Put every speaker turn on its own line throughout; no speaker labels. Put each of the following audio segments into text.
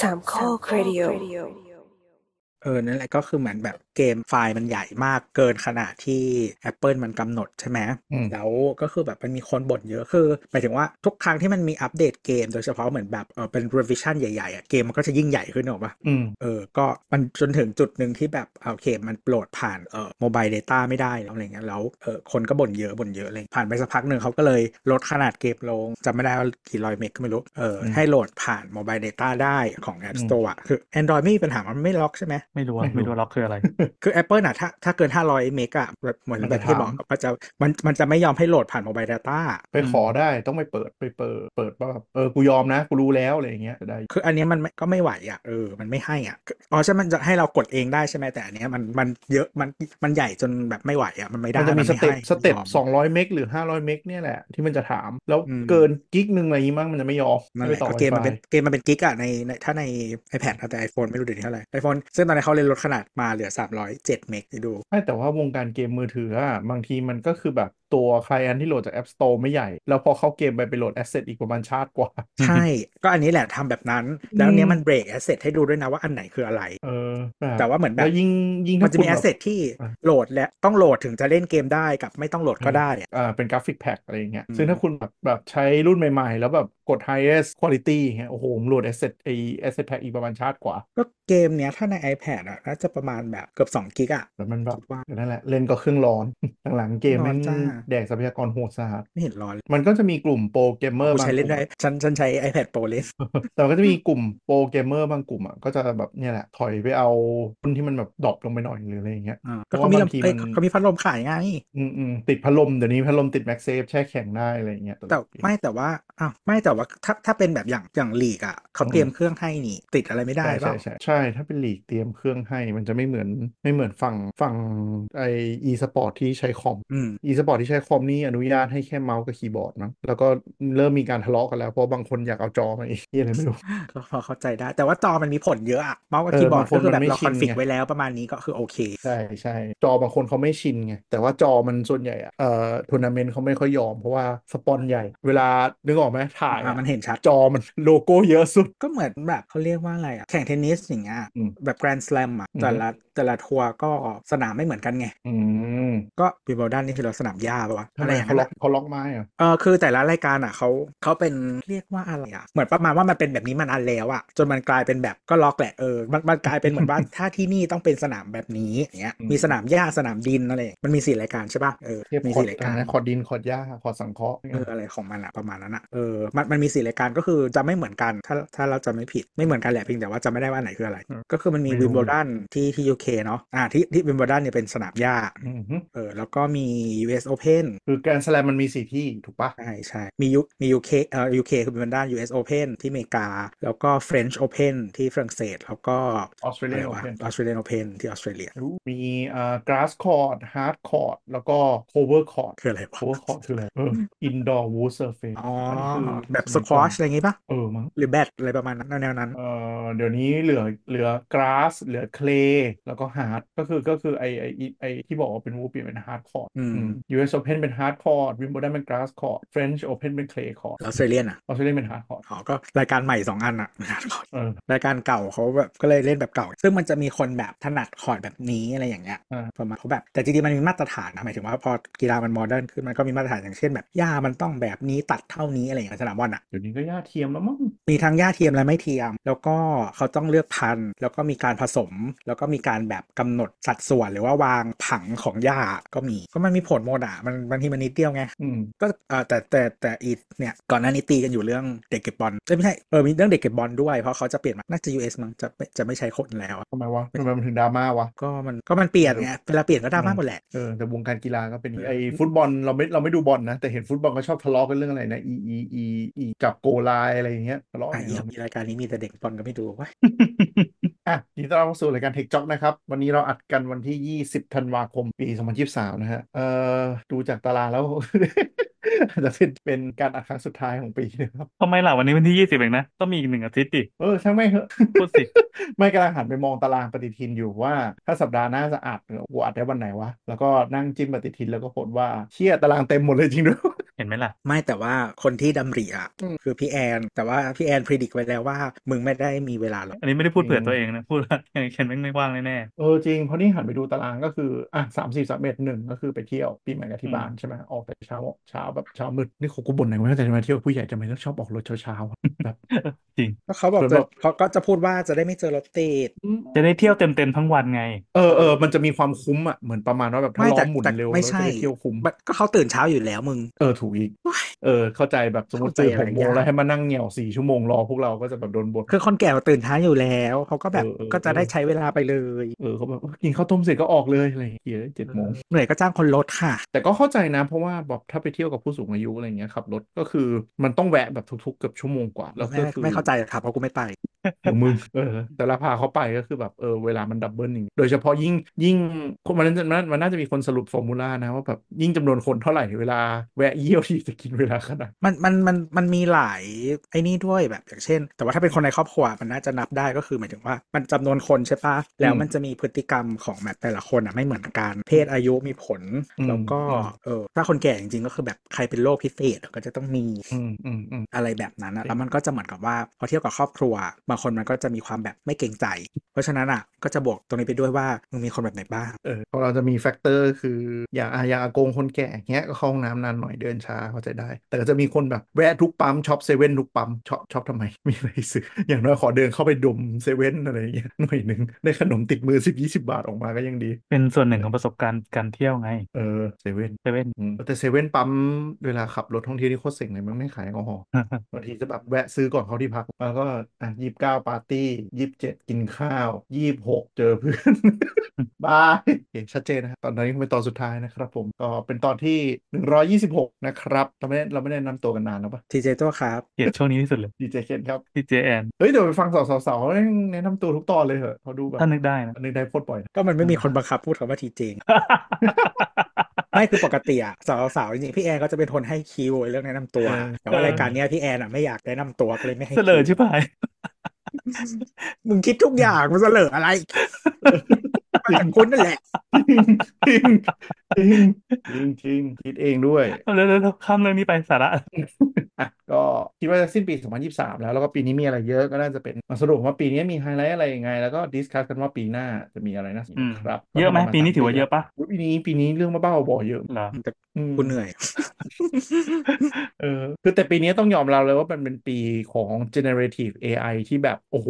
สามข้อครดิโอ
เออนั่นแหละก็คือเหมือนแบบเกมไฟล์มันใหญ่มากเกินขนาดที่ Apple มันกำหนดใช่ไหม
อืม
แล้วก็คือแบบมันมีคนบ่นเยอะคือหมายถึงว่าทุกครั้งที่มันมีอัปเดตเกม โดยเฉพาะเหมือนแบบเออเป็น revision ใหญ่ๆอะเกมมันก็จะยิ่งใหญ่ขึ้นหรอกปะ
อืม
เออก็มันจนถึงจุดหนึ่งที่แบบเอาโอเคมันโหลดผ่านเอ่อ mobile data ไม่ได้แล้วอะไรเงี้ยแล้วเออคนก็บ่นเยอะบ่นเยอะอะไรผ่านไปสักพักหนึ่งเขาก็เลยลดขนาดเกมลงจำไม่ได้ว่ากี่ร้อยเมกก็ไม่รู้เอออ
ม
ให้โหลดผ่าน mobile data ได้ของ App
อืม
Store อะคือ Android ไม่มีปัญหามันไม่ล็อกใช่ไหม
ไม่รู้อะ
ไม่รู้
ไม่รู้ล็อกคืออะไร
คือ Apple น่ะถ้าถ้าเกิน 500 เมกอะแบบเหมือน
มันจะ
แบบที่
ถาม
บอกมันจะมันมันจะไม่ยอมให้โหลดผ่าน Mobile Data
ไปขอได้ต้องไปเปิดไปเปิดเปิดว่าแบบเออกูยอมนะกูรู้แล้วอะไรอย่างเงี้ยจะได้
คืออันเนี้ยมันไม่ก็ไม่ไหวอ่ะเออมันไม่ให้อ่ะคืออ๋อใช่มันจะให้เรากดเองได้ใช่ไหมแต่อันเนี้ยมันมันเยอะมันมันใหญ่จนแบบไม่ไหวอ่ะมันไม่ได้
มันจะมีส
ไให้
เต็ปสเต็ป
ไม่ยม
สองร้อยเมกหรือห้าร้อยเมกเนี่ยแหละ ที่มันจะถาม แล้ว
อืม
เกินกิกหนึ่งอะไรนี้มั้งมันจะไม่ยอม
นั่นแห
ไม่
ละ
ต่อ
ก็
Wi-Fi
เกมมันเป็นเกมมันเป็นกิกอะในในถ้าใน iPad นะแต่ iPhone ไม่รู้เดี๋ยวนี้เท่าไหร่ iPhone ซึ่งตอนนี้เขาเลยลดขนาดมาเหลือ 307 เมกดู
ไม่แต่ว่าวงการเกมมือถืออะบางทีมันก็คือแบบตัว client ที่โหลดจาก App Store ไม่ใหญ่ แล้วพอเข้าเกมไปไปโหลด asset อีกประมาณชาติกว่า
ใช่ ก็อันนี้แหละทำแบบนั้น แล้วอันเนี้ยมันเบรกแอสเซทให้ดูด้วยนะว่าอันไหนคืออะไร
เออบบ
แต่ว่าเหมือนแบบ
ล้วยิ่งยิ่ง
มั
ถ้าน
จะ
คุณ
มี
แบ
แอบ สเซทที่
อ่ะ
โหลดและต้องโหลดถึงจะเล่นเกมได้กับไม่ต้องโหลดก็ได้อะ
อ่าเป็นกราฟิกแพ็คอะไรอย่างเงี้ย
อืม
ซึ่งถ้าคุณแบบแบบใช้รุ่นใหม่ๆ แล้วแบบกด highest quality อย่างเงี้ยโอ้โหมันโหลด asset ไอ asset pack อีกประมาณชาติกว่า
ก็เกมเนี้ยถ้าใน iPad อ่ะน่าจะประมาณแบบเกือบ2กิกอ่ะ
แล้วมันแบบ
คิดว่า
นั่นแหละ เล่นก็เครื่องร้อน หลังๆเกม
ร้อน
แม่ง
จ้า
แดกทรัพยากรโหดสาหัส
ไม่เห็นร้อนเลย
มันก็จะมีกลุ่มโปรเกมเมอร์
กู
บาง
ใช้
ก
เล่น
ลุ่ม
ได้
อะ
ฉันฉันใช้ iPad Pro เล่น
แต่มันก็จะมีกลุ่มโปรเกมเมอร์บางกลุ่มอ่ะก็จะแบบเนี่ยแหละ ถอยไปเอาหุ้นที่มันแบบดรอปลงไปหน่อยหรืออะไรอย่างเงี้ย
อ่า
เพ
ก็
ราะ
เขา
ว่า
มี
บาง
ลำ
ที
เอ้ย
มัน
เขามีพัดลมขายไง
อืมอืมติดพัดลมเดี๋ยวนี้พัดลมติดแม็กเซฟแช่แข็งได้อะไรอย่างเงี้ย
แต่ไม่แต่ว่าอ้าวไม่แต่ว่าถ้าถ้าเป็นแบบอย่างอย่างลีกอ่ะเขาเตรียมเครื่องให้นี่ ติดอะไรไม่ได้
ใช่
เป
ใช่
ล่า
ใช่ใช่ถ้าเป็นหลีกเตรียมเครื่องให้มันจะไม่เหมือนไม่เหมือนฝั่งฝั่งไอ e สปอร์ตที่ใช้คอม
อืม
อีสปอร์ตที่ใช้คอมนี่อนุญาตให้แค่เมาส์กับคีย์บอร์ดมั้งแล้วก็เริ่มมีการทะเลาะกันแล้วเพราะบางคนอยากเอาจอมาอีก ที่อะไรไม่รู้
ก็พอเข้าใจได้ แต่ว่าจอมันมีผลเยอะอะเมาส์กับ
เออ
คีย์บอร์ด
บางคน
ก็คือแบ
มัน
บ
ไม่
เรา
ชิ
คน อนฟิก
ไง
ไว้แล้วประมาณนี้ก็คือโอเค
ใช่ใช่จอบางคนเขาไม่ชินไง แต่ว่าจอมันส่วนใหญ่อะเอ่อทัวร์นาเมนต์เขาไม่ค่อยยอม เพราะว่าสปอนใหญ่ เวลานึกออกไหมถ่าย
อ่า
อะ
มันเห็นชัด
จอมัน โลโก้เยอะสุด
ก็เหมือนแบบเขาเรียกว่าอะไรอะแข่งเทนนิสอย่างเงี้ย
อืม
แบบแกรนด์สแลมอะ
อือฮึ
แต่ละแต่ละทัวร์ก็สนามไม่เหมือนกันไง
อืม
ก็วิมเบิลดันนี่คือเราสนามหญ้าปะวะ
ทำ
อะไร
ไม
อย่าง
เขา
เงี้
ล็อย กเขาล็อกไม้อะ
เออคือแต่ละรายการอะเขาเขาเป็นเรียกว่าอะไรอะเหมือนประมาณว่ามันเป็นแบบนี้มานานแล้วอะจนมันกลายเป็นแบบก็ล็อกแหละเออมันมันกลายเป็นเหมื อนว่า ถ้าที่นี่ต้องเป็นสนามแบบนี้อย่างเงี้ยมีสนามหญ้าสนามดินอะไรอย่างเงี้ยมันมีสี่รายการใช่ป่ะเออ
เทียบ
มี
คอร์ด
สี่ราย
อะ
การ
ไรนะคอร์ดดินคอร์ดหญ้าคอร์ดสังเคราะห์
เอออะไรของมันอะประมาณนั้นอะเออมันมันมีสี่รายการก็คือจะไม่เหมือนกันถ้าถ้าเราจะไม่ผิดไม่เหมือนกันแหละเพียงแต่ว่าจะไม่ได้ว่าอันไหนคืออะไร ก็คือมันมีวิมเบิลดันที่ที่ยูเคเนาะอ่าที่ที่วิมเบิลดันเนี่ยเป็นสนามหญ้า
อืมฮึ
เออแล้วก็มี US Open
คือแกรนด์สแลมมันมีสี่ที่ถูกปะ
ใช่ใช่มียูมี UK เอ่อ UK คือวิมเบิลดัน US Open ที่อเมริกา แล้วก็ French Open ที่ฝรั่งเศส แล้วก็
Australian Open
ออสเตรเลียนโอเพนที่ออสเตรเลีย
มีอ่า grass court hard court แล้วก็ cover court
คืออะไรวะ
cover court คืออะไรเออ indoor wood surface
อ๋อ
อั
อน
นี้คือ
แบบส
มัย
ค
ก่
วอน ชอะไรอย่างงี้ปะ
เออมั้ง
หรือแบดอะไรประมาณนั้นแนวๆนั้น
เอ่อเดี๋ยวนี้เหลือเหลือกราสเหลือเคลแล้วก็ฮาร์ดก็คือก็คือไอไอไอ้ไอที่บอกว่าเป็นวูเปลี่ยนเป็นฮาร์ดคอร์ด
อืม
อืม US Open เป็นฮาร์ดคอร์ดวิมเบิลดันเป็นกราสคอร์ด French Open เป็นเคลคอร์ด
ออสเตรเลียนอะ
ออสเตรเลียเป็นฮาร์ดคอร์ด
อ๋อก็รายการใหม่ 2 อันอะ รายการก่อน
เออ
รายการเก่าเขาแบบก็เลยเล่นแบบเก่า ซึ่งมันจะมีคนแบบถนัดคอร์ดแบบนี้อะไรอย่างเงี้ย
อ่า
ประมาณเขาแบบแต่จริงๆมันมีมาตรฐานนะหมายถึงว่าพอกีฬามันโมเดิร์นขึ้นมันก็มีมาตรฐานอย่างเช่นแบบหญ้ามันต้องแบบนี้ตัดเท่านี้อะไรอย่างเงี้ยสนามบอลอะ
เดี๋ยวนี้ก็ย่าเทียมแล้วมั้ง
มีทั้งหญ้าเทียมและไม่เทียม แล้วก็เขาต้องเลือกพันธุ์แล้วก็มีการผสม แล้วก็มีการแบบกำหนดสัดส่วนหรือว่าวางผังของหญ้าก็มีก็มันมีผลหมดอะมันบางทีมันนิดเดียวไง
อืม
ก็เออแต่แต่แต่อีทเนี่ยก่อนหน้านี้ตีกันอยู่เรื่องเด็กเก็บบอลเอ้ยไม่ใช่เออมีเรื่องเด็กเก็บบอลด้วยเพราะเขาจะเปลี่ยนมาน่าจะ US มั้งจะไม่จะไม่ใช้คนแล้วอะ
ทำไมวะทำไมมันถึงดราม่าวะ
ก็มันก็มันเปลี่ยนไงเวลาเปลี่ยนก็ดราม่า
อืม
หมดแหละ
เออแต่วงการกีฬาก็เป็นอย่างนี้ไอ้
เออ
ฟุตบอลเราไม่เราไม่ดูบอลนะ แต่เห็นฟุตบอลก็ชอบทะเลาะกันเรื่องอะไรนะอีอีอีอีจับโกลายอะไรอย่างเงี้ยทะเลาะ
อ่ะ
อย่าง
อี
เงี้ย
มีรายการนี้มีแต่เด็กบอลก็ไม่ดูว่า
อ่ะยินดีต้อนรับเข้าสู่รายการ Tech Jock นะครับ วันนี้เราอัดกันวันที่ 20 ธันวาคม ปี 2023 นะฮะ เอ่อ ดูจากตารางแล้ว อาจจะเป็นการอัดครั้งสุดท้ายของปีนะครับ
ทำไมล่ะวันนี้วันที่ยี่สิบเองนะ ต้องมีอีกหนึ่งอาทิตย์ดิ
เออช่างไม่งเถอะ
พูดสิ
ไม่กำลังหันไปมองตารางปฏิทินอยู่ว่า ถ้าสัปดาห์หน้าจะอัดเนี่ยกูอัดได้วันไหนวะ แล้วก็นั่งจิ้มปฏิทินแล้วก็พบว่าเชี่ยตารางเต็มหมดเลยจริงด้วย
เห็นไหมล่ะ
ไม่แต่ว่าคนที่ดำริอ่ะ
อืม
คือพี่แอนแต่ว่าพี่แอนพิจิตไว้แล้วว่า มึงไม่ได้มีเวลาหรอก
อันนี้ไม่ได้พูดเผื่อ
จริง
ตัวเองนะ พูดว่า เคนแม่งไม่ว่างแน่
เออจริงเพราะนี่หันไปดูตารางก็คืออ่ะสามสี่สามเอ็ดหนึ่งก็คือไปเที่ยวปีใหม่กับที่บ้านใช่ไหมออกแต่เช้าเช้าแบบเช้ามืดนี่เขากูบ่นหน่อยว่าแต่จะมาเที่ยวผู้ใหญ่จะไม่ชอบออกรถเช้าเช้าๆแบบ
ๆจริง
ก็เขาบอก
เหมือน
จะ
แบบ
เขาก็จะพูดว่าจะได้ไม่เจอรถติด
จะได้เที่ยวเต็มๆทั้งวันไง
เออเออมันจะมีความคุ้มอ่ะเหมือนประมาณว่าแบบถ้า
ไม่
ล้อ
แต่
หมุน
แต่
เร็ว
ไม่
แล้ว
ใช่
จะได้เที่ยวคุ้ม
มันก็เขาตื่นเช้าอยู่แล้วมึง
เออถูกอีก เออ เข้าใจแบบสมมติ
เข้าใจอะ
ตื่นห
ไร
กโม
ยา
ง
ก
แล้วให้มานั่งเหงี่ยวสี่ชั่วโมงรอพวกเราก็จะแบบโดนบ่น
คือคนแก่มาตื่นเช้าอยู่แล้วเขาก็แบบ
เออเออ
ก็จะได้ใช้เวลาไปเลย
เออเขาแบบกินข้าวต้มเสร็จก็ออกเลยอะไรอย่างเงี้ยเหี้ยเจ็ดโมง
เหนื่อยก็จ้างคนรถค่ะ
แต่ก็เข้าใจนะ เพราะว่าแบบถ้าไปเที่ยวกับผู้สูงอายุอะไรเงี้ยขับรถก็คือมันต้องแวะแบบทุกๆเกือบชั่วโมงกว่า แล้ว
ไม่
ก็คือ
ไม่เข้าใจหรอกครับเพราะกูไม่ไป
เออมึงเออแต่ละพาเขาไปก็คือแบบเออเวลามันดับเบิลอย่างงี้โดยเฉพาะยิ่งยิ่งคนวันนั้นมันมันน่าจะมีคนสรุปฟอร์มูลานะว่าแบบยิ่งจำนวนคนเท่าไหร่เวลาแวะเยี่ยว ที่จะกินเวลาขนาด
มันมันมันมันมีหลายไอ้นี่ด้วยแบบอย่างเช่น แต่ว่าถ้าเป็นคนในครอบครัวมันน่าจะนับได้ก็คือหมายถึงว่ามันจำนวนคนใช่ปะแล้วมันจะมีพฤติกรรมของแบบแต่ละคนอ่ะไม่เหมือนกัน เพศอายุมีผล
อืม
แล้วก็
อืม
เออถ้าคนแก่จริงๆก็คือแบบใครเป็นโรคพิเศษก็จะต้องมี
อืมอืมอืม
อะไรแบบนั้นอะ
จริง
แล้วมันก็จะเหมือนกับว่าพอเที่ยวกับครอบครัวบางคนมันก็จะมีความแบบไม่เกรงใจ เพราะฉะนั้นอ่ะก็จะบวกตรงนี้ไปด้วยว่ามึงมีคนแบบไหนบ้าง
เออของเราจะมีแฟกเตอร์คืออย่างอาอย่างอากงคนแก่เงี้ยก็เข้าห้องน้ำนานหน่อยเดินช้าเข้าใจได้ แต่ก็จะมีคนแบบแวะทุกปั๊มช็อปเซเว่นทุกปั๊มช็อปช็อปทำไม มีอะไรซื้อ อย่างน้อยขอเดินเข้าไปดมเซเว่นอะไรอย่างเงี้ยหน่อยหนึ่งได้ขนมติดมือสิบยี่สิบาทออกมาก็ยังดี
เป็นส่วนหนึ่งของประสบการณ์การเที่ยวไง
เออเซเว่น
เซเว่น
อืมแต่เซเว่นปั๊มเวลาขับรถท่องเที่ยวที่โคตรเซ็งเลยมันไม่ขายแอลกอฮอล์ บางทีจะแบบแวะซื้อก่อนเขาที่พัก แล้วก็อ่ะยี่สิบเก้าปาร์ตี้ยี่สิบเจ็ดกินข้าวยี่สิบหกเจอเพื่อน บายโอเคชัดเจนนะครับตอนนี้เป็นตอนสุดท้ายนะครับผมก็เป็นตอนที่หนึ่งร้อยยี่สิบหกนะครับเราไม่ได้เราไม่ได้แนะนำตัวกันนานแล้วปะ
ทีเจตัวครับ
เกลียดช่วงนี้ที่สุดเลย
ดีเจเคนครับ
ที่เจแอน
เฮ้ย เดี๋ยวไปฟังสาวๆๆเขาแนะนำตัวทุกตอนเลยเหอะเขาดูแบบ
ถ้านึกได้ นะ
อันนี้ได้โคตรบ่อยนะ
ก็มันไม่มีคนบังคับพูดคำว่าทีเจ ไม่คือปกติอะสาวสาวๆจริงๆพี่แอนก็จะเป็นคนให้คิวไอ้เรื่องแนะนำตัว
เออ
แต่ว่า
เออ
รายการเนี้ยพี่แอนอะไม่อยากแนะนำตัวก็เลยไม่ให้
เสลอ
คิ
ชิ
ว
บหาย
มึงคิดทุกอย่างมึงเสลออะไรมาจากคุณนั่นแหละ
จริงจริงจริงจริงคิดเองด้วย
เอาเร็วๆข้ามเรื่องนี้ไปสาระ
อ่ะก็คิดว่าจะสิ้นปี 2023 แล้วแล้วก็ปีนี้มีอะไรเยอะก็น่าจะเป็นมาสรุปว่าปีนี้มีไฮไลท์อะไรยังไง แล้วก็ดิสคัสกันว่าปีหน้าจะมีอะไรน่าสน
อื
ใจ
ม
ครับ
เยอะไหม
ก็ทำา
ปีนี้
ส
ถือว่าเยอะปะ
อุ๊ยปีนี้ปีนี้เรื่องมาบ้าๆบอๆเยอะ
เหรอ
แต่
อืม
กูเหนื่อย
เออคือแต่ปีนี้ต้องยอมรับเลยว่ามันเป็นปีของ generative AI ที่แบบโอ้โห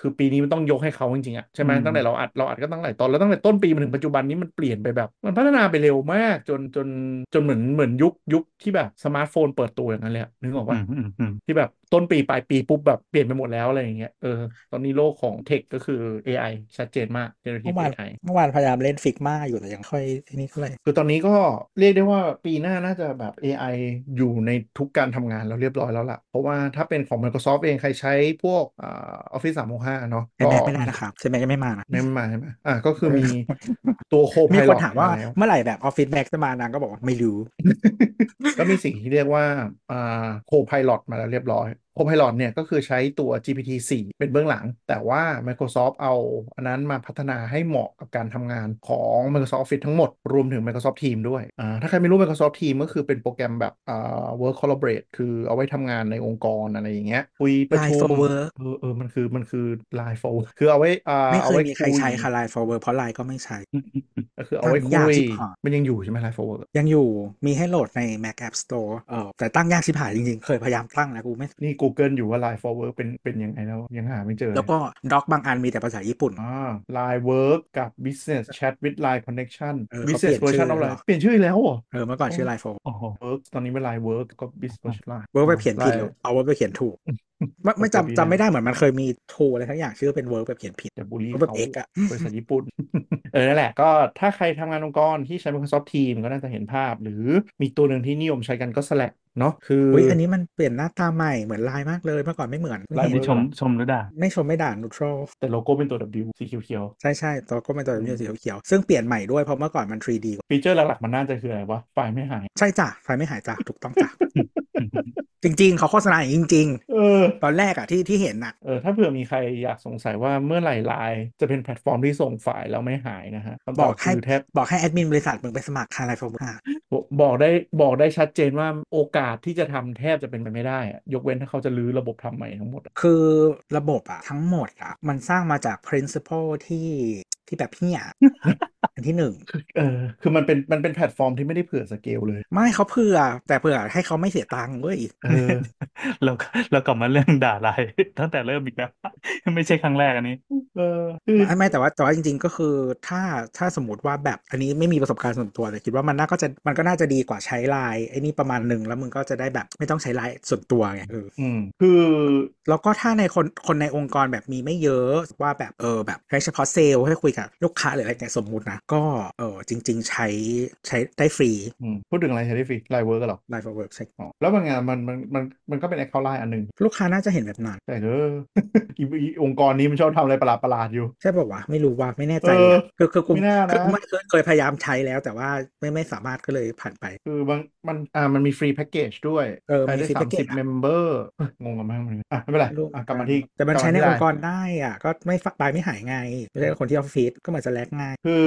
คือปีนี้มันต้องยกให้เขาจริงๆอ่ะใช่ไหม
อืม
ตั้งแต่เราอัดเราอัดก็ตั้งหลายตอนแล้วตั้งแต่ต้นปีมาถึงปัจจุบันนี้มันเปลี่ยนไปแบบ มันพัฒนาไปเร็วมากจนจนจนเหมือนเหมือนยุคยุคที่แบบสมาร์ทโฟนเปิดตัวอย่างนั้นเลยอะนึกออก
อื
ปะ
มอืมอืม
ที่แบบต้นปีปลายปีปุ๊บแบบเปลี่ยนไปหมดแล้วอะไรอย่างเงี้ยเออตอนนี้โลกของเทคก็คือ AI ชัดเจนมาก generative
เมื่อวาน
AI
เมื่อวานพยายามเล่นฟิกมาอยู่แต่ยังค่อยไอ้นี่เท่าไหร่
คือตอนนี้ก็เรียกได้ว่าปีหน้าน่าจะแบบ AI อยู่ในทุกการทำงานแล้วเรียบร้อยแล้วล่ะ เพราะว่าถ้าเป็นของ Microsoft เองใครใช้พวกออฟฟิศสามหกห้า Office 365เนาะ
ไอแม็ก
ก็
ไม่ได้นะครับใช่ไหมยังไม่มานะ
ไม่มาใช่ไหมอ่ะก็คือมีตัวโค
มี
พาย
ค
ล
น
อต
ถามว่า
แล้ว
เมื่อไหร่แบบออฟฟิศแม็กจะมานางก็บอกว่าไม่รู้
ก็มีสิ่งที่เรียกว่าอ่า Copilot มาแล้วเรียบร้อย Copilot เนี่ยก็คือใช้ตัว GPT 4 เป็นเบื้องหลัง แต่ว่า Microsoft เอาอันนั้นมาพัฒนาให้เหมาะกับการทำงานของ Microsoft Office ทั้งหมด รวมถึง Microsoft Teams ด้วยอ่าถ้าใครไม่รู้ Microsoft Teams ก็คือเป็นโปรแกรมแบบอ่า Work Collaborate คือเอาไว้ทำงานในองค์กรอะไรอย่างเงี้ยคุยประชุ
Line
ม
for Work
เออเออมันคือมันคือ Line for Work คือเอาไว้อ่า
ไม่เค
เอา
ย
ไว้
มีใคร
ย
ใช้ค่ะไลน์ฟอร์เวิร์เพราะไลน์ก็ไม่ใช้
ก็คือเอาไว้คุ
ทำยาก
ย
ชิบหาย
มันยังอยู่ใช่ไหม Line for Work
ยังอยู่มีให้โหลดใน Mac App Store เออแต่ตั้งยากชิบหายจริงๆเคยพยายามตั้งแล้วกูไม่
นี่ Google อยู่ว่า Line for Work เป็นเป็นยังไงแล้วยังหาไม่เจอเลย
แล้วก็ด็อกบางอันมีแต่ภาษาญี่ปุ่น
อ่า Line Work กับ Business Chat with Line Connection
เออเขา
Business
เปลี่ยนชื่อ
version
แล้
เอา
วเห
เล
ร
ย
อ
เปลี่ยนชื่ออีกแล้วเหรอ
เออเมื่อก่อนชื่อไลน์โฟ
โอ้โห
Work ตอนนี้เป็น Line Work ก็ Business version Line
เวิร์กไปเขียนผิดหรือเอาเวิร์กไปเขียนถูก ไม่ไม่
ปกติ
จำ
นะ
จำไม่ได้เหมือนมันเคยมีทูอะไรทั้งอย่างชื่อเป็นเวิร์กแบบเขียนผิด
จะบูลลี่
ก็แบบ
เขา
เอกอะ
บ ริษัทญี่ปุ่น เออ นั่นแหละก็ถ้าใครทำงานองค์กรที่ใช้ Microsoft Teams ก็น่าจะเห็นภาพ หรือมีตัวหนึ่งที่นิยมใช้กันก็ Slack เนาะคือ
อุ้ย
อั
อันนี้มันเปลี่ยนหน้าตาใหม่เหมือนลายมากเลยเมื่อก่อนไม่เหมือน
ลาย
อัน
ไม่
นี้
เห็น
ชมชมหรือด่า
ไม่ชมไม่ด่านูทรอล
แต่โลโก้เป็นตัว W สีเขียว
ใช่ใช่ตัวก็เป็นตัวเป็นสีเขียวๆซึ่งเปลี่ยนใหม่ด้วยเพราะเมื่อก่อนมัน 3D กว่า
ๆฟีเจอร์หลักๆมันน่าจะคืออะไรวะไฟล์ไม่หาย
ใช่จ้ะไฟไม่หายจ้ะถูกต้องจ้ ะ จริง ๆ เขาโฆษณาอย่างนี้จริง
เออ
ๆ ตอนแรกอะที่ที่เห็นอะ
เออถ้าเผื่อมีใครอยากสงสัยว่าเมื่อไหร่ไลน์จะเป็นแพลตฟอร์มที่ส่งไฟล์แล้วไม่หายนะฮะคำต
บ
อ
อบ กให้
คือแทบ
บอกให้แอดมินบริษัทมึงไปสมัครคาไลฟ์โฟมค่ะ
บอกได้บอกได้ชัดเจนว่าโอกาสที่จะทำแทบจะเป็นไปไม่ได้อะยกเว้นถ้าเขาจะรื้อระบบทำใหม่ทั้งหมดอะ
คือระบบอะทั้งหมดอะมันสร้างมาจาก principle ที่ที่แบบเฮี้ย อันที่หนึ่ง
เออคือมันเป็นมันเป็นแพลตฟอร์มที่ไม่ได้เผื่อสเกลเลย
ไม่เขาเผื่อ แต่เผื่อให้เขาไม่เสียตังค์เว้ย
เออ
เราเรากลับมาเรื่องด่าลาย ตั้งแต่เริ่มอีกแล้ว ไม่ใช่ครั้งแรกอันนี้
เออคือ
ไม่ไม่แต่ว่าแต่ว่าจริง ๆ ก็คือถ้าถ้าสมมติว่าแบบอันนี้ไม่มีประสบการณ์ส่วนตัวแต่คิดว่ามันน่าก็จะมันก็น่าจะดีกว่าใช้ไลน์ไอ้นี่ประมาณหนึ่งแล้วมึงก็จะได้แบบไม่ต้องใช้ไลน์ส่วนตัวไงเออ
อืมคือ
แล้วก็ถ้าในคนคนในองค์กรแบบมีไม่เยอะว่าแบบเออแบบให้เฉพาะเซลล์ให้คุยกับลูกค้าหรืออะไรเนี่ยสมมุตินะก็เออจริง ๆ ใช้ใช้ได้ฟรี
อืมพูดถึงอะไรใช้ได้ฟรีไลน์เวิร์กหรอ
ไลน์ for work ใช่
อ๋อแล้วบางงานมันมันมันมันก็เป็นแอคเคาท์ไลน์อันหนึ่ง
ลูกค้าน่าจะเห็นแบบนั้น
แต่เอ อ อีอีองค์กรนี้มันชอบทำอะไรประหลาดประหลาดๆอยู่
ใช่ป่าวะไม่รู้ว่าไม่แน่ใจ
เออ
นะคือคือกู
ไม่น่านะ
คือไม่เคยเคยพยายามใช้แล้ว แต่ว่าไม่ไม่สามารถก็เลยผ่านไป
คือบางมันอ่ามันมีฟรีแพ็กเกจด้วย
เออ
ใช้ได้
มีฟรี
สามสิบ
แพ็กเกจอะ
เมมเบอร์งงกันมากเลยอ่ะไม่เป็นไร
ไม่รู้
อ่ะกลับมาที่
แต่มัน
กลับ
ใช้ใน
ที่
องค์ก
ไล
รได้อ่ะก็ไม่ฝตายไม่หายไงไม่ใช่คนที่ออฟฟิศก็เหมือนจะแลกง่าย
คือ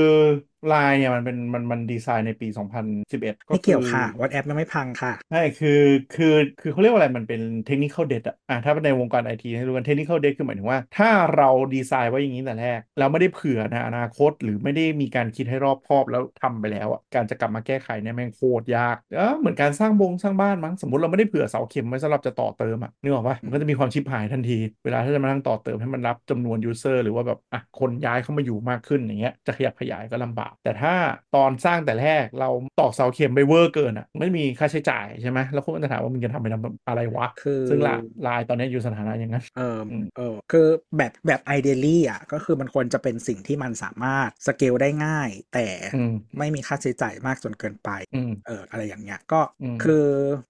ไลน์เนี่ยมันเป็นมันมันดีไซน์ในปี 2011 ก็
ไม่
คื
เกี่ยว
อ
ค่ะวอ s แอ p มันไม่พังค่ะ
ใช่คือคือคือเขาเรียกว่าอะไรมันเป็นเทคนิค a l เด t อะอ่ะถ้าในวงการไอทีให้รู้กันเทคนิค a l เด t คือหมายถึงว่า ถ้าเราดีไซน์ไว้อย่างนี้แต่แรก เราไม่ได้เผื่อนะอนาคตหรือไม่ได้มีการคิดให้รอบคอบแล้วทำไปแล้วอ่ะการจะกลับมาแก้ไขเนี่ยแม่งโคตรยากเออเหมือนการสร้างบงสร้างบ้านมั้งสมมติเราไม่ได้เผื่อเสาเข็มไว้สำหรับจะต่อเติมอ่ะนึกออกปะมันก็จะมีความชิบหายทันที เวลาถ้าจะมานั่งต่อเติมให้มันรับจำนวนยูเซอร์หรือว่าแบบอ่ะคนย้ายเข้ามาอยู่มากขึ้นอย่างเงี้ยจะขยับขยายก็ลำบาก แต่ถ้าตอนสร้างแต่แรกเราตอกเสาเข็มไปเวอร์เกินอ่ะไม่มีค่าใช้จ่ายใช่ไหมแล้วคนก็จะถามว่ามึงจะทำไปทำอะไรวะ
คือ
ซึ่งละลายตอนเนี้ยอยู่สถานะอย่างนั้น
เออ
อืม
เออคือแบบแบบไอเดลี่อ่ะก็คือมันควรจะเป็นสิ่งที่มันสามารถสเกลได้ง่าย แต่
อืม
ไม่มีค่าใช้จ่ายมากจนเกินไป
อืม
เอออะไรอย่างเงี้ยก็
อืม
คือ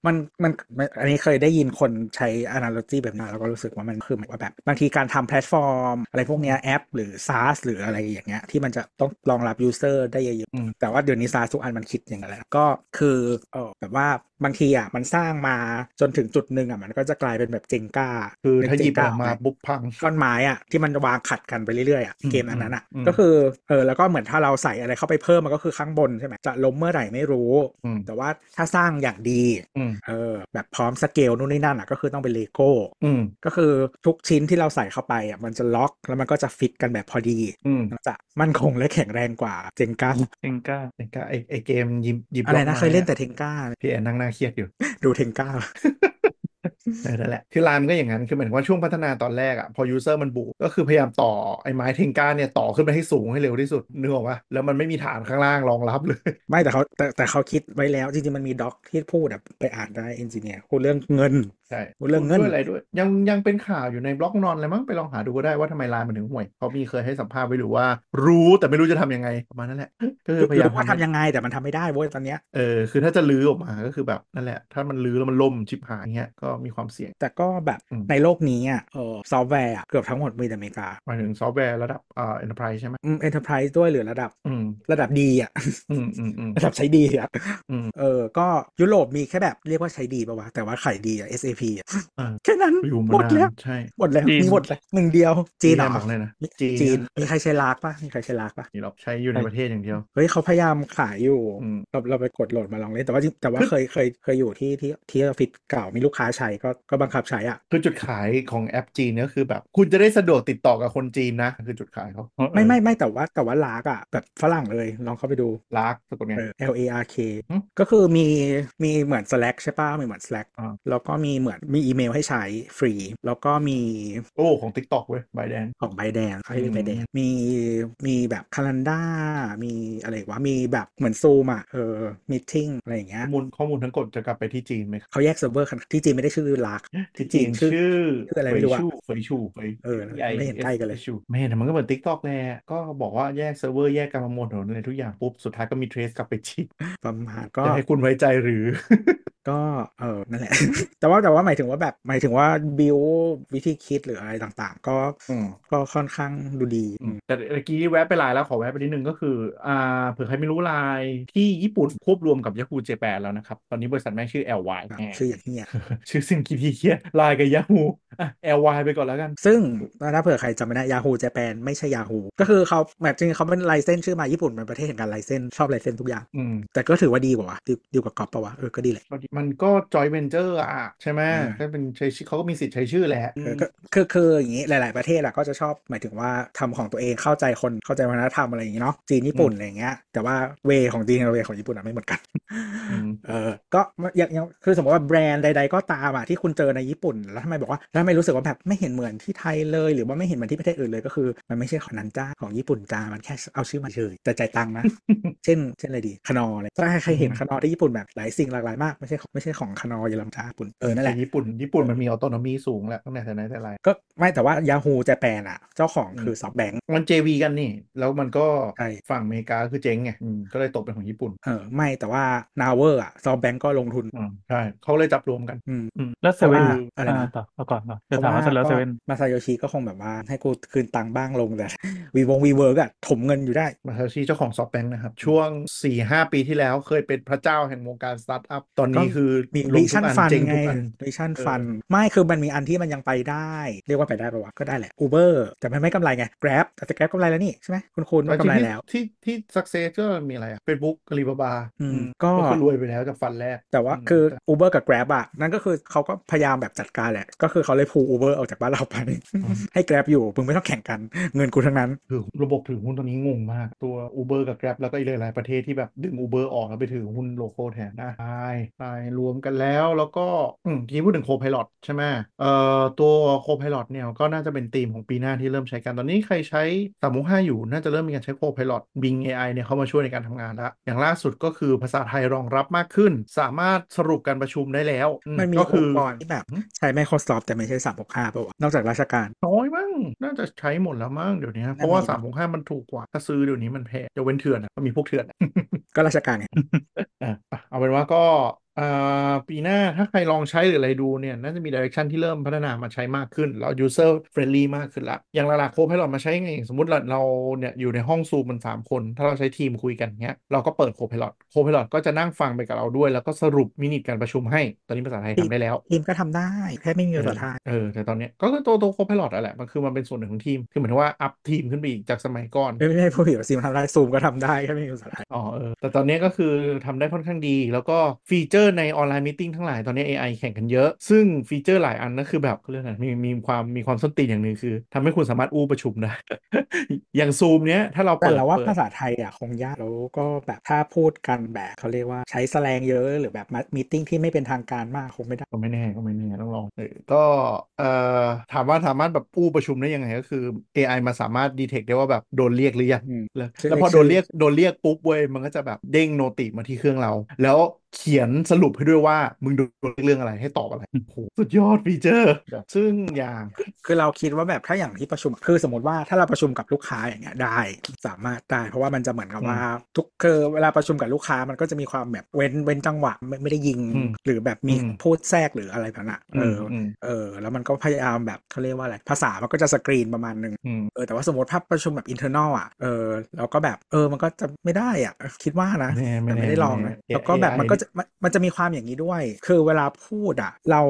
มันมันมันอันนี้เคยได้ยินคนใช้ analogy แบบนั้นแล้วก็รู้สึกว่ามันคือหมายว่าแบบบางทีการทำแพลตฟอร์ม อะไรพวกเนี้ยแอป หรือ SaaS หรืออะไรอย่างเงี้ยที่มันจะต้องรองรับ user ได้เยอะ
อืม
ๆแต่ว่าเดี๋ยวนี้ SaaS ทุกอันมันคิดอย่างนั้นแหละก็คือเออแบบว่าบางทีอ่ะมันสร้างมาจนถึงจุดหนึ่งอ่ะมันก็จะกลายเป็นแบบเจงก้า
คือ
นึก
ถ้าห
เจ
ยิ
ง
บ
ก้า
ออกมา
ไห
ปุ๊บพัง
ก้อนไม้อะที่มันวางขัดกันไปเรื่อยๆอะ
อืม
เกมอันนั้นอะ
อืม
ก็คือเออแล้วก็เหมือนถ้าเราใส่อะไรเข้าไปเพิ่มมันก็คือข้างบนใช่ไหมจะล้มเมื่อไหร่ไม่รู้
อืม
แต่ว่าถ้าสร้างอย่างดี
อืม
เออแบบพร้อมสเกลนู่นนี่นั่นอะก็คือต้องเป็นเลโก้
อืม
ก็คือทุกชิ้นที่เราใส่เข้าไปอะมันจะล็อกแล้วมันก็จะฟิตกันแบบพอดี
อืม
มันจะมั่นคงและแข็งแรงกว่าเจงก้า
เองก้า
แต่ก็ไอไอเกมยิบยิบ
อะไร
ล็
นะ
ก
เคยเล่น
ไม้
แต่เทงก้า
พี่แอนนั่งหน้าเครียดอยู่
ดูเทงก้า
เออนั่นแหละ คือไลน์มันก็อย่างนั้น คือเหมือนว่าช่วงพัฒนาตอนแรกอะพอยูเซอร์มันบุกก็คือพยายามต่อไอ้ไม้เทงก้าเนี่ยต่อขึ้นไปให้สูงให้เร็วที่สุดนึกออกปะแล้วมันไม่มีฐานข้างล่างรองรับเลย
ไม่แต่เขาแต่แต่เขาคิดไว้แล้วจริงๆมันมีด็อกที่พูดแบบไปอ่านได้เอนจิเนียร์พูดเรื่องเงิน
ใช่
เรื่องเงิน
ด้วยอะไรด้วย ยังยังเป็นข่าวอยู่ในบล็อกนอนเลยมั้งไปลองหาดูก็ได้ว่าทำไมไลน์มันถึงห่วยเขามีเคยให้สัมภาษณ์ไว้หรือว่า รู้แต่ไม่รู้จะทำยังไงประมาณนั้นแหละก็คือพยายาม
รู้ว่า
ทำให้
ทำยังไงแต่มันทำไม่ได้เว้ยตอนเนี้ย
เออคือถ้าจะลื้อออกมาก็คือแบบนั่นแหละ ถ้ามันลื้อแล้วมันล่มชิบหายเงี้ยก็มีความเสี่ยง
แต่ก็แบบ
อืม
ในโลกนี้อ่ะเออซอฟต์แวร์อะเกือบทั้งหมดมีแต่อเมริกา
หมายถึงซอฟต์แวร์ระดับเอ่อ enterprise ใช่ไหม
อืมเอ็นเตอร์ไพรส์ด้วยหรือระดับ
อืม
ระดับดีอ่ะ
อืมอืมอืม
ระดับใช้ดีอ่ะ
อืม
เออ ก็ยุโรปมีแค่แบบเรียกว่าใช้ดีป่าวะ แต่ว่าขายดีอ่ะ SAP อะ
อ่า
แค่นั้น
อยู่มา
หมด
นา
แล้ว
นใช่
หมดแล้ว
จีน
มีหมดแล้วหนึ่งเดียวจีนเหร
ได้
อ
มั้งเลยนะ
มี
จีน
จีน
นะ
มีใครใช้ลากปะมีใครใช้ลากปะ
นี่เราใช้อยู่ในประเทศอย่างเดียว
เฮ้ยเขาพยายามขายอยู่
อืม
เราเราไปกดโหลดมาลองเล่นแต่ว่าจริงแต่ว่าเคยเคยเคยอยู่ที่ที่ที่ออฟฟิศเก่ามีลูกค้าใช้ก็ก็บังคับใช้อ่ะ
คือจุดขายของแอปจีนก็คือแบบ คุณจะได้สะดวกติดต่อกับคนจีนนะ คือจุดขายเขา
ไม่ไม่ไม่แต่ว่าแต่ว่าลากอ่ะแบบฝรั่งเลยลองเข้าไปดู
ลากสะกดไง
เออ L A R K
หึ
ก็คือมีมีเหมือน Slack ใช่ป่ะ มีเหมือน Slack
อ่า
แล้วก็มีเหมือนมีอีเมลให้ใช้ฟรี แล้วก็มี
โอ้ของ TikTok เว้ยบายแดน
ของใบแดงเขาเรีย
อื
ก
ม
ใบแดงมีมีแบบคาลันด้ามีอะไรวะ มีแบบเหมือนซูมอ่ะ เออมิทติ้งอะไรอย่างเงี้
ข้
ย
อมูลข้อมูลทั้งกดจะกลับไปที่จีนไหมครับ
เขาแยกเซิร์ฟเวอร์กันที่จีนไม่ได้ชื่อลาก
ที่จีน
ชื่อ
ชื่อ
ชื่ออะไร
เฟ
ไม่
ย
รู้อะ
ชูเฟยชูเฟย
เออไม่เห็นใกล้กันเลย
FSU ไม่เห็นแต่มันก็เหมือน TikTok แหละก็บอกว่าแยกเซิร์ฟเวอร์แยกการประมวลผลอะไรทุกอย่างปุ๊บสุดท้ายก็มีเทรสกลับไปจีน
ประมาณก็
จะให้คุณไว้ใจหรือ
ก็เออนั่นแหละ แต่ว่าแต่ว่าหมายถึงว่าแบบหมายถึงว่าบิววิธีคิดหรืออะไรต่างๆ ก็
อืม
ก็ค่อนข้างดูดี
อืมแต่เมื่อกี้แวะไปไลน์แล้วขอแวะไปนิดนึงก็คืออ่าเผื่อใครไม่รู้ไลน์ที่ญี่ปุ่นควบรวมกับย a คูเจแปนแล้วนะครับ ตอนนี้บริษัทแม่งชื่อ LY
แบบ
แน่
ชื่ออย่างเงี้ย
ชื่อสินคิทีเคียไลน์กับย a คูอ่ะ LY ไปก่อนแล้วกัน
ซึ่งถ้าเผื่อใครจำไม่ได้ยา o ู j a แปนไม่ใช่ยา o ูก็คือเขาแบบจริงๆเขาเป็นไลเซนส์ชื่อมาญี่ปุ่นเป็นประเทศแห่งการไลเซนส์ชอบไลเซนส์ทุกอย่าง
อืม
แต่ก็ถือว่าดีกว่าวะดีดีกว่ากอบปะวะเออก็ดีแหละ
มันก็จอยเวนเจอร์อ่ะ ใช่ไหม
อ่า
ก็เป็นใช้ชื่อเขาก็มีสิทธิ์ใช้ชื่อแหละ
เออก็คือคืออย่างนี้หลาย ๆประเทศอะก็จะชอบหมายถึงว่าทำของตัวเองเข้าใจคนเข้าใจวัฒนธรรมอะไรอย่างงี้เนาะจีนญี่ปุ่นอะไรอย่างเงี้ยแต่ว่าเวของจีนกับเวของญี่ปุ่นอะไม่เหมือนกัน
อืม
เออก็อย่างอย่างคือสมมติว่าแบรนด์ใด ๆ ก็ตามอะที่คุณเจอในญี่ปุ่น แล้วทำไมบอกว่าแล้วทำไมรู้สึกว่าแบบไม่เห็นเหมือนที่ไทยเลย หรือว่าไม่เห็นเหมือนที่ประเทศอื่นเลยก็คือ มันไม่ใช่ของนั้นจ้าของญี่ปุ่นจ้ามันแค่เอาชื่อมาเฉยแต่จ่ายตังค์นะ เช่นเช่นอะไรดีคนออะไรถ้าใครเห็น
อืม
คนอที่ญี่ปุ่นแบบหลายสิ่งหลากหลายมากไม่ใช่ของไม่ใช่ของคนอเยอรมันจ้าญี่ปุ่นเออนั่นแหละ
แต่ญี่ปุ่นญี่ปุ่นมันมีออโตนอมีสูงแหละตั้งแต่ไหนแต่ไร
ก็ไม่แต่ว่ายา o ู j a แปนอะเจ้าของ
อืม
คือซอฟแบงค์
มัน JV กันนี่ แล้วมันก็
ใช่
ฝั่งอเมริกาคือเจ๊งไงอืมก็เลยตกเป็นของญี่ปุ่น
เออไม่แต่ว่านาเวอร์อะซอฟแบงค์ก็ลงทุน
อืมใช่เขาเลยจับรวมกัน
อืม
อืมแล้วเซเว่น
เพราะว่าอะไรนะ
ต่อเอาก่อนก่อนจะถามว่าเสร็จแล้วเซเว่น
มาซาโยชิก็คงแบบว่าให้กูคืนตังค์บ้างลงแต่ วีวงวีเวิร์กอะถมเงินอยู่ได้
มาซาชิเจ้าของซอฟแบงค์นะครับ ช่วง 4 5 ปีที่แล้วเคยเป็นพระเจ้าแห่งวงการสตาร์ทอัพ ตอนนี้คือ
มี
ล
วิ
งทุ
ชั่น
กอัน
ฟัน
เจ๊ง
ไง
ทุกอัน
วิชั่น
เออ
ฟันไม่คือมันมีอันที่มันยังไปได้ เรียกว่าไปได้ปะวะก็ได้แหละอูเบอร์แต่มันไม่กำไรไง Grab แต่ Grab กำไรแล้วนี่ใช่ไหมคุณคุณ
แต่
ว่ากำ
จริ
ไรง
ๆที่
แล้ว
ที่ที่สักเซสก็มีอะไรอะเฟซบุ๊กอาลีบาบา
อืมก็
คือรวยไปแล้วจากฟันแรก
แต่ว่า
อืม
คือ
แต่
Uber กับ Grab อะนั่นก็คือเขาก็พยายามแบบจัดการแหละ ก็คือเขาเลยพู Uber ออกจากบ้านเราไป ให้ Grab อยู่มึงไม่ต้องแข่งกันเงินกูทั้งนั้น
คือระบบถือหุ้นตัวนี้งงมาก ตัว Uber กับ Grab แล้วก็อีกหลายๆประเทศที่แบบดึง Uber ออกแล้วไปถือหุ้นโลโก้แทนนะตายตายรวมกันแล้วแล้วก็อืมทีนี้พูดถึงโคพาย o t ใช่ไหมเอ่อตัวโคพาย o t เนี่ยก็น่าจะเป็นธีมของปีหน้าที่เริ่มใช้กันตอนนี้ใครใช้สามหกห้าอยู่ น่าจะเริ่มมีการใช้โคพาย o t Bing AI เนี่ยเข้ามาช่วยในการทำงานละอย่างล่าสุดก็คือภาษาไทยรองรับมากขึ้น สามารถสรุปการประชุมได้แล้วอื
มันมี
ก็
อ
คื
ง
อ
ค์กรที่แบบใช้ Microsoft แต่ไม่ใช่365ป่ะวะนอกจากราชการ
น้อยมั้งน่าจะใช้หมดแล้วมั้งเดี๋ยวนี้ เพราะว่า
น่าจะ
สามหกห้ามันถูกกว่า ถ้าซื้อเดี๋ยวนี้มันแพงยกเว้นเถื่อนนะมันมีพวกเถื่อนอะ
ก็ราชการไง
อ่ะอ่ะเอาเป็นว่าก็อ่าปีหน้าถ้าใครลองใช้หรืออะไรดูเนี่ย น่าจะมีดิเรกชันที่เริ่มพัฒนามาใช้มากขึ้น แล้ว user friendly มากขึ้นละ อย่างหลักๆโค้ดให้เรามาใช้ไง สมมติเราเราเนี่ยอยู่ในห้องซูมมัน 3 คน ถ้าเราใช้ทีมคุยกันเนี้ยเราก็เปิดโคพาย o t โคพาย o t ก็จะนั่งฟังไปกับเราด้วย แล้วก็สรุปมินิการประชุมให้ตอนนี้ภาษาไทยทำได้แล้ว
ทีมก็ทำได้แค่ไม่มีภาษาไทย
เออ แต่ตอนเนี้ยก็คือตัวตัวโคพาย o t อะแหละมันคือมันเป็นส่วนหนึ่งของทีม คือเหมือนว่าอัพทีมขึ้นไปอีกจากสมัยก่อน
ไม่ไม่ใช่ผู้ผิดซีมทำได้ซูมก็ทำได้แค่ไม่มีภาษาไทย
อ๋อเออแต่ตอนนี้ก็คือทำได้ค่อนข้างดี แล้วก็ฟีเจอร์ในออนไลน์ม e ติ้งทั้งหลายตอนนี้ AI แข่งกันเยอะ ซึ่งฟีเจอร์หลายอันก็คือแบบเขาเรื่องอะไรมีมีความมีความส้นตีนอย่างหนึ่งคือทำให้คุณสามารถอู้ประชุมได้ อย่างซูมเนี้ยถ้าเรา
แต่
เปิด
เราว่า
เปิด
ภาษาไทยอ่ะคงยากแล้วก็แบบถ้าพูดกันแบบเขาเรียกว่าใช้แสแลงเยอะหรือแบบมีติ้งที่ไม่เป็นทางการมากคงไม่ได้
ก็ไม่แน่ก็ไม่แน่ต้องลองเออก็เอ่อถามว่าสามารถแบบอู้ประชุมได้ยังไงก็คือ AI มาสามารถดีเทคได้ว่าแบบโดนเรียกหรือยัง
อืม
แล้ว
เรียก
แล้วพอ
ชื่อ
โดนเรียกโดนเรียกปุ๊บเว้ยมันก็จะแบบเด้งโนติมาที่เครื่องเรา แล้วเขียนสรุปให้ด้วยว่ามึงโดนเรื่องอะไรให้ตอบอะไรโอ้โหสุดยอดฟีเจอร์ ซึ่งอย่าง
คือเราคิดว่าแบบถ้าอย่างที่ประชุมคือสมมติว่าถ้าเราประชุมกับลูกค้าอย่างเงี้ยได้สามารถได้ เพราะว่ามันจะเหมือนกับว่าทุกคือเวลาประชุมกับลูกค้ามันก็จะมีความแบบเว้นเว้นจังหวะไม่ไม่ได้ยิง
อืม
หรือแบบมี
อืม
พูดแทรกหรืออะไรแบบนั้นอะเอออ
ม
เออ แล้วมันก็พยายามแบบเขาเรียกว่าอะไรภาษามันก็จะสกรีนประมาณนึง
อืม
เออแต่ว่าสมมติภาพประชุมแบบ internal อ่ะเออแล้วก็แบบเออมันก็จะไม่ได้อ่ะคิดว่านะ
ไม่แน่ไม่
แต่
แน่
ไม่ได้ลองนะ
ไม่แน่
แล้วก็แบบ
AI
มันก็จะมันมันจะมีความอย่างนี้ด้วย คือเวลาพูดอ่ะ เรา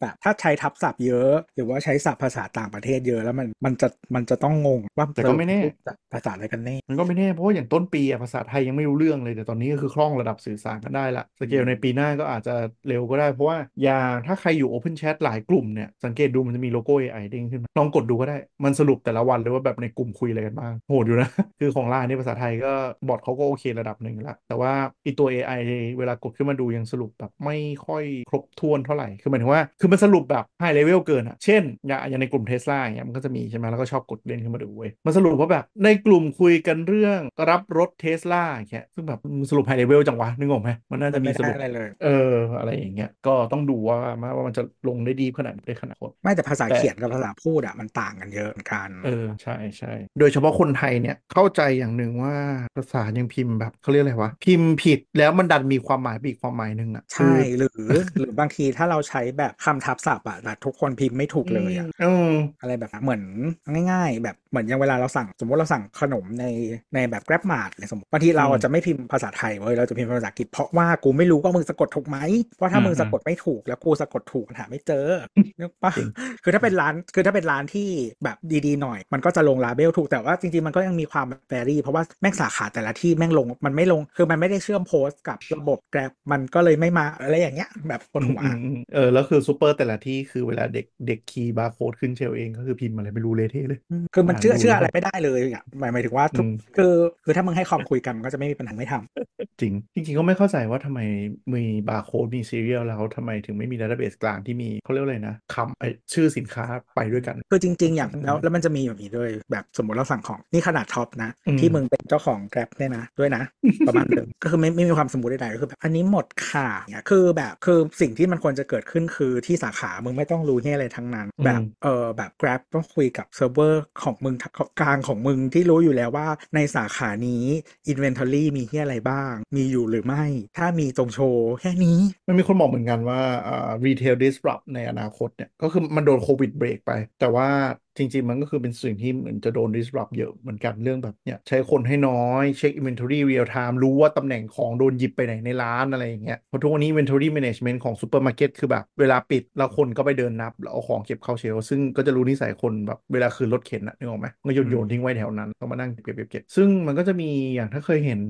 แบบถ้าใช้ทับศัพท์เยอะ หรือว่าใช้ศัพท์ภาษาต่างประเทศเยอะแล้วมันมันจะมันจะต้องงงว่า
แต่ก็ไม่แน่
สรุปพูดจากภาษาอะไรกันแน่
มันก็ไม่แน่เพราะว่าอย่างต้นปีอะภาษาไทยยังไม่รู้เรื่องเลยแต่ตอนนี้ก็คือคล่องระดับสื่อสารกันได้ละสเกลในปีหน้าก็อาจจะเร็วก็ได้ เพราะว่าอย่างถ้าใครอยู่ Open Chat หลายกลุ่มเนี่ย สังเกตดูมันจะมีโลโก้ AI เด้งขึ้นมาลองกดดูก็ได้ มันสรุปแต่ละวันเลยว่าแบบในกลุ่มคุยอะไรกันบ้างโหดอยู่นะ คือของไลน์เนี่ยภาษาไทยก็บอทเขาก็โอเคระดับหนึ่งละแต่ว่าไอีตัว AI เวลากดขึ้นมาดูยังสรุปแบบไม่ค่อยครบถ้วนเท่าไหร่คือหมายถึงว่าคือมันสรุปแบบไฮเลเวลเกินอะเช่นอย่างอย่างในกลุ่มเทสลาอย่างเงี้ยมันก็จะมีใช่ไหมแล้วก็ชอบกดเล่นขึ้นมาดูเว้ยมันสรุปว่าแบบในกลุ่มคุยกันเรื่องรับรถเทสลาอย่างเงี้ยซึ่งแบบมันสรุปไฮเลเวลจังวะนึกออกไหมมันน่าจะมี
ไม่
ส
ได้
รุป
อะไรเลย
เอออะไรอย่างเงี้ยก็ต้องดูว่าว่ามันจะลงได้ดีขนาดได้ขนาดคน
ไม่แต่ภาษา
แต่
เขียนกับภาษาพูดอ่ะมันต่างกันเยอะเหมือนกัน
เออใช่ใช่โดยเฉพาะคนไทยเนี่ยเข้าใจอย่างหนึ่งว่าภาษายังพิมพ์แบบเขาเรียกอะไรวะพิมพ์ผิดแล้วมันดันมีความหมายไป อีกความหมายหนึ่งอ่ะ
ใช่หรือหรือบางทีถ้าเราใช้แบบคำทับศัพท์อะแต่ทุกคนพิมพ์ไม่ถูกเลยอะ
เออ
อะไรแบบนั้นเหมือนง่าย ๆ แบบเหมือนอย่างเวลาเราสั่ง สมมติเราสั่งขนมในในแบบ Grab Mart เนี่ยสมมติบางทีเรา
อืม
อาจจะไม่พิมพ์ภาษาไทยเว้ยเราจะพิมพ์เป็นภาษาอังกฤษเพราะว่ากูไม่รู้ว่ามึงสะกดถูกไหมเพราะถ้า
อืม
มึงสะกดไม่ถูกแล้วกูสะกดถูกมันหาไม่เจอนึกปะคือถ้าเป็นร้านคือถ้าเป็นร้านที่แบบดีๆหน่อย มันก็จะลงลาเบลถูกแต่ว่าจริงๆมันก็ยังมีความแฟรี่เพราะว่าแม่งสาขาแต่ละที่แม่งลงมันไม่ลงคือมันไม่ได้เชื่อมโพสต์กับระบบ Grab มันก็เลยไม่มาอะไรอย่างเงี้ยแบบปวดหัว
อืมอืมอืมเออแล้วคือซูเปอร์แต่ละที่คือเวลาเด็กเด็กคีย์บาร์โค้ดขึ้นเชลเองก็คือพิมพ์อะไรไม่รู้เละเทะเลย
คือมัน
อ่า
เชื่อ
ดู
เชื่อ
แล้ว
อะไรไม่ได้เลยอ่ะหมายหมายถึงว่าทุก
อืม
คือคือถ้ามึงให้คอมคุยกันมันก็จะไม่มีปัญหาไม่ทำ
จริง จริง ๆ ก็ไม่เข้าใจว่าทำไมมีบาร์โค้ดมีซีเรียลแล้วทำไมถึงไม่มีดัตเตอร์เบสกลางที่มีเขาเรียกว่าอะไรนะคำไอ้ชื่อสินค้าไปด้วยกัน
คือจริง ๆ อย่าง
อืม
แล้วแล้วมันจะมีแบบนี้ด้วยแบบสมมติเราสั่งของนี่ขนาดท็อปนะ
อืม
ที่มึงเป็นเจ้าของแกร็บเนี่ยนะด้วยนะ ประมาณเดิม ก็คือไม่ไม่มีความสมบูรณ์ใดๆก็คือแบบอันนี้หมดค่ะเนี่ยคือแบบคือสิ่งที่มันควรจะเกิดขึ้นคือที่สาขามึงไม่ต้องรู้เนี่ยอะไรทั้งนั้น แบบเออแบบ Grab ต้องคุยกับเซิร์ฟเวอร์ของมึงกลางของมึงที่รู้อยู่แล้วว่าในสาขานี้ Inventory มีที่อะไรบ้าง มีอยู่หรือไม่ ถ้ามีจงโชว์แค่นี้
มันมีคนบอกเหมือนกันว่าอ่า retail disrupt ในอนาคตเนี่ย ก็คือมันโดนโควิดเบรกไป แต่ว่าจริง ๆ มันก็คือเป็นสิ่งที่เหมือนจะโดน disrupt เยอะเหมือนกันเรื่องแบบเนี่ยใช้คนให้น้อยเช็ค inventory real time รู้ว่าตำแหน่งของโดนหยิบไปไหนในร้านอะไรอย่างเงี้ยเพราะทุกวันนี้ inventory management ของ supermarket คือแบบเวลาปิดแล้วคนก็ไปเดินนับแล้วเอาของเก็บเข้าเชลฟ์ซึ่งก็จะรู้นิสัยคนแบบเวลาคืนรถเข็นอะนึกออกไหมก็โยน
อืม
โยนทิ้งไว้แถวนั้นต้องมานั่งเก็บเก็บเก็บซึ่งมันก็จะมีอย่างถ้าเคยเห็น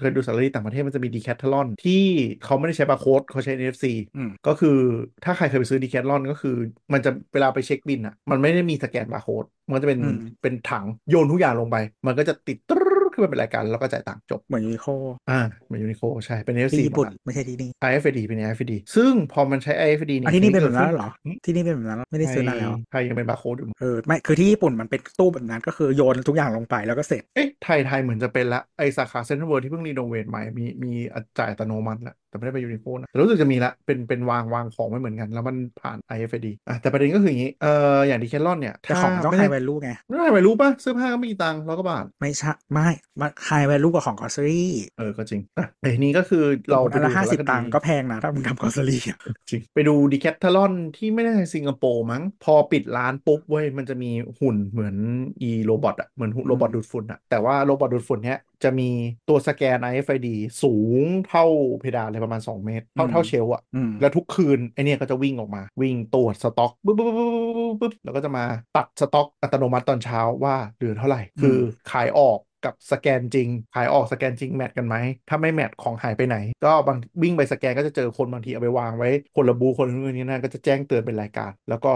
เคยดูสารคดีต่างประเทศมันจะมี decathlon ที่เขาไม่ได้ใช้ barcode เขาใช้ NFC
อืม
ก็คือถ้าใครเคยไปซื้อดีแคทลอนก็คือ มันจะเวลาไปเช็คบินอ่ะ มันไม่ได้มีสแกนบาร์โค้ดมันก็จะเป็น
อืม
เป็นถังโยนทุกอย่างลงไป มันก็จะติดตรึ๊ดขึ้นมาเป็นรายการแล้วก็จ่ายตังค์จบ
เหมือนยูนิโค
อ่าเหมือนยูนิโคใช่ เป็น NFC
ที่ญี่ปุ่น
เหมื
ไม่
อกั
ใช่ที่นี่
IFID เป็น IFID ซึ่งพอมันใช้ IFID
อัน
เนี่ย
ที่นี่เป็นแบบนั้น
กิดขึ้
เหรอ ที่นี่เป็นแบบนั้นเหรอไม่ได้ซื้อนานแล้ว
ไทยไทยยังเป็นบาร์โค้ดอยู่มั้ง
เออไม่คือที่ญี่ปุ่นมันเป็นตู้แบบนั้นก็คือโยนทุกอย่างลงไปแล้วก็เสร็จ
เอ๊ะไทยไทยเหมือนจะเป็นละไอสาขาเซ็นทรัลเวิลด์ที่เพิ่งรีโนเวทใหม่มีมีจ่ายอัตโนมัติละแต่ไม่ได้ไปยูนิโคนะแต่รู้สึกจะมีละเป็นเป็นวางวางของไว้เหมือนกัน แล้วมันผ่าน IFID อ่ะแต่ประเด็นก็คืออย่างนี้เอ่ออย่างดีแคทลอนเนี่ย
แต่ของมันต้องไฮ
ด้
แวลูไง
ไม่ได้ไปรู้ป่ะเสื้อผ้าก็ไม่กี่ตังค์ร้อยกว่าบาท
ไม่ใช่ไม่มันไฮแวลูกับของกอสซอรี่
เออ ก็จริงอ่ะแต่ทีนี้ก็คือเราไป
อัน
ดู
ละห้าสิบ
สารคดี
ตังค์ก็แพงนะถ้ามึงทำกอสซอรี่อะ
จริง ไปดูดีแคท h ลอนที่ไม่ได้ในสิงคโปร์มั้ง พอปิดร้านปุ๊บเว้ย มันจะมีหุ่นเหมือนอีโรบอทอะเหมือนหุ่นโรบอทดูดฝุ่นอะแต่ว่าโรบอทดูดฝุ่นเนี้ยจะมีตัวสแกน RFID สูงเท่าเพดานเลยประมาณ 2 เมตร เท่าเท่าเชลฟ์อะ
อืม
แล้วทุกคืนไอเนี่ยก็จะวิ่งออกมา วิ่งตรวจสต็อกปุ๊บปุ๊บปุ๊บปุ๊บปุ๊บปุ๊บแล้วก็จะมาตัดสต็อกอัตโนมัติตอนเช้าว่าเหลือเท่าไหร่
อืม
คือขายออกกับสแกนจริง ขายออกสแกนจริงแมทกันไหม ถ้าไม่แมทของหายไปไหน ก็บางวิ่งไปสแกนก็จะเจอคนบางทีเอาไปวางไว้ คนละบูธคนละนู่นนี่นั่นก็จะแจ้งเตือนเป็นรายการ แล้วก็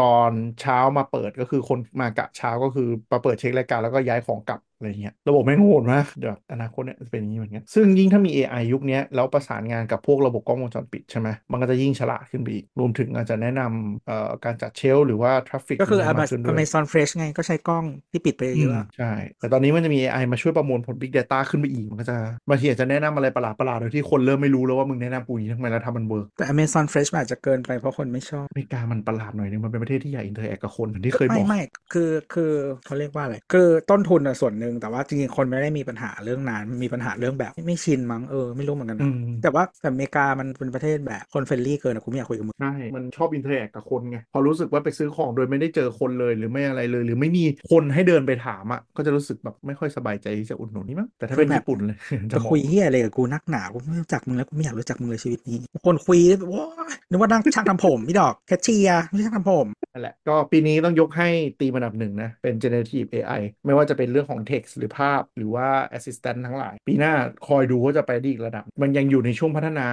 ตอนเช้ามาเปิดก็คือคนมากะเช้าก็คือมาเปิดเช็ครายการแล้วก็ย้ายของกลับ อะไรเงี้ยระบบแม่งโหดมากเดี๋ยวอนาคตเนี่ยจะเป็นอย่างนี้เหมือนกันซึ่งยิ่งถ้ามี AI ยุคเนี้ยแล้วประสานงานกับพวกระบบกล้องวงจรปิดใช่ไหมมันก็จะยิ่งฉลาดขึ้นไปอีก รวมถึงอาจจะแนะนำเอ่อการจัดเชลฟ์หรือว่าทราฟฟิก
ก็คือ
ให้
อ
มากขึ้นด้
เม
วย
ซอนเฟรชไงก็ใช้กล้องที่ปิดไป
อื
เย
ม
อะ
ใช่ แต่ตอนนี้มันจะมี AI มาช่วยประมวลผล Big Data ขึ้นไปอีก มันก็จะบางทีอาจจะแนะนำอะไรประหลาดประหลาดๆโดยที่คนเริ่มไม่รู้แล้วว่ามึงแนะนำกูอย่างนี้ทำไมแล้วทำมันเวิร์ก
แต่อเมซอนเฟรชอาจจะเกินไปเพราะคนไม่ชอบ
อเมริกามันประหลาดหน่อยนึงมันเป็นประเทศที่อยากอินเทอร์แอคกับคนเหมือนที่เคยบ
ไม่
อก
ไม่คือคือเขาเรียกว่าอะไร คือต้นทุนอะส่วนหนึ่งแต่ว่าจริงๆคนไม่ได้มีปัญหาเรื่องนั้นมีปัญหาเรื่องแบบไม่ชินมั้งเออไม่รู้เหมือนกัน
อื
นะ
ม
แต่ว่าแต่อเมริกามันเป็นประเทศแบบคนเฟรนลี่เกินอะกูไม่อยากคุยกับมึง
ใช่ มันชอบอินเทอร์แอคกับคนไง พอรู้สึกว่าไปซื้อของโดยไม่ได้เจอคนเลยหรือไม่อะไรเลย หรือไม่มีคนให้เดินไปถามอ่ะ ก็จะรู้สึกแบบไม่ค่อยสบายใจที่จะอุดหนุนนี่มั้ง แต่ถ้าเป็น
คือแบบ
ญี่ปุ่นเลย จะ
จะ
เหมาะ
คุยเฮียอะไรกับกูนักหนากูไม่รู้จักมึงแล้วกูไม่อยากรู้จักมึงเลยชีวิตนี้ คนคุยแบบว้านึกว่านั่งช่างทำผมพี่ดอกแคชเชียร์ไม่ใช่ช่างทำผม
นั่นแหละ ก็ปีนี้ต้องยกให้ตีมอันดับหนึ่งนะ เป็น generative AI ไม่ว่าจะเป็นเรื่องของ text หรือภาพ หรือว่า assistant ทั้งหลาย ปีหน้าคอยดูว่าจะไปได้อีกระดับ มันยังอยู่ในช่วงพัฒนา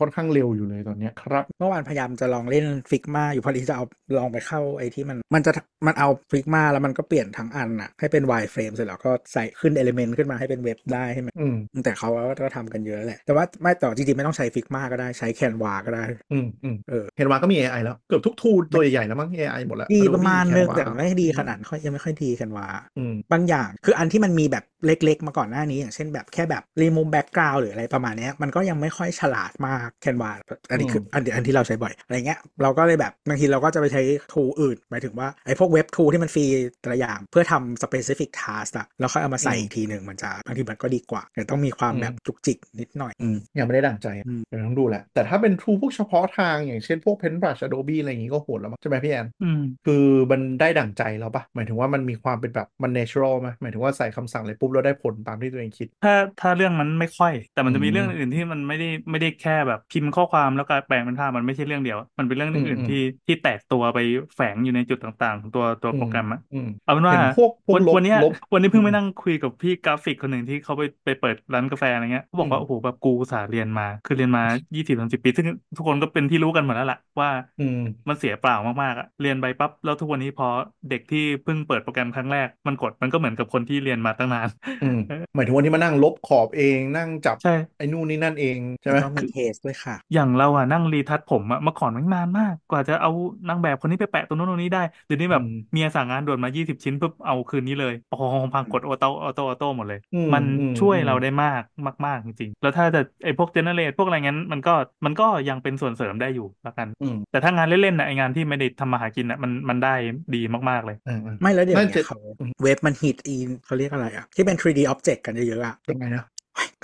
ค่อนข้างเร็วอยู่เลยตอนเนี้ยครับ
เมื่อวานพยายามจะลองเล่นฟิกมาอยู่พอดีจะเอาลองไปเข้าไอ้ที่มัน มันจะมันเอาฟิกมาแล้วมันก็เปลี่ยนทั้งอันอะให้เป็นวายเฟรมเสร็จแล้วก็ใส่ขึ้นเอลิเมนต์ขึ้นมาให้เป็นเว็บได้ใช่ไหม
อืม
แต่เขาก็ทำกันเยอะแหละ แต่ว่าไม่ต่อจริงๆไม่ต้องใช้ฟิกมาก็ได้ใช้แคนวาก็ได้
อืมอืม
เออ
เห็นว่าก็มี AI แล้วเกือบทุกทูลตัวใหญ่ๆแล้วมั้ง AI หมดแล้ว
ดีประมาณนึง
แค่ว่
แต่ไม่ดีขนาดค่อยยังไม่ค่อยดีแคนวา
อืม
บางอย่างคือ คืออันที่มันมีแบบเล็กๆ มาก่อนหน้านี้ อย่างเช่นแบบแค่แบบรีมูมแบ็กกราวหรืออะไรประมาณเนี้ยมันก็ยังไม่ค่อยฉลาดมากแคนวาอันนี้คือ
อืม
อันที่อันที่เราใช้บ่อยอะไรเงี้ยเราก็เลยแบบบางทีเราก็จะไปใช้ทูอื่นหมายถึงว่าไอ้พวกเว็บทูที่มันฟรีแต่ละอย่างเพื่อทำสเปซิฟิกทาสอะแล้วค่อยเอามาใส่อีกทีหนึ่งมันจะบางทีมันก็ดีกว่าแต่ต้องมีความแบบจุกจิกนิดหน่อยอืม
ยังไม่ได้ดั่งใจ
อืม
เดี๋ยวต้องดูแหละ แต่ถ้าเป็นทูพวกเฉพาะทางอย่างเช่นพวก Paintbrush Adobe อะไรอย่างงี้ก็โหดแล้วมั้งใช่ไหมพี่แอน
อืม
คือมันได้ดั่งใจเราปะหมายถึงว่ามันมีความเป็นแบบมัน natural ไหมหมายถึงว่าใส่คำสั่งเลยปุ๊บแล้วได้ผลตามที่ตัวเองคิด
ถ้าถ้าเรื่องนั้นไม่ค่อย แต่มันจะ
อืม
มีเรื่องอื่นที่มันไม่ได้ไม่ได้แค่แบบพิมพ์ข้อความแล้วก็แปลงเป็นภาพมันไม่ใช่เรื่องเดียว มันเป็นเรื่อง
อืม
อื่น
อืม
ๆที่ที่แตกตัวไปแฝงอยู่ในจุดต่างๆของตัวตัวโปรแกรมอะ
อืม
เอาเป็นว่า
เห็นพวกพวก
วัน
ลบ
วันเนี้ย
ลบ
วันนี้เพิ่ง
อื
ไป
ม
นั่งคุยกับพี่กราฟิกคนหนึ่งที่เขาไปไปเปิดร้านกาแฟอะไรเงี้ยเขาบอก
อืม
ว่าโอ้โหแบบกูอุตสาห์เรียนมา คือเรียนมายี่สิบสามสิบปี ซึ่งทุกคนก็เป็นที่รู้กันหมดแล้วล่ะว่า
อืม
มันเสียเปล่ามากๆอะเรียนไปปั๊บแล้วทุกวันนี้พอเด็กที่เพิ่งเปิดโปรแกรมครั้งแรก มันกดมันก็เหมือนกับคนที่เรียนมาตั้งนาน
อืมหมายถึงว่านี่มานั่งลบขอบเองนั่งจับ
ใช่
ไอ้นู่นนี่นั่นเองใช่ไหม
ต้องมีเทสด้วยค่ะ
อย่างเราอะนั่งรีทัชผมอะเมื่อก่อนแมันนานมาก กว่าจะเอานางแบบคนนี้ไปแปะตรงโน้นตรงนี้ได้เดี๋ยวนี้แบบ
อืม
เมียสั่งงานด่วนมา 20 ชิ้นปุ๊บเอาคืนนี้เลยโอ้โหพังกดออโต้ออโต้ออโต้หมดเลย
อืม
มัน
อืม
ช่วย
อืม
เราได้มากมาก ๆ จริงๆ แล้วถ้าจะไอ้พวกเจเนเรตพวกอะไรงั้นมันก็มันก็ยังเป็นส่วนเสริมได้อยู่ละกัน
อืม
แต่ถ้างานเล่นๆนะไองานที่ไม่ได้ทำมาหากินอะมันมันได้ดีมากๆเลย
อ่าอ่า
ไม่แล้วเดี๋ยว
น่า
เนี้
จะ
ยเขา
อืม
เว็บมันฮิตอินเขาเรียกอะไรอะที่เป็น 3D object กันเยอะๆอะ
ยังไงนะ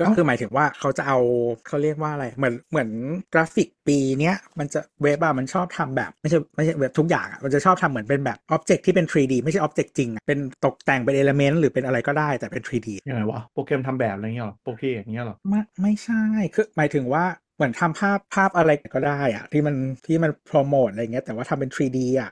ก็คือหมายถึงว่าเขาจะเอาเขาเรียกว่าอะไร เหมือนเหมือนกราฟิกปีเนี้ยมันจะเว็บอะมันชอบทำแบบไม่ใช่ไม่ใช่เว็บทุกอย่างอะมันจะชอบทำเหมือนเป็นแบบอ็อบเจกต์ที่เป็น 3D ไม่ใช่อ็อบเจกต์จริงอะเป็นตกแต่งเป็นเอลเมนต์หรือเป็นอะไรก็ได้แต่เป็น 3D
ยังไงวะ โปรแกรมทำแบบอะไรเงี้ยเหรอโปรเกรมอย่างเงี้ยเหรอ
ไม่ไม่ใช่คือหมายถึงว่าเหมือนทำภาพภาพอะไรก็ได้อะที่มันที่มันโปรโมทอะไรเงี้ยแต่ว่าทำเป็น 3D อะ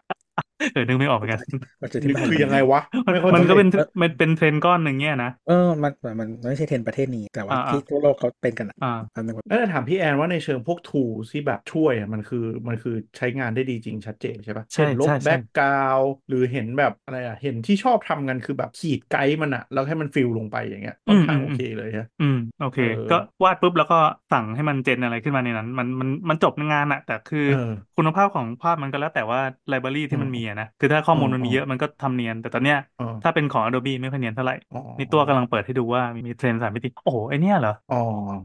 เออนึกไม่ออกเหมือนกัน
มันจะ
นี่
ที่แบบ
คือยังไงวะ
มัน
ไม่เข้าใจ
มันก็เป็นมันเป็นเทรนด์ก้อนหนึ่งเนี่ยนะ
เออมันมันมันไม่ใช่เทรนด์ประเทศนี้ แต่ว่า
อ่าๆ
ที่ทั่วโลกเขาเป็นกันอะ
อ่า
อันนึงว่า
แล้วจะถามพี่แอนว่าในเชิงพวก tools ที่แบบช่วยอะมันคือมันคือใช้งานได้ดีจริงชัดเจนใช่ปะ
ใช่
เห็นลบ
ใช่ใช่
แบ็กกราวหรือเห็นแบบอะไรอะเห็นที่ชอบทำกันคือแบบขีดไกด์มันอะแล้วให้มันฟิลลงไปอย่างเงี้ยค่อนข้างโอเคเลยฮะ
อืมโอเค
เออ
ก็วาดปุ๊บแล้วก็สั่งให้มันเจนอะไรขึ้นมาในนั้น มันมันมันจบในงานอะแต่คือ
เออ
คุณภาพของภาพมันก็แล้วแต่ว่าไลบรารีที่มันมีอะนะคือถ้าข้อมูลมันมีเยอะมันก็ทำเนียน แต่ตอนเนี้ย
อ๋อ
ถ้าเป็นของ Adobe ไม่ค่อยเนียนเท่าไหร่
อ๋อ
นี่ตัวกำลังเปิดให้ดูว่ามีเทรนด์สามมิติโอ้โหไอเนี้ยเหรอ
อ๋อ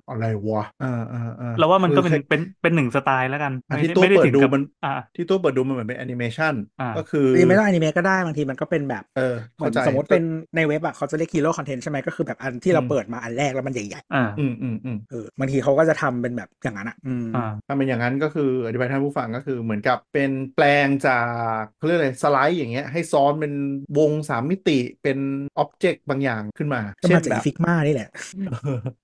อะไรวะเออเออเออ
เราว่ามัน
คือ
ก็เป็น
คล้าย
เป็นเป็นหนึ่งสไตล์แล้วกัน
อ่ะ
ไม่
ที่
ได้
ตัว
ไม่ได้
เปิด
ถึง
ดู
กับ
มัน
อ่า
ที่ตัวเปิดดูมันเหมือนเป็นแอนิเมชัน
อ่า
ก็คือ
จริงๆไม่ต้องอนิเมะก็ได้บางทีมันก็เป็นแบบ
เออ
เหมื
เข้า
อน
ใจ
สมมติเป็นในเว็บอะเขาจะเรียก hero content ใช่ไหมก็คือแบบอันที่เราเปิดมาอันแรกแล้วมันใหญ่
อ่า
อืมอืมอืม
ๆเออบางทีเขาก็จะทำเป็นแบบอย่างนั้นอะอืม
อ่า
ถ้าเป็นอย่างนั้นก็คืออธิบายท่านผู้ฟังก็คือเหมือนกับเป็นแปลงจากเขาเรียกอะไรสไลด์อย่างเงี้ยให้ซ้อนเป็นวงสามมิติเป็นอ็อบเจกต์บางอย่างขึ้นมา
ก็
เช่
มาน จาก
แบบ
ฟิกมานี่แหละ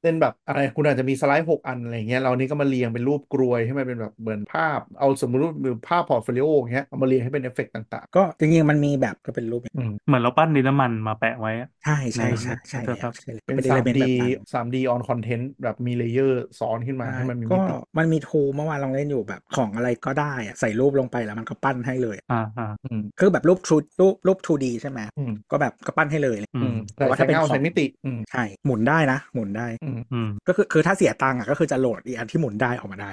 เช่นแบบอะไรคุณอาจจะมีสไลด์หกอันอะไรเงี้ยเรานี่ก็มาเรียงเป็นรูปกรวยให้มันเป็นแบบเหมือนภาพ เอาสมมติว่าเป็นภาพพอร์ตโฟลิโออย่างเงี้ยเอามาเรียงให้เป็นเอฟเฟกต์ต่าง
ก็จริงๆมันมีแบบก็เป็นรูป
ๆ อืม
เหมือนเราปั้นดินน้ำมันมาแปะไว้อะ
ใช่ใช่
นะ
ใช่ใช่
ครับ
แล้วใช่แล้ว
เป็น
เป็น element
3D
แบบนั้น
3D on content แบบมีเลเยอร์ซ้อนขึ้นมา
ใช่
ให้มันมี
ก็
มิติ
มันมีทูเมื่อวานลองเล่นอยู่แบบของอะไรก็ได้อะใส่รูปลงไปแล้วมันก็ปั้นให้เลย
อ่าอ่า
อืม
คือแบบรูปชุดรูปรูป 2D ใช่ไหม
อืม
ก็แบบก็ปั้นให้เลย
อื
อื
ม
ม
แต่ว่า
ใส่
ถ้าเป็น
เงา
ของ
ใส่มิติอืม
ใช่หมุนได้นะหมุนได้
อืม
อืม
ก็คือคือถ้าเสียตังค์อะก็คือจะโหลดอีอันที่หมุนได้ออกมาได้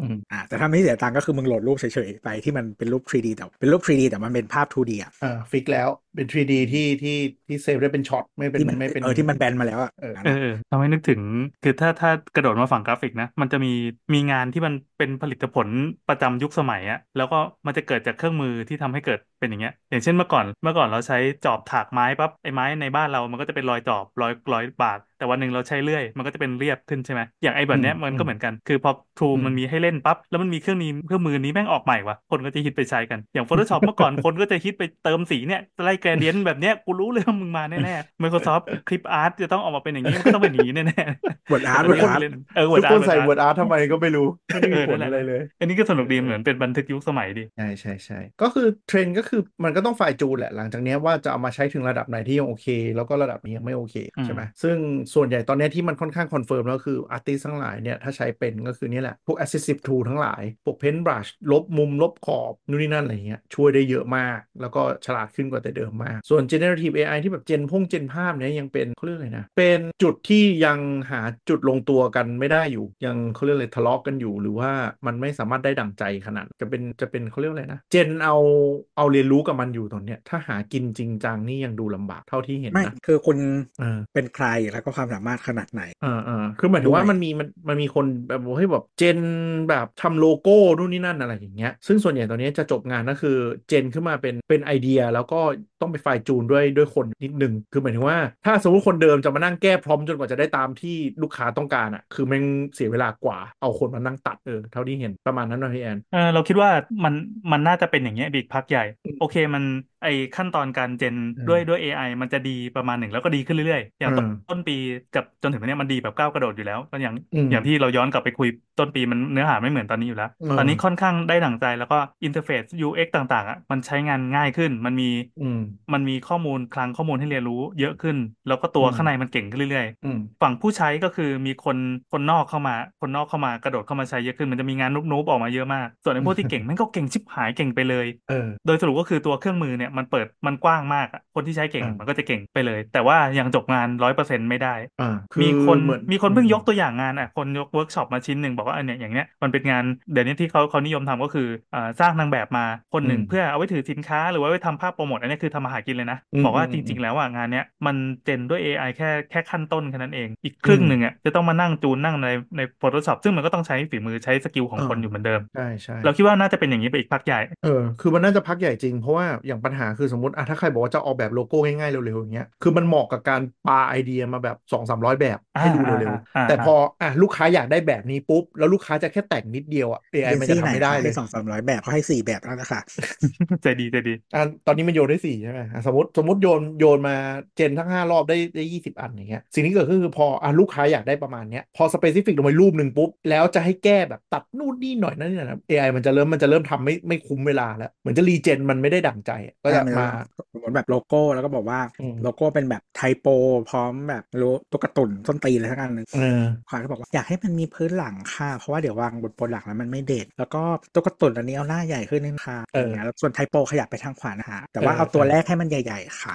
อืม
อ่าแต่ถ้าไม่เสียตังค์ก็คือมึงโหลดรูปเฉยๆไปที่มันเป็นรูป 3D แต่เป็นรูป 3D แต่มันเป็นภาพ 2D อ่ะ
อ่าฟิกแล้วเป็น 3D ที่ที่ที่เซฟได้เป็นช็อตไม่เป็น
ที่มัน
ไม่เป็น
เออที่มันแบนมาแล้วอ่ะ
เออ
นั่น
เอ
น่ะ
อทำให้นึกถึงคือถ้าถ้ากระโดดมาฝั่งกราฟิกนะ มันจะมีมีงานที่มันเป็นผลิตผลประจำยุคสมัยอะแล้วก็มันจะเกิดจากเครื่องมือที่ทำให้เกิดเป็นอย่างเงี้ยอย่างเช่นเมื่อก่อนเมื่อก่อนเราใช้จอบถากไม้ปั๊บไอ้ไม้ในบ้านเรามันก็จะเป็นรอยจอบรอยรอยบาก แต่วันหนึ่งเราใช้เลื่อย มันก็จะเป็นเรียบขึ้นใช่ไหมอย่างไอ้แบบเนี้ย
อืม
มัน
อืม
ก็เหมือนกันคือพอ True
อืม
มันมีให้เล่นปั๊บแล้วมันมีเครื่องนี้เครื่องมือนี้แม่งออกใหม่วะคนก็จะฮิตไปใช้กันอย่าง Photoshop เมื่อก่อนคนก็จะฮิตไปเติมสีเนี่ยไล่แกรเดียนแบบเนี้ยกูรู้เลยว่ามึงมาแน่ๆ Microsoft Clip Art จะต้องออกมาเป็นอย่างนี้มันก็ต้องเป็นอย่างนี้แน่
บท
ๆ
อาร์ต
แต่
บท
ตอน
อาร์ต
นี้คนไปเล่นเออ
ทุ
Word
ก
Art
คนใส่
Word
Word
Art
Art ทำไมก็ไม่รู้ไม่ได้มี
เออ
ผ
นั่
ล
นแหละ
อะไรเลย
อันนี้ก็สนุกดีเหมือนเป็นบันทึกยุคสมัยดี
ใช่ใช่ใช่ก็คือเทรนด์ก็คือมันก็ต้องฝ่ายจูนแหละหลังจากเนี้ยว่าจะเอามาใช้ถึงระดับไหนที่ยังโอเค แล้วก็ระดับนี้ยังไม่โอเค
อืม
ใช่ไหมซึ่งส่วนใหญ่ตอนเนี้ยที่มันค่อนข้างคอนเฟิร์มแล้วคืออาร์ติสทั้งหลายเนี่ย ถ้าใช้เป็นก็คือเนี่ยแหละ พวก assistive tool ทั้งหลาย พวก paint brush ลบมุมลบขอบนู่นนี่นั่นอะไรเงี้ยช่วยได้เยอะมาก แล้วก็ฉลาดขึ้นกว่าแต่เดิมมาก ส่วน generative AI ที่แบบเจนพงเจนภาพเนี่ยยังเป็นเขาเรียกอะไรนะเป็นจุดที่ยังหาจุดลงตัวกันไม่ได้อยู่ ยังเขาเรียกอะไรทะเลาะกันอยู่ หรือว่ามันไม่สามารถได้ดั่งใจขนาดจะเป็นจะเป็นเขาเรียกอะไรนะเจนเอาเอาเ ยนรู้กับมันอยู่ตอนเนี้ยถ้าหากินจริงจังนี่ยังดูลำบากเท่าที่เห็น
ไม่
นะ
คือคุณ
เออ
เป็นใครแล้วก็ความสามารถขนาดไหน
อ่าอ่าคือหมายถึงว่า
ด้วย
มันมีมันมันมีคนแบบบอกให้แบบเจนแบบทำโลโก้นู่นนี่นั่นอะไรอย่างเงี้ย ซึ่งส่วนใหญ่ตอนนี้จะจบงานก็คือเจนขึ้นมาเป็นเป็นไอเดียแล้วก็ต้องไปฝ่ายจูนด้วยด้วยคนนิดนึง คือหมายถึงว่าถ้าสมมติคนเดิมจะมานั่งแก้พร้อมจนกว่าจะได้ตามที่ลูกค้าต้องการอ่ะ คือแมันเสียเวลากว่าเอาคนมานั่งตัดเออเท่าที่เห็นประมาณนั้นนะพี่แอน
เออเราคิดว่ามันมันน่าจะเป็นอย่างเงี้ยอีกพักใหญ่ โอเคมันไอขั้นตอนการเจน
อืม
ด้วยด้วย AI มันจะดีประมาณหนึ่งแล้วก็ดีขึ้นเรื่อยๆ อย่างตอน
อืม
ต้นปีกับจนถึงตอนเนี้ยมันดีแบบก้าวกระโดดอยู่แล้วก็อย่าง
อืม
อย่างที่เราย้อนกลับไปคุยต้นปีมันเนื้อหาไม่เหมือนตอนนี้อยู่แล้ว
อืม
ตอนนี้ค่อนข้างได้ดั่งใจแล้วก็อินเทอร์เฟซ UX ต่างๆอ่ะมันใช้งานง่ายขึ้น มันมี
อืม
มันมีข้อมูลคลังข้อมูลให้เรียนรู้เยอะขึ้น แล้วก็ตัว
อืม
ข้างในมันเก่งขึ้นเรื่อยๆ
อืม
ฝั่งผู้ใช้ก็คือมีคนคนนอกเข้ามา คนนอกเข้ามากระโดดเข้ามาใช้เยอะขึ้นมันจะมีงานนุบนุบๆออกมาเยอะมาก ส่วนไอ้พวกที่เก่ง แม่งก็เก่งชิบหายเก่งไปเลย
เออ
โดยสรุปก็คือตัวเครื่องมือเนี่ยมันเปิดมันกว้างมากอะคนที่ใช้เก่ง
อ่ามั
มันก็จะเก่งไปเลย แต่ว่ายังจบงานร้อยเปอร์เซ็นต์ไม่ได้
อ่าคื
มี
อ
คน
เหมือน
มีคนเพิ่งยก
อืม
ตัวอย่างงานอ่ะคนยกเวิร์กช็อปมาชิ้นหนึ่งบอกว่าอันเนี้ยอย่างเนี้ยมันเป็นงานเดี๋ยวนี้ที่เขาเขานิยมทำก็คืออ่าสร้างนางแบบมาคนหนึ่ง
อืม
เพื่อเอาไว้ถือสินค้าหรือว่าไว้ทำภาพโปรโมทอันเนี้ยคือทำมาหากินเลยนะ
อืม
บอกว่า
อืม
จ
อื
ริง
ม
ๆ แล้วอ่ะงานเนี้ยมันเจนด้วย AI แค่แค่ขั้นต้นแค่นั้นเอง อีกครึ่ง
อืม
หนึ่งอ่ะจะต้องมานั่งจูนนั่งในใน Photoshop ซึ่งมันก็ต้องใช้ฝีมือใช้สกิลของ
อ่า
คนอยู่เหมือนเดิม
ใช่ใช่
เราคิดว่าน่าจะเป็นอย่างนี้ไปอีกพักใหญ่
เออ คือมันน่าจะพักใหญ่จริง เพราะว่าอย่างปัญหาคือสมมติอะถ้าใครบอกว่าจะออกแบบโลโก้ง่ายๆเร็วๆอย่างเงี้ย คือมันเหมาะกับการปาไอเดียมาแบบ2 3 0 0 แบบให้ดู
อ่า
เร็ว
อ่าอ่า
ๆ แต่พออ่ะลูกค้าอยากได้แบบนี้ปุ๊บ แล้วลูกค้าจะแค่แต่งนิดเดียวอ่ะ
เอ
AI
เจน
มันจะ
ซี่ไหน
ทำไม่ได้
เขา
เล
ให้
ย
สองสามร้อยแบบเขาให้สี่แบบแล้วนะคะ
ใจดีใจดี
อ่ะตอนนี้มันโยนได้สี่ใช่ไหมอ่ะสมมติสมมติโยนโยนมาเจนทั้งห้ารอบได้ได้ยี่สิบอันอย่างเงี้ย สิ่งที่เกิดขึ้นคือพออ่ะลูกค้าอยากได้ประมาณเนี้ย พอสเปซิฟิกลงไปรูปหนึ่งปุ๊บ แล้วจะให้แก้แบบตัดนู่นนี่หน่อยนั่นนี่หนะ AI มันจะเริ่มมันจะเริ่มทำไม่ไม่คุ้มเวลาแล้ว เหมือนจะรีเจนมันไม่ได้ดั่งใจอะก็จะมา
สมมติแบบโลโก้แล้วก็บอกว่า
อืม
โลโก้เป็นแบบไทโป พร้อมแบบไม่รู้ตุ๊กตาตุนส้นตีนอะไรทั้งอันหนึง
เออ
ควายก็บอกว่าอยากให้มันมีพื้นหลังค่ะ เพราะว่าเดี๋ยววางบนบนหลังแล้วมันไม่เด็ด แล้วก็ตุ๊กตาตุนอันนี้เอาหน้าใหญ่ขึ้นนึงค่ะ
เอออ
อย่างเงี้ยแล้วส่วนไทโปขยับไปทางขวานะคะแต่ว่า
เออ
เอาตัวแรกให้มันใหญ่ ๆ ค่ะ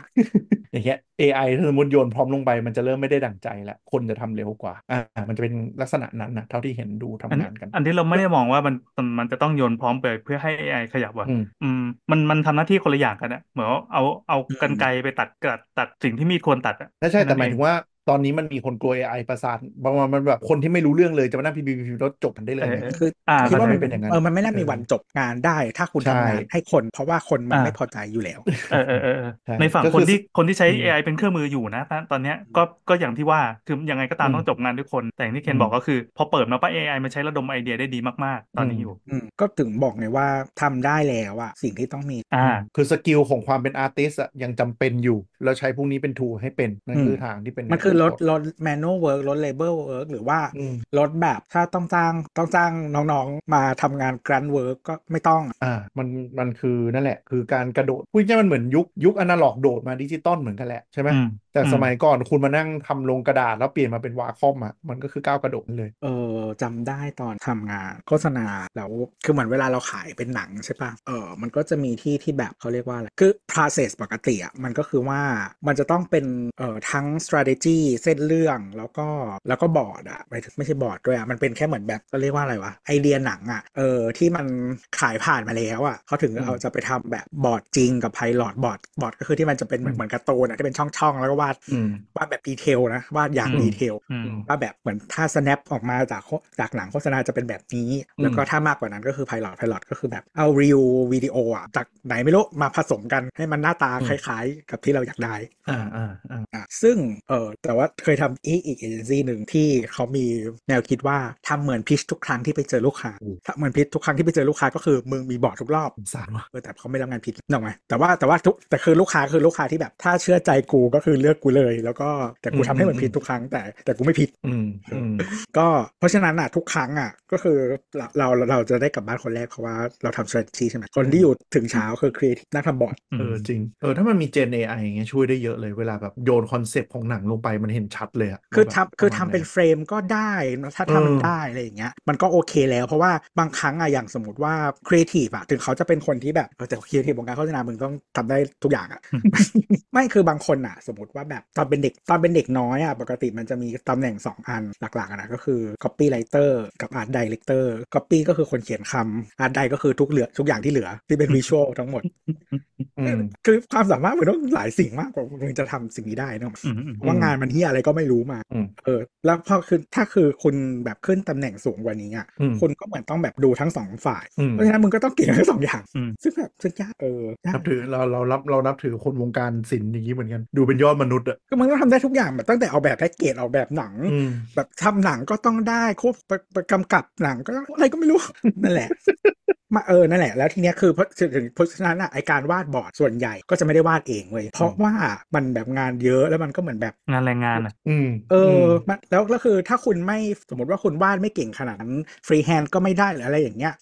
อย่างเงี้ย AI ถ้าสมมติโยนพร้อมลงไปมันจะเริ่มไม่ได้ดั่งใจแล้ว คนจะทำเร็วกว่า อ่า มันจะเป็นลักษณะนั้นนะเท่าที่เห็นดูทำ
อัน
งานกัน
อันที่เราไม่ได้มองว่ามันมันมันจะต้องโยนพร้อมไปเพื่อให้ AI ขยับว่ะ
อืม
อืมมันมันทำหน้าที่คนละอย่างกันอะเหมือนว่าเอาเอา
อืม
กรรไกรไปตัดตัดตัดสิ่งที่มีดควรตัดอะ
ใช่ใช่
แค่
แต่
นั้น
หมาย
เอ
ถึ
ง
งว่าตอนนี้มันมีคนกลัว AI ประสาทบางวันมันแบบคนที่ไม่รู้เรื่องเลยจะมานั่งพิมพ์พิมพ์พิมพ์แล้วจบมันได้เลย
เออ
ไง
เออ
คือ
อ่า
คิดว่า
มั
มัน
นเป็นอย่างนั้น
เออมันไม่น่า
เออ
มีวันจบงานได้ ถ้าคุณ
ใช่
ทำงานให้คน เพราะว่าคนมัน
อ่า
ไม่พอใจอยู่แล้ว
เออเออเออเออ
ใช่
ในฝั่ง
ก็
ค
คื
น
อ
ที่คนที่ใช้
อืม
AI เป็นเครื่องมืออยู่นะตอนตอนเนี้ยก็ก็อย่างที่ว่าคือยังไงก็ตาม
อืม
ต้องจบงานด้วยคน แต่อย่างที่เคน
อืม
บอกก็คือ พอเปิดมาป้า AI มันใช้ระดมไอเดียได้ดีมากๆ ตอนนี้อยู่
อืมก็ถึงบอกไงว่าทำได้แล้วอะสิ่งที่ต้องมี
อ่า
คือสกิลของความเป็นอาร์ติสอะยังจำเป็นอยู่ แล้วใช้พวกนี้เป็นทูให้เป็น นั่น
อืม
คือทางที่เป็น
มันคือลด
าต
ลด manual work ลด labor work หรือว่า
อืม
รถแบบถ้าต้องจ้างต้องจ้างน้องๆมาทำงานกรันเวิร์กก็ไม่ต้องอะ
อ่า มันมันคือนั่นแหละ คือการกระโดดพูดง่ายๆมันเหมือนยุคยุคอนาล็อกโดดมาดิจิตอลเหมือนกันแหละใช่ไหม
อืม
แต่
อืม
สมัยก่อนคุณมานั่งทำลงกระดาษแล้วเปลี่ยนมาเป็นวาคอมอ่ะมันก็คือก้าวกระโดดเลย
เออจำได้ตอนทำงานโฆษณาแล้วคือเหมือนเวลาเราขายเป็นหนังใช่ปะเออมันก็จะมีที่ที่แบบเขาเรียกว่าอะไร คือ process ปกติอะมันก็คือว่ามันจะต้องเป็นเออทั้ง strategy เส้นเรื่องแล้วก็แล้วก็บอร์ดอะไม่ถึงไม่ใช่บอร์ดด้วยอะมันเป็นแค่เหมือนแบบเขาเรียกว่าอะไรวะไอเดียหนังอะเออที่มันขายผ่านมาแล้วอะเขาถึง
อืม
เอาจะไปทำแบบบอร์ดจริงกับไพลอตบอร์ดบอร์ดก็คือที่มันจะเป็นเหมือนเหมือนการ์ตูนอะที่เป็นช่องๆแล้วก็วาด
อืม
วาดแบบดีเทลนะวาดอย่าง
อืม
ดีเทล
อืม
ว่าแบบเหมือนถ้า snap ออกมาจากโฆจากหนังโฆษณาจะเป็นแบบนี้
อืม
แล้วก็ถ้ามากกว่านั้นก็คือ Pilot Pilot ก็คือแบบเอา real วิดีโออ่ะ จากไหนไม่รู้ มาผสมกันให้มันหน้าตาคล้ายๆ กับที่เราอยากได้
อ่าอ่าอ่า
อ่ะซึ่งเออแต่ว่าเคยทำอีกอีกเอเจนซี่หนึ่งที่เขามีแนวคิดว่าทำเหมือนพิชทุกครั้งที่ไปเจอลูกค้า
อืม
ถ้าเหมือนพิชทุกครั้งที่ไปเจอลูกค้าก็คือมึงมีบอร์ดทุกรอบ
สงสารว่ะ
เออแต่เขาไม่รับงานผิดนึกออกไหมแต่ว่าแต่ว่าทุกแต่คือลูกค้าคือลูกค้าที่แบบถ้าเชื่อใจกูก็คือเลือกกูเลย แล้วก็แต่กูทำให้เหมือนผิดทุกครั้งแต่แต่กูไม่ผิด
อืมอืม
ก็เพราะฉะนั้นอ่ะทุกครั้งอ่ะก็คือเราเราเราจะได้กลับบ้านคนแรกเพราะว่าเราทำ strategy ใช่ไหมคนที่อยู่ถึงเช้าคือครีเอทีฟนักทำบอร์ด
อืม
เออจริง เออถ้ามันมี Gen AI อย่างเงี้ยช่วยได้เยอะเลยเวลาแบบโยนคอนเซปต์ของหนังลงไปมันเห็นชัดเลยอะ
คือ
ว่าแบบ
ทำคือ
ระมาณ
ทำเป็น
ไห
เฟรมก็ได้นะถ้า
เออ
ทำมันได้อะไรอย่างเงี้ยมันก็โอเคแล้วเพราะว่าบางครั้งอ่ะอย่างสมมติว่าครีเอทีฟอ่ะถึงเขาจะเป็นคนที่แบบเออแต่ครีเอทีฟของการโฆษณามึงต้องทำได้ทุกอย่างอ่ะ ไม่คือบางคนอ่ะ สมมติว่าแบบตอนเป็นเด็กตอนเป็นเด็กน้อยอ่ะปกติมันจะมีตำแหน่ง 2 อันหลักๆอะนะก็คือ copywriter กับ art director copy ก็คือคนเขียนคำ art ใดก็คือทุกเหลือทุกอย่างที่เหลือที่เป็น visual ทั้งหมด
อืม
คือความสามารถมันต้องหลายสิ่งมากกว่ามึงจะทำสิ่งนี้ได้เนอะ
อืมอืม
ว่างานมันที่อะไรก็ไม่รู้มา
อืม
เออ แล้วพอคือถ้าคือคุณแบบขึ้นตำแหน่งสูงกว่านี้อ่ะ
อืม
คุณก็เหมือนต้องแบบดูทั้งสองฝ่าย
อืม
เพราะฉะนั้นมึงก็ต้องเก่งทั้งสองอย่าง
อืม
ซึ่งแบบซึ่งยากเออยาก
นับถือเราเรารับเรานับถือคนวงการศิลป์อย่างนี้เหมือนกัน ดูเป็นยอดมนุษย์อ่ะ
ก็มึงต้องทำได้ทุกอย่างแบบตั้งแต่ออกแบบแพ็กเกจออกแบบหนัง
อืม
แบบทำหนังก็ต้องได้ควบกำกับหนังก็ต้องอะไรก็ไม่รู้ นั่นแหละ มาเออนั่นแหละแล้วทีเนี้ยคือเพราะถึงเพราะฉะนั้นอะไอการวาดบอร์ดส่วนใหญ่ก็จะไม่ได้วาดเองเว้ยเพราะว่ามันแบบงานเยอะแล้วมันก็เหมือนแบบ
งานแรงงานอ่ะ
อืม
เออมันแล้วแล้วคือถ้าคุณไม่สมมติว่าคุณวาดไม่เก่งขนาดนั้นฟรีแฮนด์ก็ไม่ได้หรืออะไรอย่าง เงี้ย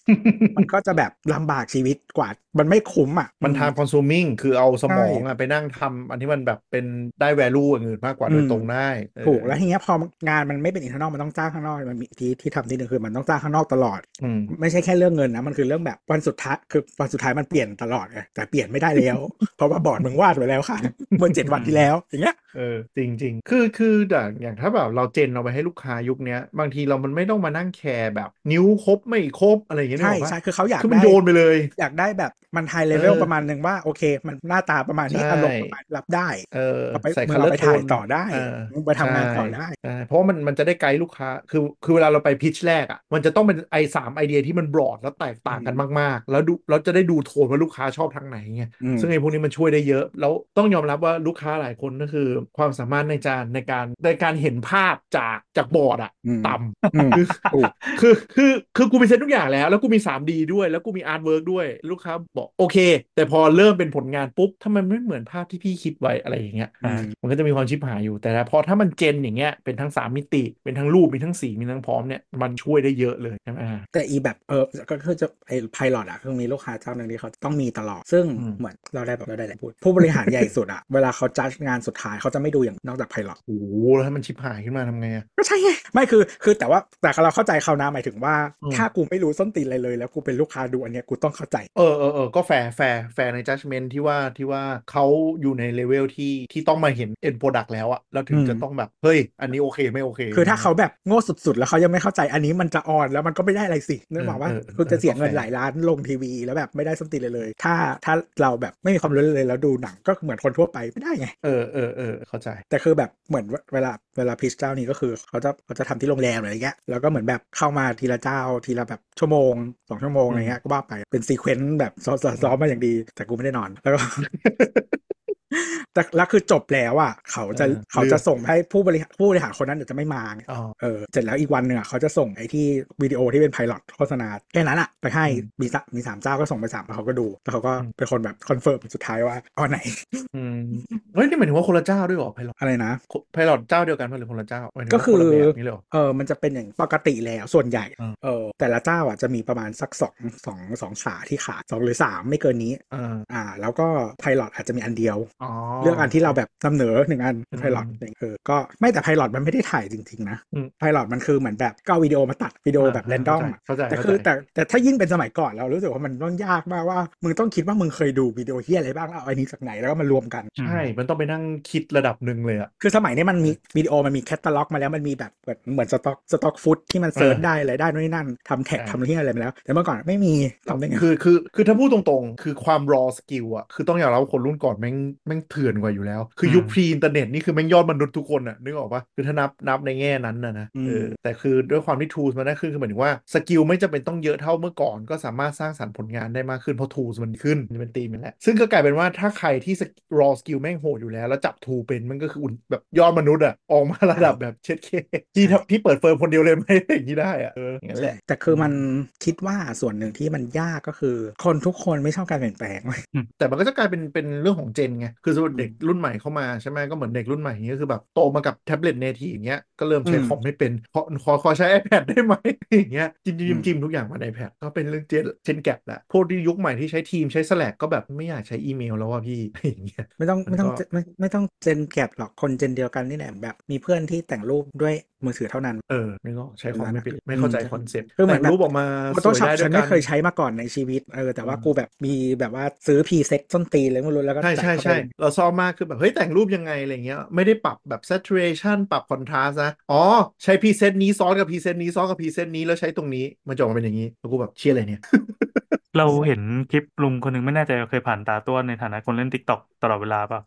มันก็จะแบบลำบากชีวิตกว่า มันไม่คุ้มอ่ะ
มันทางคอน suming คือเอาสมอง
ใช่
อ่ะไปนั่งทำอันที่มันแบบเป็นได้ value อย่างอื่นมากกว่าโดย
อืม
ตรงได้เออ
ถูกแล้วทีเนี้ยพองานมันไม่เป็นอินเทอร์นอลมันต้องจ้างข้างนอกมันมีที่ที่ทำที่หนึ่งคือมันต้องจ้างข้างนอกตลอด
อืม
ไม่ใช่แค่เรื่องเงินนะ มันคือเรื่องแบบวันสุดท้ายคือวันสุดท้ายมันเปลี่ยนตลอดไงแต่เปลี่ยนไม่ได้แล้ว เพราะว่าบอร์ดมึงวาดไว้แล้วค่ะ เมื่อเจ็ดวันที่แล้วอย่างเงี้ย
เออจริงจริงคือคืออย่างอย่างถ้าแบบเราเจนเราไปให้ลูกค้ายุคเนี้ย บางทีเรามันไม่ต้องมานั่งแคร์แบบ นิ้วครบไม่ครบอะไรอย่างเงี้ย
ใช่
นึกกปะ
ใช่คือเขาอยาก
คือมัน
ได้
โยนไปเลย
อยากได้แบบมันไฮเลเวล
เออ
ประมาณหนึ่งว่า โอเค มันหน้าตาประมาณนี้
ใช่
อารมณ์ประมาณรับได้
เออ
เอาไป
ใส่
มึง
คัลเลอ
เอา
ร์
ไป
โท
ถ่าย
น
ต่อได้
เออ
มึงไปทำงานต่อได้
ใช่ใช่เพราะมันมันจะได้ไกด์ลูกค้าคือคือเวลาเราไปพิชแรกอ่ะมันจะต้องเป็นไอ้สามไอเดียที่มันบรอดแล้วแตกต่างกันมากๆ แล้วดูเราจะได้ดูโทนว่าลูกค้าชอบทางไหนไง
อืม
ซึ่งไอ้พวกนี้มันช่วยได้เยอะ แล้วต้องยอมรับว่าลูกค้าหลายคนก็คือ ความสามารถในการในการในการเห็นภาพจากจากบอร์ดอ่ะ
อืม
ต่ำ
อืม
คือ
ถูก
คือคือคือกูมีเซ็ตทุกอย่างแล้ว แล้วกูมี 3D ด้วย แล้วกูมีอาร์ตเวิร์กด้วย ลูกค้าบอกโอเค แต่พอเริ่มเป็นผลงานปุ๊บ ถ้ามันไม่เหมือนภาพที่พี่คิดไว้อะไรอย่างเงี้ย
อืม
มันก็จะมีความชิบหายอยู่ แต่พอถ้ามันเจนอย่างเงี้ย เป็นทั้ง 3 มิติ เป็นทั้งรูป มีทั้งสี มีทั้งพร้อมเนี่ย มันช่วยได้เยอะเลยใช่ไหมอ่า
แต่อีแบบเออก็คือจะไอ้ไพลอตอะคือมีลูกค้าเจ้าหนึ่งที่เขาต้องมีตลอด ซึ่ง
อืม
เหมือนเราได้แบบเราได้แหละไรพูด ผู้บริหารใหญ่สุดอะ เวลาเขาจัดงานสุดท้ายเขาจะไม่ดูอย่างนอกจากไพลอต
โอ้โหแล้วถ้ามันชิบหายขึ้นมาทำไงอะ
ก็ใช่ไงไม่คือคือแต่ว่าแต่เราเข้าใจเขานะหมายถึงว่า
อืม
ถ้ากูไม่รู้ส้นตีนอะไรเลย แล้วกูเป็นลูกค้าดูอันเนี้ยกูต้องเข้าใจ
เออเออเออก็แฟร์แฟร์แฟร์ใน judgment ที่ว่าที่ว่าเขาอยู่ในเลเวลที่ที่ต้องมาเห็น end product แล้วอะแล้วถึง
อืม
จะต้องแบบเฮ้ยอันนี้โอเคไม่โอเค
คือถ้าเขาแบบโง่สุดๆ แล้วเขายังไม่เข้าใจอันนี้มันจะออนแล้วมันก็ไม่ได้อะไรสินึกบอกว่า
เออเออ
คุณจะเสีย
เออ
เงิน
เข้าใจ
หลายล้านลงทีวีแล้วแบบไม่ได้ส้นตีนเลยเลย ถ้าถ้าเราแบบไม่มีความรู้เลยแล้วดูหนังก็เหมือนคนทั่วไปไม่ได้ไง
เออเออเออเข้าใจ
แต่คือแบบเหมือนเวลาเวลาพิชเจ้านี่ก็คือเขาจะเขาจะทำที่โรงแรมอะไรอย่างเงี้ยแล้วก็เหมือนแบบเข้ามาทีละเจ้าทีละแบบชั่วโมงสองชั่วโมงอะไรเงี้ยก็ว่าไปเป็นซีเควนต์แบบซ้อมซ้อมซ้อมมาอย่างดี แต่กูไม่ได้นอนแล้วก็ แต่แล้วคือจบแล้วอ่ะเขาจะ
เออ
เขาจะส่งให้ผู้บริหารผู้บริหารคนนั้นเดี๋ยวจะไม่มาไง
อ๋อ
เออเสร็จแล้วอีกวันหนึ่งอ่ะเขาจะส่งไอ้ที่วิดีโอที่เป็นไพลอตโฆษณาแค่นั้นอ่ะไปให้
อืม
มีสามมีสามเจ้าก็ส่งไปสามแล้วเขาก็ดูแล้วเขาก็
อืม
เป็นคนแบบคอนเฟิร์มสุดท้ายว่าเอาไหน
อืมเฮ้ยนี่หมายถึงว่าคนละเจ้าด้วยเหรอไพลอต
อะไรนะ
ไพลอตเจ้าเดียวกันป่ะหรือคนละเจ้าหมายถึง
ก็
ว่า
คือ
นละแบบนี้เลยเหรอ
เออ มันจะเป็นอย่างปกติแล้วส่วนใหญ่
อืม
เออ แต่ละเจ้าอ่ะจะมีประมาณสักสองสองสองขาที่ขาดสองหรือสามไม่เกินนี้
อ่า
อ่า แล้วก็ไพลอตอาจจะมีอันเดียว
อ๋อ
เลือกอันที่เราแบบนำเหนอหนึ่งอัน
อืม
ไพลอตเออ ก็ไม่แต่ไพลอตมันไม่ได้ถ่ายจริง ๆ นะ
อืม
ไพลอตมันคือเหมือนแบบก็เอาวิดีโอมาตัดวิดีโอแบบแรนดอม
เข้าใจ
แต่
เข้าใจ
คือ
เข้าใจ
แต่แต่ถ้ายิ่งเป็นสมัยก่อนเรารู้สึกว่ามันต้องยากมากว่า มึงต้องคิดว่ามึงเคยดูวิดีโอเฮียอะไรบ้างแล้วเอาอันนี้จากไหนแล้วก็มารวมกัน
ใช่มันต้องไปนั่งคิดระดับหนึ่งเลยอะ
คือสมัยนี้มันมีวิดีโอมันมีแคตตาล็อกมาแล้วมันมีแบบเหมือนเหมือนสต็อกสต็อกฟุตที่มันเซิร์ช
เออ
ได้อะไรได้นู่นนนั่นทำแท็ก
ใช่
ทำอะไรอะไรมาแล้ว แต่เมื่อก่อนไม่มีทำได้ไง
คือคือคือถ้าพูดตรงๆ คือความ raw skill อะคือต้องอยากรับว่าคนรุ่นก่อนแม่งแม่งเถื่อนกว่าอยู่แล้ว คืออ
ม
ยุคพรีอินเทอร์เน็ตนี่คือแม่งยอดมนุษย์ทุกคนอะนึกออกปะคือถ้านับนับในแง่นั้นนะนะเออแต่คือด้วยความที่ tools มันได้ขึ้นคือหมายถึงว่าสกิลไม่จำเป็นต้องเยอะเท่าเมื่อก่อน ก็สามารถสร้างสรรค์ผลงานได้มากขึ้นเพราะ tools มันขึ้นมันเป็นตีมนั่นแหละซึ่งก็กลายเป็นว่าถ้าใครที่ skill- raw skill แม่งโหดอยู่แล้ว แล้วจับ tool เป็นมันก็คืออุ่นแบบยอดมนุษย์อะออกมาระดับแบบเช็ดเคที่ทำที่เปิดเฟิร์มคนเดียว เลยไหมอะไรอย่างนี้ได้อะเอออย่างนั้นแหละ
แต่คือมันคิดว่าส่วนหนึ่งที่มันยากก็คือ คนทุกคนไม่ชอบการเปลี่ยนแปลงเว้ย
แต่มันก็จะกลายเป็นเป็นเรื่องของเจนไง คือสมมติเด็กรุ่นใหม่เข้ามาใช่ไหมก็เหมือนเด็กรุ่นใหม่อย่างเงี้ยคือแบบโตมากับแท็บเล็ตเนทีฟอย่างเงี้ย ก็เริ่มใช้
อืม
คอมไม่เป็น ขอขอขอใช้ iPad ได้ไหม อย่างเงี้ยจิ้มจิ้ม
อื
จิ้ม
ม
จิ้มทุกอย่างมาใน iPad ก็เป็นเรื่องเจนเจนแกลบแหละพวกที่ยุคใหม่ที่ใช้ทีมใช้ Slack ก็แบบไม่อยากใช้อีเมลแล้วว่าพี่ อย่างเงี้ย
ไม่ต้อง
มัน
ไม่ต้อง
ก็
ไม่ไม่ต้องเจนแก็บหรอกคนเจนเดียวกันนี่แหละแบบ มีเพื่อนที่แต่งรูปด้วยมือถือเท่านั้น
เออไม่ก็ใช้คอมไม่เป็น
อืม
ไม่เข้าใจ
ใช่
คอนเซ็ปต์
คือเหมื
แต่
อน
ง
แบบ
รูปออกมาสวย
Photoshop
ได้ด้
ฉั
วย
น
กั
ไม่
น
เคยใช้มาก่อนในชีวิตเออแต่ว่า
อืม
กูแบบมีแบบว่าซื้อพีเซ็ตส้นตีนเลยไม่รู้แล้วก็
ใช่
จัด
ใช่
เข้า
ใช่
ไป
เราชอบมากคือแบบเฮ้ยแต่งรูปยังไงอะไรเงี้ยไม่ได้ปรับแบบ saturation ปรับ contrast นะอ๋อ ใช้พรีเซตนี้ซ้อนกับพรีเซตนี้ซ้อนกับพรีเซตนี้แล้วใช้ตรงนี้มันจะออกมาเป็นอย่างนี้แล้วกูแบบเชี่ยอะไรเนี่ย
เราเห็นคลิปลุงคนหนึงไม่แน่ใจว่าเคยผ่านตาตัวในฐานะคนเล่นทิกตอกตลอดเวลาเปล่า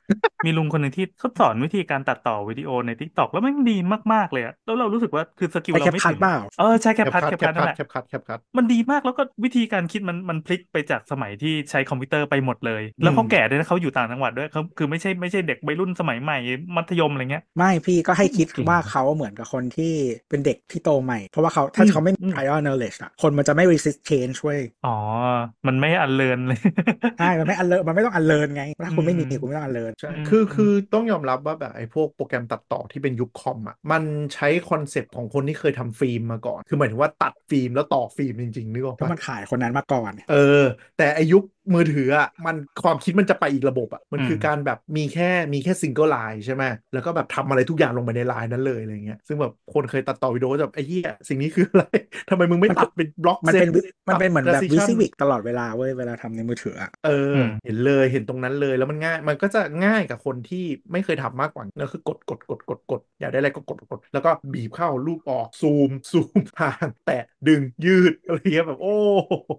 มีลุงคนหนึ่งที่เขาสอนวิธีการตัดต่อวิดีโอในทิกตอกแล้วแมันดีมากๆเลยอะแล้วเรารู้สึกว่าคือสกิล
ไอ
เรา
แคป
ไม่
คัด
ถึง
เปล่า
เออใช่แค
แค
ป
ป
คัท
คัด
แคป
แคปคั
คัทนั่น
ด
แหละ
แคปคัดแคปคัด
มันดีมากแล้วก็วิธีการคิดมันมันพลิกไปจากสมัยที่ใช้คอมพิวเตอร์ไปหมดเลย แล้วเขา
อืม
แก่ด้วยนะเขาอยู่ต่างจังหวัดด้วยเขาคือไม่ใช่ไม่ใช่เด็กวัยรุ่นสมัยใหม่มัธยมอะไรเงี้ย
ไม่พี่ก็ให้คิด
จริง
ว่าเขาเหมือนกับคนที่เป็นเด็กที่โตใหม่ เพราะว่าเขาถ้า
อืม
เขาไม่มี
อืม
prior knowledge อะคนมันจะไม่ resist change เว้ย
อ๋อ มันไม่อันเลินเลย
ใช่มันไม่อันเลิมันไม่ต้องอันเลินไงถ้าคุณไม่มี
อืม
คุณไม่ต้องอันเลิน
ใช่
อืม
คือ
อืม
คือต้องยอมรับว่าแบบไอ้พวกโปรแกรมตัดต่อที่เป็นยุคคอมอ่ะ มันใช้คอนเซปต์ของคนที่เคยทำฟิล์มมาก่อน คือหมายถึงว่าตัดฟิล์มแล้วต่อฟิล์มจริงๆนึกออก
ก็
ปะ
มันขายคนนั้นมาก่อน
เออ แต่ไอายุคมือถืออ่ะ มันความคิดมันจะไปอีกระบบอ่ะ มัน
อืม
คือการแบบมีแค่มีแค่ซิงเกิลไลน์ใช่ไหมแล้วก็แบบทำอะไรทุกอย่างลงไปในไลน์นั้นเลยอะไรเงี้ย ซึ่งแบบคนเคยตัดต่อวิดีโอก็จะแบบไอ้เหี้ยสิ่งนี้คืออะไร ทำไมมึงไม่ตัดเป็นบล็อก
มัน
เซ
เป็นวิมัน
ตัด
เป็นเหมือนแบบวิ
transition
ซิวิกตลอดเวลาเว้ยเวลาทำในมือถืออะ
เอออ
ม
เห็นเลยเห็นตรงนั้นเลยแล้วมันง่าย มันก็จะง่ายกับคนที่ไม่เคยทำมากกว่าแล้วคือกดกดกดกดกดอยากได้อะไรก็กดกด แล้วก็บีบเข้ารูปออกซูม ซูมทาง แตะดึงยืดอะไรเงี้ยแบบโอ้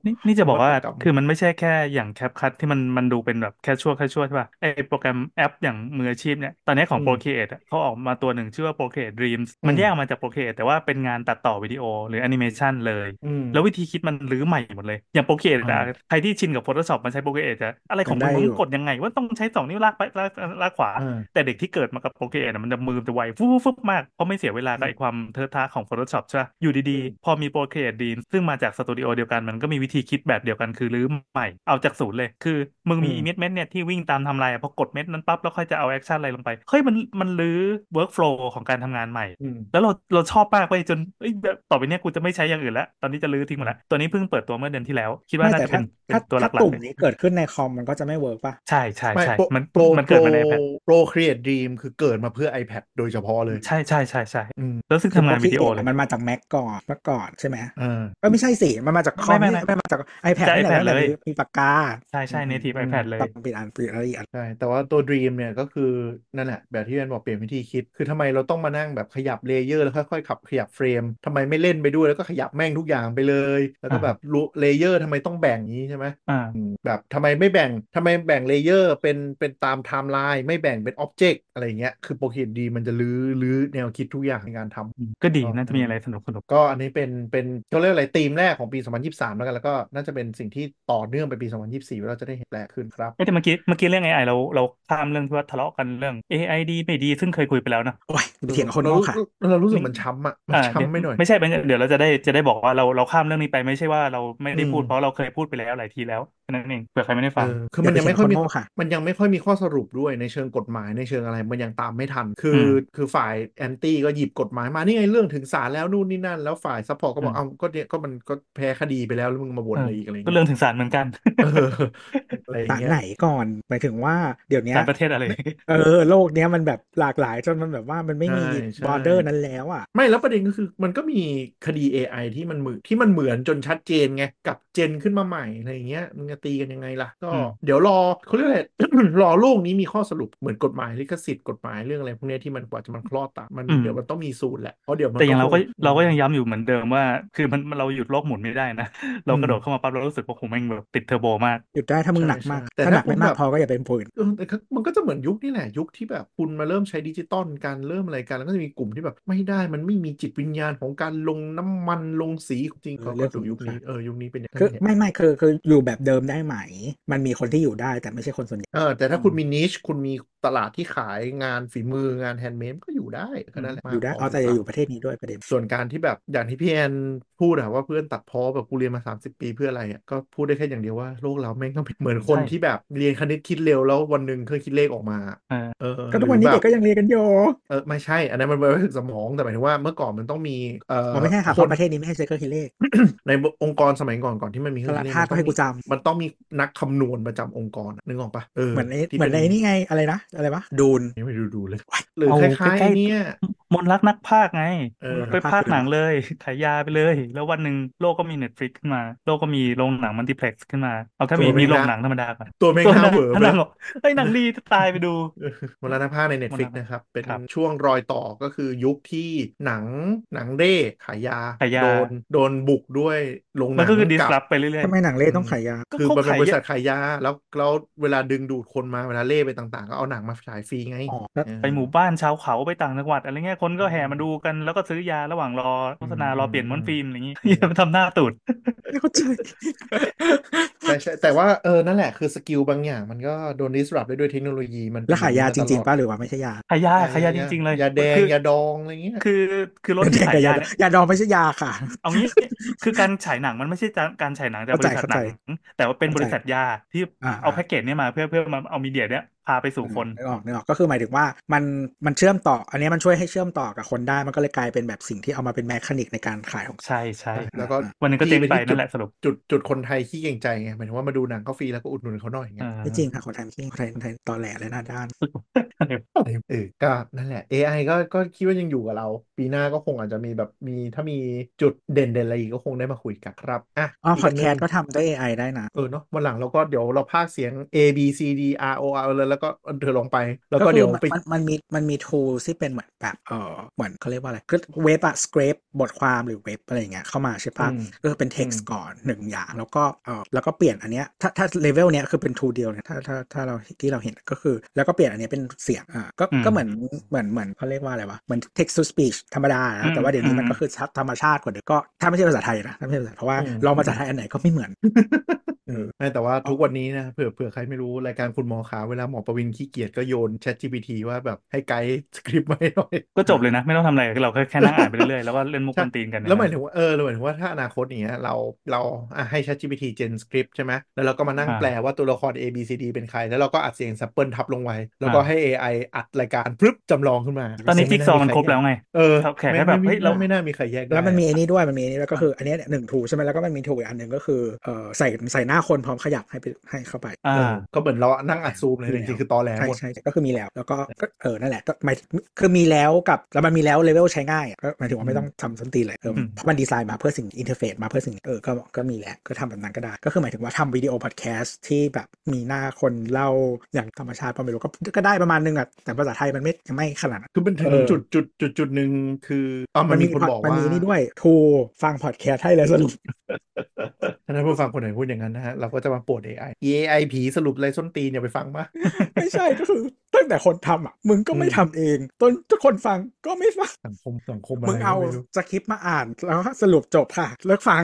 นี่นี่จะบอกว่า
วัตกรรม
คือมันไม่ใช่แค่อย่างแคปคัทที่มันมันดูเป็นแบบแค่ชั่วแค่ชั่วใช่ป่ะไอโปรแกรมแอปอย่างมืออาชีพเนี่ย ตอนนี้ของ
อืม
Procreate อะเขาออกมาตัวหนึ่งชื่อว่า Procreate Dreams
อืม
มันแยกมาจาก Procreate แต่ว่าเป็นงานตัดต่อวิดีโอหรือแอนิเมชันเลย
อืม
แล้ววิธีคิดมันรื้อใหม่หมดเลย อย่าง Procreate อะ
อืม
ใครที่ชินกับ Photoshop มันใช้ Procreate จะอะไรของ
ยั
มึ
ง
ง
ได้
มึ
อง ยู่
กดยังไง ว่าต้องใช้สองนิ้วลากไปลากลากขวา
อ่า
แต่เด็กที่เกิดมากับ Procreate อะมันจะมือมันจะไวฟุ๊บฟุ๊บฟุ๊บมากเพราะไม่เสียเวลากับไอความเทอะทะของ Photoshop ใช่ปะอยู่ดีๆ พอมี Procreate Dream ซึ่งมาจากสตูดิโอเดียวกันมันก็มีวิธีคิดแบบเดียวกันคือรื้อใหม่เอาจากศูนย์เลย คือมึงมี
อืม
อิเมจเมนเนี่ยที่วิ่งตามไทำลายพอกดเม็ดนั้นปั๊บแล้วค่อยจะเอาแอคชั่นอะไรลงไปเฮ้ยมันมันรื้อ workflow ของการทำงานใหม่
อืม
แล้วเราเราชอบมากไปจนเอ้ยแบบต่อไปเนี้ยกูจะไม่ใช้อย่างอื่นแล้ว ตอนนี้จะลื้อทิ้งหมดแล้ว ตัวนี้เพิ่งเปิดตัวเมื่อเดือนที่แล้ว คิดว่า
ไม่
น่า
แต่
จะเป็
ถ้าน
เป็
ถ้าน
ตัวห
ถ้า
ลัก
ตุ่
ๆ
ม
เลย
นี้เกิดขึ้นในคอมมันก็จะไม่เวิร์กป่ะ
ใช่ใช่
ไม่
ใช่
โปร
มัน
โปร
มันเกิดมาใน
โปร
iPad
โปรครีเอทดีมคือเกิดมาเพื่อ iPad โดยเฉพาะเลย
ใช่ใช่ใช่ใช่
อืม
แล้วซึ่ง
คือ
ทำงานวิดีโอ
Procreate
เลย
อะมันมาจาก Mac ก่อนเมื่อก่อนใช่ไหม
อ่า
ก็ไม่ใช่สิมันมาจากคอม
ไม่
นี่
ไม่ไม่
ไม่มาจาก iPad
จาก
นี่แหละตั้
iPad
งแต่
เลย
มีมีปากกา
ใช่ใช่
อืม
native
อืม
iPad เลย
ต้องปิดอันปิดอะไรอีกอัน
ใช่ แต่ว่าตัว Dream เนี่ยก็คือนั่นแหละ แบบที่เบนบอกเปลี่ยนวิธีคิด คือทำไมเราต้องมานั่งแบบขยับเลเยอร์แล้วค่อยๆขับขยับเฟรมทำไมไม่เล่นไปด้วยแล้วก็ขยับแม่งทุกอย่างไปเลย แล้วก็
อ่า
แบบเลเยอร์ทำไมต้องแบ่งอย่างนี้ใช่ไหม
อ่า
อืมแบบทำไมไม่แบ่งทำไมแบ่งเลเยอร์เป็นเป็นตามไทม์ไลน์ไม่แบ่งเป็นอ็อบเจกต์อะไรอย่างเงี้ยคือโปรเกรดีมันจะลื้อลื้อแนวคิดทุกอย่างในการทำ
ก็ดี
ก็
น่าจะมีอะไรสนุกสนุก
ก็อันนี้เป็นเป็นเขาเรียกอะไรธีมแรกของปี 2023 แล้วกันแล้วก็น่าจะเป็นสิ่งที่ต่อเนื่องไปปี 2024ว่าเราจะได้เห็นแปลกขึ้นครับ
เอ้ยแต่เมื่อกี้เมื่อกี้เรื่อง AI เราเราข้ามเรื่องที่ว่าทะเลาะกันเรื่อง AI ดีไม่ดีซึ่งเคยคุยไปแล้วนะ
โอ้ยไปเถียงกับคนนอกค่ะ
เราเรารู้สึกมันช้ำอ่ะ มัน
อ่าเดี๋ยว
ช้ำไม่หน่อย
ไม่ใช่ไม่ใช่เดี๋ยวเราจะได้จะได้บอกว่าเราเราข้ามเรื่องนี้ไปไม่ใช่ว่าเราไม่ได้
อืม
พูดเพราะเราเคยพูดไปแล้วหลายทีแล้วแค่นั้นเองเผื่อใครไม่ได้
เอ
ฟัง
อคือมันยังไม่ค่อยมี
อย่าไปเถียงกับคนโง่ค่ะ
มันยังไม่ค่อยมีข้อสรุปด้วยในเชิงกฎหมายในเชิงอะไรมันยังตามไม่ทัน คือ
อืม
คือฝ่ายแอนตี้ก็หยิบกฎหมายมานี่ไงเรื่องถึงศาลแล้วนู่นนี่นั่น แล้วฝ่ายซัพพอร์ตก็บอก
อืม
เอ้าก็เนี่ยก็มันก็แพ้คดีไปแล้วแล้วมึงมาบ่น
เอ
อะ
อ
ไรอีกอะไรอย่าง
ก็
เงี้ย
เรื่องถึงศาลเหมือนกัน
เอออะไรอย่า
ศาง ล
เงี้ย
ไหนก่อนหมายถึงว่าเดี๋ยวเนี้ย
ศาลประเทศอะไร
เออโลกเนี้ยมันแบบหลากหลายจนมันแบบว่ามันไม่
ใช่
มี
ใช่
บอร์เดอร์นั้นแล้วอ่ะ
ไม่แล้วประเด็นก็คือมันก็มีคดี AI ที่มันเหมือนที่มันเหมือนจนชัดเจนไงกับเจนขึ้นมาใหม่อะไรอย่างเงี้ยมึงจะตีกันยังไงล่ะ ก็
อืม
เดี๋ยวรอเขาเรียกอะไร รอโลกนี้มีข้อสรุปเหมือนกฎหมายลิขสิทธิ์กฎหมายเรื่องอะไรพวกเนี้ยที่มันกว่าจะมันคลอดตามมัน
อืม
เดี๋ยวมันต้องมีสูตรแหละเพราะเดี๋ยวมัน
แต่อ
ก็
ย่า
ค
งเรา
ง
ก็
อื
เรา
ม
ก็ยังย้ำอยู่เหมือนเดิมว่า คือมันมันเราหยุดโลกหมุนไม่ได้นะ เรา
อืม
กระโดดเข้ามาปั๊บเรารู้สึกว่าผมแม่งแบบติดเทอร์โบมาก
หยุดได้ถ้ามึง
ใช่
หนักมาก
ใช่แต่
ถ้าห
ถ้า
นักไม่มาก
คุณแบบ
พอก็อย่าเป็นผืน
เออแต่ก็มันก็จะเหมือนยุคนี่แหละ ยุคที่แบบคุณมาเริ่มใช้ดิจิตอลกันเริ่มอะไรกัน แล้วก็จะมีกลุ่มที่แบบไม่ได้มันไม่มีจิตวิญญาณของการลงน้ำมันลงสีจริง
เอ
ก็
อเรื่
ก็
องข
ดู
อง
ยุ
มึง
คนี้
ค่ะ
เออยุคนี้เป็นอย่างนั้
คื
น
อ
เนี่ย
ไม่ไม่คือคืออยู่แบบเดิมได้ไหม มันมีคนที่อยู่ได้แต่ไม่ใช่คนส่วนใหญ่
เออแต่ถ้าคุณมีนิชคุณมีตลาดที่ขายงานฝีมืองานแฮนด์เมดก็อยู่ได้ก็นั่นแหละ
อ
มา
ยู่ได้
พอ
เอาแต่
ค
จะ
รั
อบ ยู่ประเทศนี้ด้วยประเด็น
ส่วนการที่แบบอย่างที่พี่แอนพูดอะว่าเพื่อนตัดพ้อแบบกูเรียนมา 30 ปีเพื่ออะไรอะก็พูดได้แค่อย่างเดียวว่าโลกเราแม่งก็เป็นเหมือนคน
ใช่
ที่แบบเรียนคณิตคิดเร็วแล้ววันหนึ่งเครื่องคิดเลขออกมา
เออ
เออ
ก็
ห
ทุ
รื
ก
อ
วันนี้
แบ
เด็
บ
กก็ยังเรียนกันอยู่
เออไม่ใช่อันนั้นมันไว้ถึงสมองแต่หมายถึงว่าเมื่อก่อนมันต้องมีเอ่
อ๋อ
อ
ไม่ใช่ค่ะ
ค
เพราะ
น
ประเทศนี้ไม่ให้ใช้เครื่องคิดเลข
ในองค์กรสมัยก่อนก่อนที่มันมีเครื่องคิดเลข
ตลาดห้า
มันต้อง
ก็ให้
มี
กูจ
มันต้องมีนักคำนวณประจำองค์กรอะนึกออกปะเออ
เหมือนใน
ที่
เหมือ
เป็น น
ในนี่ไงอะไรนะอะไรวะดูน
นี่ไม่ดูดูเลย หรือ
เอา
ค
ใก
ล้ายๆไอ้
ล้
เนี่ย
ๆมนต์รักนักพากย์ไง
เอ
ม
อ
รณ
ไป
ภาพ
พาก
คื
ย์
อ
ห
อะ
นั
ไรง
เลย ขายยาไปเลย แล้ววันหนึ่งโลกก็มี Netflix ขึ้นมา โลกก็มีโรงหนังมัลติเพล็กซ์ขึ้นมา เอาแค่
ถู
มี
กไหม
มีโรง
นะ
หนังธรรมดา ดาก่อน
ตัวแม่ง
ตั
ห้าน
วาว
เหวอร์
ง
ไป
นางบอกเฮ้ยหนางดีจะตายไปดู
มรณภาพใน Netflix
มรณภาพ
นะครับ เป็น
ครับ
ช่วงรอยต่อก็คือยุคที่หนังหนังเร่ขายยา
ขายยา
โดนโดนบุกด้วยโรงห
มัน
นัง
ก็คือดิส
กับ
ลอฟไปเรื่อย
ทำไมหนังเล่ต้องขายยา
ก็
คือ
เขา
มันเป็น
ขาย
บริ
ยา
ษัทขายยาแล้วแล้วเวลาดึงดูดคนมาเวลาเล่ไปต่างๆ ก็เอาหนังมาฉายฟรีไง
อ๋อ
เออ
ๆ ไปหมู่บ้านชาวเขาไปต่างจังหวัดอะไรเงี้ยคนก็แห่มาดูกันแล้วก็ซื้อยาระหว่างรอโฆษณารอเปลี่ยนม้วนฟิล์มอะไรอย่างงี้
อืม
อย่ามาทำหน้าตูด
ไม่เข้าใจ
ใช่ใช่แต่ว่าเออนั่นแหละคือสกิลบางอย่างมันก็โดน disrupt ได้ด้วยเทคโนโลยีมัน
แล้วขายยาจ
เป็นอ
ริง
นี้มต
ๆ
ลอด
ป่ะหรือว่าไม่ใช่ยา
ขายยา
ใช่
ขายยาจริง ๆ เลย
ยาแดง
คือย
าดองอะไรเงี้ย
คือคือรถที่ขายยาเนี่ย
ยาดองไม่ใช่ยาค่ะ
เอางี้ คือการฉายหนังมันไม่ใช่การฉายหนังจากบ
เข้าใจ
ริษัทหนัง แต่ว่าเป็นบริษัทยาที่
อ่า
เอาแพ็กเกจเนี้ยมาเพื่อเพื่อมาเอามีเดียเนี้ยพาไปสู่คน
นึกออกนึกออกก็คือหมายถึงว่ามันมันเชื่อมต่อ อันนี้มันช่วยให้เชื่อมต่อกับคนได้มันก็เลยกลายเป็นแบบสิ่งที่เอามาเป็นแมคานิกในการขายของ
ใช่ใช่
แล้วก็
วันหนึงก็เจ๊งไป
ที่
นั่นแหละสรุป
จุดจุดคนไทยขี้เกรงใจไงหมายถึงว่ามาดูหนังก็ฟรีแล้วก็อุดหนุนเขาหน่อยไง
อ่า
ไม่จริงค่ะคนไทยไม่จริงคนไทยคนไทยตอแหลและหน้าด้าน
อะไรเออก็นั่นแหละ AI ก็ก็คิดว่ายังอยู่กับเรา ปีหน้าก็คงอาจจะมีแบบมีถ้ามีจุดเด่นๆอะไรอีกก็คงได้มาคุยกันครับอ่ะ
อ๋อพอด
นห
แคส
นึ่ง
ต์ก็ทำด้วย AI ได้นะ
เออเนาะวันหลังเราก็เดี๋ยวเราพากย์เสียง A B C D R O R เลยแล้วก็เธอลงไป แล้วก็
ก็คื
เดี๋ยว
มัน
ไป
มันมันมีมันมี tool ที่เป็นเหมือนแบบเออเหมือนเขาเรียกว่าอะไรก็เว็บอะสคร p บทความหรือเว็บอะไรอย่างเงี้ยเข้ามาใช่ปะ
อืม
ก็คือเป็น text
อืม
ก่อนหนึ่งอย่าง แล้วก็เออแล้วก็เปลี่ยนอันเนี้ยถ้าถ้าเลเวลเนี้ยคือเป็น tool เดียวเนี่ยถ้าถ้าถ้าเราที่เราเห็นก็คือ แล้วก็เปลี่ยนอันเนี้ยเป็นเสียงอ่าก็ก็เหมือนเหมือนเหมือนเขาเรียกว่าอะไรวะเหมือน text to speech ธรรมดานะแต่ว่าเดี๋ยวนี้มันก็คือธรรมชาติกว่าเดิมก็ถ้าไม่ใช่ภาษาไทยนะถ้าไม่ใช่ภาษาเพราะว่า
อืม
ลองภาษาไทยอันไหนก็ไม่เหมือน
เออไม่แต่ว่าทุกวันนี้นะเผื่อเผื่อใครไม่รู้รายการคุณหมอขาเวลาหมอประวินขี้เกียจก็โยน ChatGPT ว่าแบบให้ไกด์ สคริปต์มาให้หน่อย
ก็จบเลยนะ ไม่ต้องทำอะไรเราแค่แค่นั่งอ่านไปเรื่อยๆแล้วก็เล่นมุก
ใช่
กวนตีนกัน
แล้วหมาย
นะ
ถึงว่าเออแล้วหมายถึงว่าถ้าอนาคตอย่างเงี้ยเราเราอ่ะให้ ChatGPT เจนสคริปต์ใช่ไหมแล้วเราก็มานั่ง
อ่า
แปลว่าตัวละคร A B C D เป็นใคร แล้วเราก็อัดเสียงแซมเปิลทับลงไว้ แล้วก็
อ่า
ให้ AI อัดรายการปึ๊บจำลองขึ้นมา
ตอนนี้
ซึ่ง
จิ๊
ไม่
ก
น่า
ซอ
มีใค
มัน
ร
ครบแล้วไง
เออ
แขก
ไม่
ก็แบบ
ไม่
เฮ้ยเรา
ไม่น่ามีใครแยกได้
แล้วมันมีไอ้นี่ด้วยมันมีไอ้นี่ด้วยก็คืออันเนี้ยหนึ่งทูใช่ไหมแล้วก็มันมีทูอีกอันหนึ่งก็คือเอ่อใส่ใส่หน้าคนพร้อมขยับให้ไปให้เข้าไป
อ่า
เออก็เหมือนเรานั่งอัดซูมเลย
มีแล้ว
จริงๆคือตอแหล
ใช่
หมด
ใช่ใช่ก็คือมีแล้วแล้วก็ก็เออนั่นแหละก็หมายคือมีแล้วกับแล้วมันมีแล้วเลเวลใช้ง่ายอะก็หมายถึงว่าไม่ต้องทำส้นตีนเลยเออ
อืม
เพราะมันดีไซน์มาเพื่อสิ่งอินเทอร์เฟซมาเพื่อสิ่งนี้เออก็ก็มีแล้วก็ทำแบบนั้นก็ได้ ก็คือหมายถึงว่าทำวิดีโอพอดแคสต์ที่แบบมีหน้าคนเล่าอย่างธรรมชาติพอไม่รู้ก็ก็ได้ประมาณนึงอ่ะแต่ภาษาไทยมันไม่ยังไม่ขนาดนั้น
คือมันถึง
เออ
จุดจุดจุดจุดหนึ่งคืออ๋อมันมีคนบอก
มัน
ว่าม
มีนี่ด้วยทูฟังพอดแคสต์ให้เลยสรุป
ถ้าท่านผู้ฟังคนไหนพูดอย่างนั้นนะฮะ เราก็จะมาปวด AI AI ผีสรุปไรส้นตีนอย่าไปฟังมาก
ไม่ใช่ก็คือตั้งแต่คนทำอ่ะ มึงก็ไม่
อืม
ทำเองต้นทุกคนฟังก็ไม่ฟัง
สังคมสังคมอะไร
มึงเอา
ก็ไม่รู้
สคริปต์มาอ่านแล้วสรุปจบค่ะ เลิกฟัง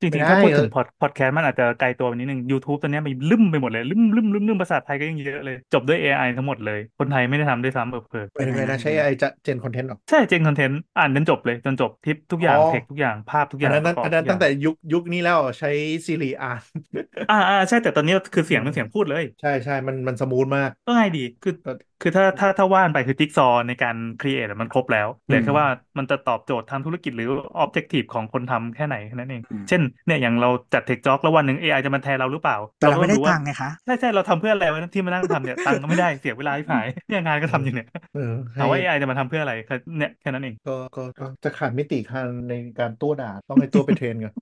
จริงๆถ้าพูดถึงพอดพอดแคสต์มันอาจจะไกลตัวไปนิดนึง YouTube ตอนเนี้ยมันลืมไปหมดเลยลืมลืมลืมลืมภาษาไทยก็ยังเยอะเลย จบด้วย AI ทั้งหมดเลย คนไทยไม่ได้ทำด้วยซ้ำเออเพิ่
หมายถึงไงนะใช้ AI จะเจนคอนเทนต์หรอ
ใช่เจงคอนเทนต์อ่านจนจบเลยจนจบทิปทุกอย่าง
อ๋อ
เทคทุกอย่างภาพทุกอ
อั
ย่าน ง
นั้น
ประกบ
อันนั้น
ทุกย่า
ตั้งแต่ยุคยุคนี้แล้วใช้ Siri อ่าน
อ่าอ่าใช่แต่ตอนนี้คือเสียง
อืม
เป็นเสียงพูดเลย
ใช่ใช่มันมันสมูทมาก
ก็ง่ายดีคือ
ก็
คือถ้าถ้าถ้าว่านไปคือจิ๊กซอว์ในการครีเอทมันครบแล้วเหลือ
อืม
แค่ว่ามันจะตอบโจทย์ทางธุรกิจหรือออบเจกตีฟของคนทำแค่ไหนแค่นั้นเอง
อืม
เช่นเนี่ยอย่างเราจัดเทคจ็อกแล้ววันหนึ่ง AI จะมาแทนเราหรือเปล่า
แต่เรา
ก็
ไม่ได้
รู้ว่า
ตังค์ไงคะ
ใช่ใช่เราทำเพื่ออะไรวะที่มานั่งทำเนี่ย ตังค์ก็ไม่ได้เสียเวลาที่หายเนี่ยงานก็ทำอยู่เนี่ย
เออให้
ถามว่า AI จะมาทำเพื่ออะไรก็เนี่ยแค่นั้นเอง
ก็ก็ก็จะขาดมิติการในการตัวด่าต้องให้ตัวไปเทรนกัน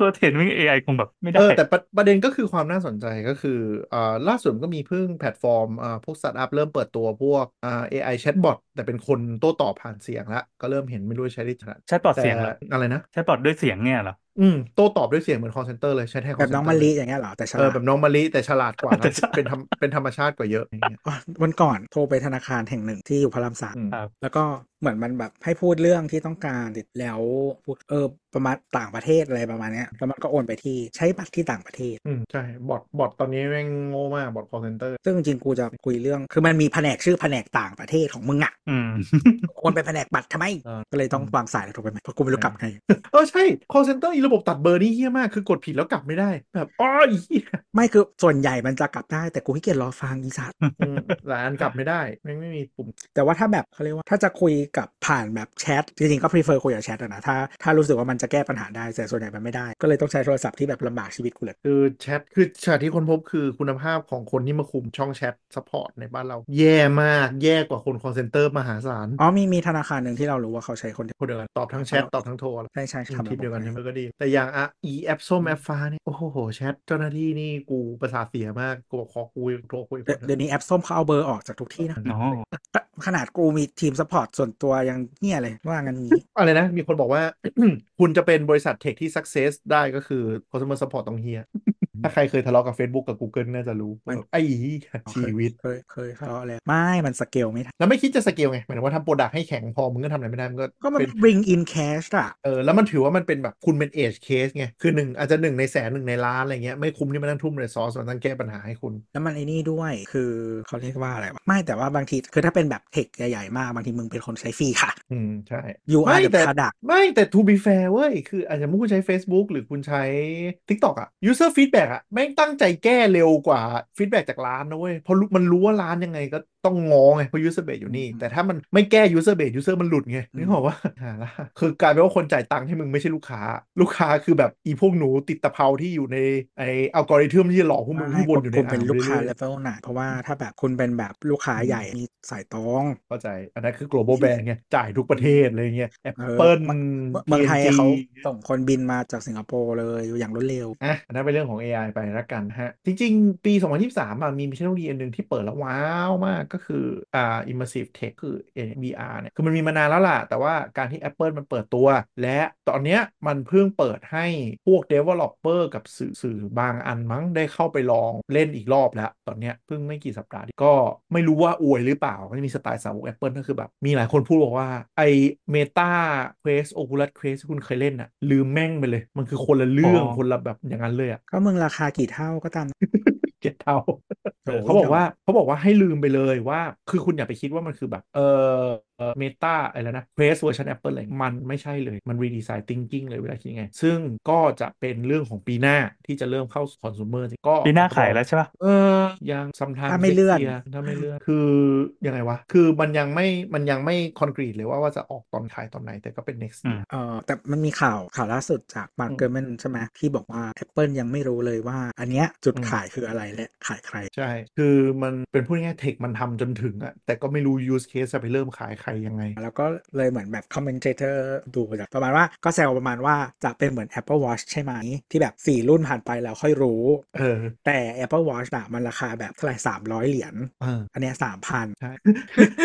ตัวเทรนวิ่ง AI คงแบบ ไม่ได้
เออแต่ประประเด็นก็คือความน่าสนใจก็คืออ่าล่าสุดก็มีเพิ่งแพลตฟอร์มอ่าพวกสตาร์ทอัพเริ่มเปิดตัวพวกอ่า AI chatbot แต่เป็นคนโต้ตอบผ่านเสียงละก็เริ่มเห็นไม่รู้ใช้ได้ถนัด
Chatbot
แต่
เสียงเหรอ
อะไรนะ
ใช้บอทด้วยเสียงเนี่ยเหรอ
อืม โต้ตอบด้วยเสียงเหมือน call center เลยใช้แทน
แบบ
call center
น้องมะลิอย่างเงี้ยเหรอแต่ฉ
เออ
ลาด
แบบน้องมะลิแต่ฉลาดกว่า
แต่
แล้ว
ฉลาด
เป็นธรรมเป็นธรรมชาติกว่าเยอะอย่างเงี้ย
อ๋อวันก่อนโทรไปธนาคารแห่งหนึ่งที่อยู่พระรามสาม
อืม
ครับ
แล้วก็เหมือนมันแบบให้พูดเรื่องที่ต้องการติดแล้วพูดเออประมาณต่างประเทศอะไรประมาณเนี้ยแล้วมันก็โอนไปที่ใช้บัตรที่ต่างประเทศ
อืม ใช่ บอทบอทตอนนี้แม่งโง่มากบอท call center
ซึ่งจริงๆกูจะคุยเรื่อง คือมันมีแผนกชื่อแผนกต่างประเทศของมึงอะ
อื ม
ควรไปแผนกบัตรทำไม
เออ
ก็เลยต้องวางสายแล้วโทรไปใหม่เพราะกูไม่รู้กลับไง
เออใช่ call center อีระบบตัดเบอร์นี่เฮี้ยมากคือกดผิดแล้วกลับไม่ได้ แบบ อ้อยเหี้ย
ไม่คือส่วนใหญ่มันจะกลับได้ แต่กูขี้เกียจรอฟังอีสัตว์
อืมหลายอันกลับไม่ได้แม่งไม่มีปุ่ม
แต่ว่าถ้าแบบเขาเรียกว่า ถ้าจะคุยกับผ่านแบบแชท จริงๆ ก็ prefer คุยกับแชทอะนะ ถ้าถ้ารู้สึกว่ามันจะแก้ปัญหาได้ แต่ส่วนใหญ่มันไม่ได้ ก็เลยต้องใช้โทรศัพท์ที่แบบลำบากชีวิตกูเลย
คือแชทคือแชทที่คนพบคือคุณภาพของคนที่มาคุมช่องแชทซัพพอร์ตในบ้านเรา แย่มากแย่กว่าคนคอ l เซนเตอร์มหาศาล
อ๋อมีมีธนาคารหนึ่งที่เรารู้ว่าเขาใช้คนเดียว
คนเดียวกันตอบทั้งแชทตอบทั้งโทร
ใช่ใช่
อืม
ทำ
ทีมเดียวกันใช่ไหมก็ดี แต่อย่างอ่ะอีแอปส้มแอปฟ้าเนี่ยโอ้โหแชทเจ้าหน้าที่นี่กูประสาทเสียมากกูบอกขอคุยโทรคุย
เดี๋ยวเดี๋ยวนี้แอปส้มเขาเอาเบอร์ออกจากทุกที่นะ
เนาะ
ขนาดกูมีทีมสปอร์ตส่วนตัวยังเงี้ยเลยว่างันนี้
อะไรนะ มีคนบอกว่า คุณจะเป็นบริษัทเทคที่ success ได้ก็คือ customer support ต้องเฮีย ถ้าใครเคยทะเลาะกับ Facebook กับ Google น่าจะรู้
มัน
ไอ้เหี้ยชีวิต
เคยเคยทะเลาะแล้วไม่มันสเกลไม่ทัน
แล้วไม่คิดจะสเกลไงหมายถึงว่าทำโปรดักต์ให้แข็งพอมึงก็ทำอะไรไม่ได้มันก็
ก็มัน
เป็น
bring in cash อะ
เออแล้วมันถือว่ามันเป็นแบบคุณเป็นเอชเคสไง คือหนึ่งอาจจะหนึ่งในแสนหนึ่งในล้านอะไรเงี้ยไม่คุ้มที่มานั่งทุ่มเรซอสมานั่งแก้ปัญหาให้คุณ
แล้วมันไอ้นี่ด้วยคือเขาเรียกว่าอะไรวะไม่แต่ว่าบางทีคือถ้าเป็นแบบเทคใหญ่ๆมากบางทีมึงเป็นคนใช้ฟรีค่ะ
อืม ใช่
you
ไม่
are the
แต่
product
ไม่แต่ to be fair เว้ย คืออาจจะมุกคุณใช้ Facebook หรือคุณใช้ TikTok อะ user feedback อะแม่งตั้งใจแก้เร็วกว่า feedback จากร้านนะเว้ยเพราะรู้มันรู้ว่าร้านยังไงก็ต้องงอไง เพราะ user base อยู่นี่
อืม
แต่ถ้ามันไม่แก้ user base user มันหลุดไง
อืม
นึกออกว่าหาละคือกลายเป็นว่าคนจ่ายตังค์ให้มึงไม่ใช่ลูกค้า ลูกค้าคือแบบอีพวกหนูติดตะเภาที่อยู่ในไออัลกอริทึมที่หลอกพวกมึงให้วนอยู่ใน
คุณเป็น
อ่าว
ลูกค้า
รื่อย
level ไหนเพราะว่าถ้าแบบคุณเป็นแบบลูกค้าใหญ่มีสายตรง
ๆเข้าใจ อันนั้นคือ global brand ไงจ่ายทุกประเทศอะไรเงี้ย Apple
เออเมืองไทย
TNG
เขาส่งคนบินมาจากสิงคโปร์เลยอย่างรวดเร็ว
อ่ะอันนั้นเป็นเรื่องของ AI ไปละกันฮะ จริง ๆ ปี 2023อ่ะมีเทคโนโลยีอันหนึ่งที่เปิดแล้วว้าวมากก็คืออ่า immersive tech คือ VR เนี่ย คือมันมีมานานแล้วล่ะ แต่ว่าการที่ Apple มันเปิดตัว และตอนเนี้ยมันเพิ่งเปิดให้พวก developer กับสื่อสื่อบางอันมั้งได้เข้าไปลองเล่นอีกรอบแล้ว ตอนเนี้ยเพิ่งไม่กี่สัปดาห์ที่ก็ไม่รู้ว่าอวยหรือเปล่าก็จะมีสไตล์สาวก Apple ก็คือแบบ มีหลายคนพูดบอกว่าไอ Meta Quest Oculus Quest ที่คุณเคยเล่นอะลืมแม่งไปเลย มันคือคนละเรื่อง
อ๋อ
คนละแบบอย่างนั้นเลยอะ
ก็มึงราคากี่เท่าก็ตาม
เจ็ดเท่า
โอ้โห
เขาบ
เดี๋ย
อก
ว
ว่าเขาบอกว่าให้ลืมไปเลยว่า คือคุณอย่าไปคิดว่ามันคือแบบ เออเมตาอะไรแล้วนะเพรสเวอร์ชัน Apple เลย มันไม่ใช่เลย มันรีดีไซน์ thinking เลยเวลาคิดไง ซึ่งก็จะเป็นเรื่องของปีหน้าที่จะเริ่มเข้าคอน sumer ก็
ปีหน้าขายแล้วใช่ป่ะ
เออยังซัมทาง
ถ้าไม่เลื่อน
ถ้าไม่เลื่อน คือ ยังไงวะ คือมันยังไม่มันยังไม่คอนกรีตเลยว่าว่าจะออกตอนขายตอนไหนแต่ก็เป็น next
อืม
year
เออแต่มันมีข่าวข่าวล่าสุดจากมาร์
อืม
เกอร์แมนใช่ไหมที่บอกว่า Apple ยังไม่รู้เลยว่า อันเนี้ยจุด
อืม
ขายคืออะไรและขายใคร
ใช่ คือมันเป็นพูดง่ายเทคมันทำจนถึงอะแต่ก็ไม่รู้ use case จะไปเริ่มขายใครยังไง
แล้วก็เลยเหมือนแบบคอมเมนเ a เตอร์ดูแบบประมาณว่าก็แซวประมาณว่าจะเป็นเหมือน Apple Watch ใช่ไหม ที่แบบ 4 รุ่นผ่านไปแล้วค่อยรู้
เออ
แต่ Apple Watch อะมันราคาแบบเท่าไหร่สามร้อยเหรียญ
เออ
อันเนี้ยสามพัน
ใช่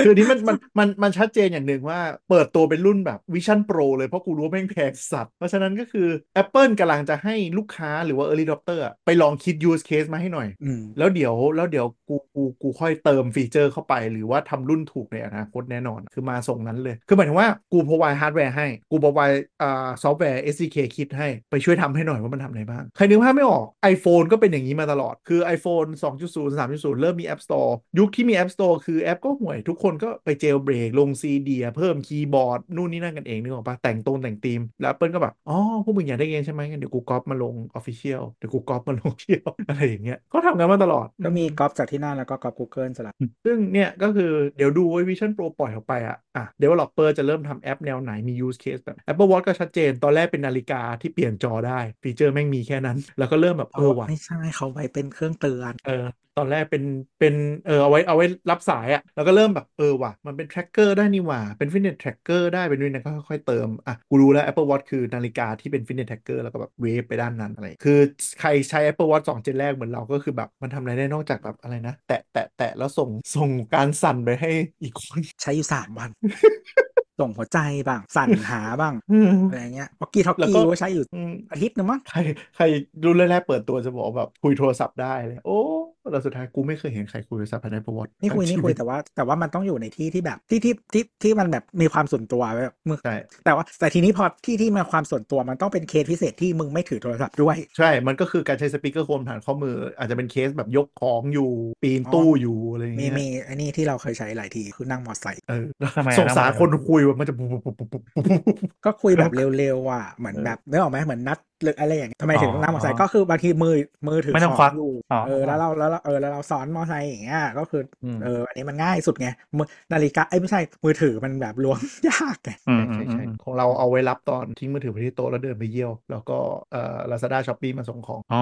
คืออนนี้มันมันมันมันชัดเจนอย่างหนึ่งว่าเปิดตัวเป็นรุ่นแบบวิชั่นโปรเลยเพราะกูรู้ว่าแม่งแพงสัตว์ เพราะฉะนั้นก็คือ Apple กำลังจะให้ลูกค้าหรือว่า Early Adopter อะไปลองคิด use case มาให้หน่อย
อืม
แล้วเดี๋ยวแล้วเดี๋ยวกูกูกูค่อยเติมฟีเจอร์เข้าไป หรือว่าทำรุ่นถูกในอนาคตแน่นอน คือมาส่งนั้นเลย คือหมายถึงว่ากู provide hardware ให้ กู provide อ่าซอฟต์แวร์ SDK คิดให้ไปช่วยทำให้หน่อยว่ามันทำอะไรบ้าง ใครนึกภาพไม่ออก iPhone ก็เป็นอย่างนี้มาตลอด คือ iPhone 2.0 3.0 เริ่มมี App Store ยุคที่มี App Store คือแอปก็ห่วยทุกคนก็ไปเจลเบรกลงซีเดียเพิ่มคีย์บอร์ดนู่นนี่นั่นกันเองนึกออกปะแต่งตรงแต่งธีมแล้ว Apple ก็แบบอ๋อพวกมึงอยากได้เองใช่ไหมงั้นเดี๋ยวกูก๊อปมาลง Official เดี๋ยวกูก๊อปมาลงเชียว อะไรอย่างเงี้ยก็ทำกันมาตลอด
ก็มีก๊อปจากที่นั่นแล้วก็ก๊อป Google สลับ
ซึ่งเนี่ยก็คือเดี๋ยวดูไว้ Vision Pro ปล่อยออกไปอะอ่ะ Developer จะเริ่มทำแอปแนวไหนมี use case แบบ Apple Watch ก็ชัดเจน ตอนแรกเป็นนาฬิกาที่เปลี่ยนจอได้ ฟีเจอร์แม่งมีแค่นั้น แล้วก็เริ่มแบบเออว่ะ
ไม่ใช่เขาไว้เป็นเครื่องเตือน
เออตอนแรกเป็นเป็นเออเอาไว้เอาไว้รับสายอะแล้วก็เริ่มแบบเออว่ะ มันเป็น tracker ได้นี่หว่า เป็น fitness tracker ได้เป็นนู่นนะก็ค่อยๆเติมอ่ะกูรู้แล้ว Apple Watch คือนาฬิกาที่เป็น fitness tracker แล้วก็แบบเวฟไปด้านนั้นอะไรคือใครใช้ Apple Watch 2เจนแรกเหมือนเราก็คือแบบมันทำอะไรได้นอกจากแบบอะไรนะ แตะแตะแตะแล้วส่งส่งการสั่นไปให้อีกคน
ใช้อยู่สามวัน ส่งหัวใจบ้าง สั่นหาบ้าง
อืม
อะไรเงี้ยบอกกี้ท็อก
แล้ว
กี้
ก็
ก็ใช้อยู่
อืม
อาทิตย์หนึงมั้ง
ใครใครรุ่นแรกๆเปิดตัวจะบอกว่าแบบคุยโทรศัพท์ได้เลย โอ้แต่สุดท้ายกูไม่เคยเห็นใครคุยโทรศัพท์ภายในประวัติ
นี่คุย
ทั้ง
นี่
ชี
คุย
วิต
แต่ว่า แต่ว่ามันต้องอยู่ในที่ที่แบบที่ที่ที่ที่มันแบบมีความส่วนตัวแบบมึง
ใช่
แต่ว่าแต่ทีนี้พอที่ที่มันความส่วนตัวมันต้องเป็นเคสพิเศษที่มึงไม่ถือโทรศัพท์ด้วย
ใช่ มันก็คือการใช้สปีกเกอร์โฟมผ่านข้อมือ อาจจะเป็นเคสแบบยกของอยู่ ปีน
อ๋อ
ตู้อยู่อะไรอย่าง
มี
เงี้ย
มีอันนี้ที่เราเคยใช้หลายทีคือนั่งมอเตอร์ไซค์
เออ
ทำไมอะ
สงสาร
ทำไมอะ
คนคุยว่ามันจะปุ๊บปุ๊บปุ๊บปุ๊บปุ๊บปุ๊บปุ๊บ
ก็คุยแบบเร็วๆอ่ะเหมือน
เออ
แบบนึกออกไหมเหมือนนัดหรืออะไรอย่างเงี้ยทำไมถึงนั่งมอเตอร์ไซค์
อ๋อ
ก็คือบางทีมือมือถือ
ไม่ต้อง
ข
ควัก
อยู่
อ๋อ
เออแล้วเราแล้ว เราเออแล้วเราซ้อนมอไซค์อย่างเงี้ยก็คืออ
ม
เอออันนี้มันง่ายสุดไงมือนาฬิกาไอ้ยไม่ใช่มือถือมันแบบล้วง ยากไง
อืม
ใช่
อื
ใช่
ม
ของเราเอาไว้รับตอนทิ้งมือถือไว้ที่โต๊ะแล้วเดินไปเยี่ยว แล้วก็เอ่อ Lazada Shopee มาส่งของ
อ๋อ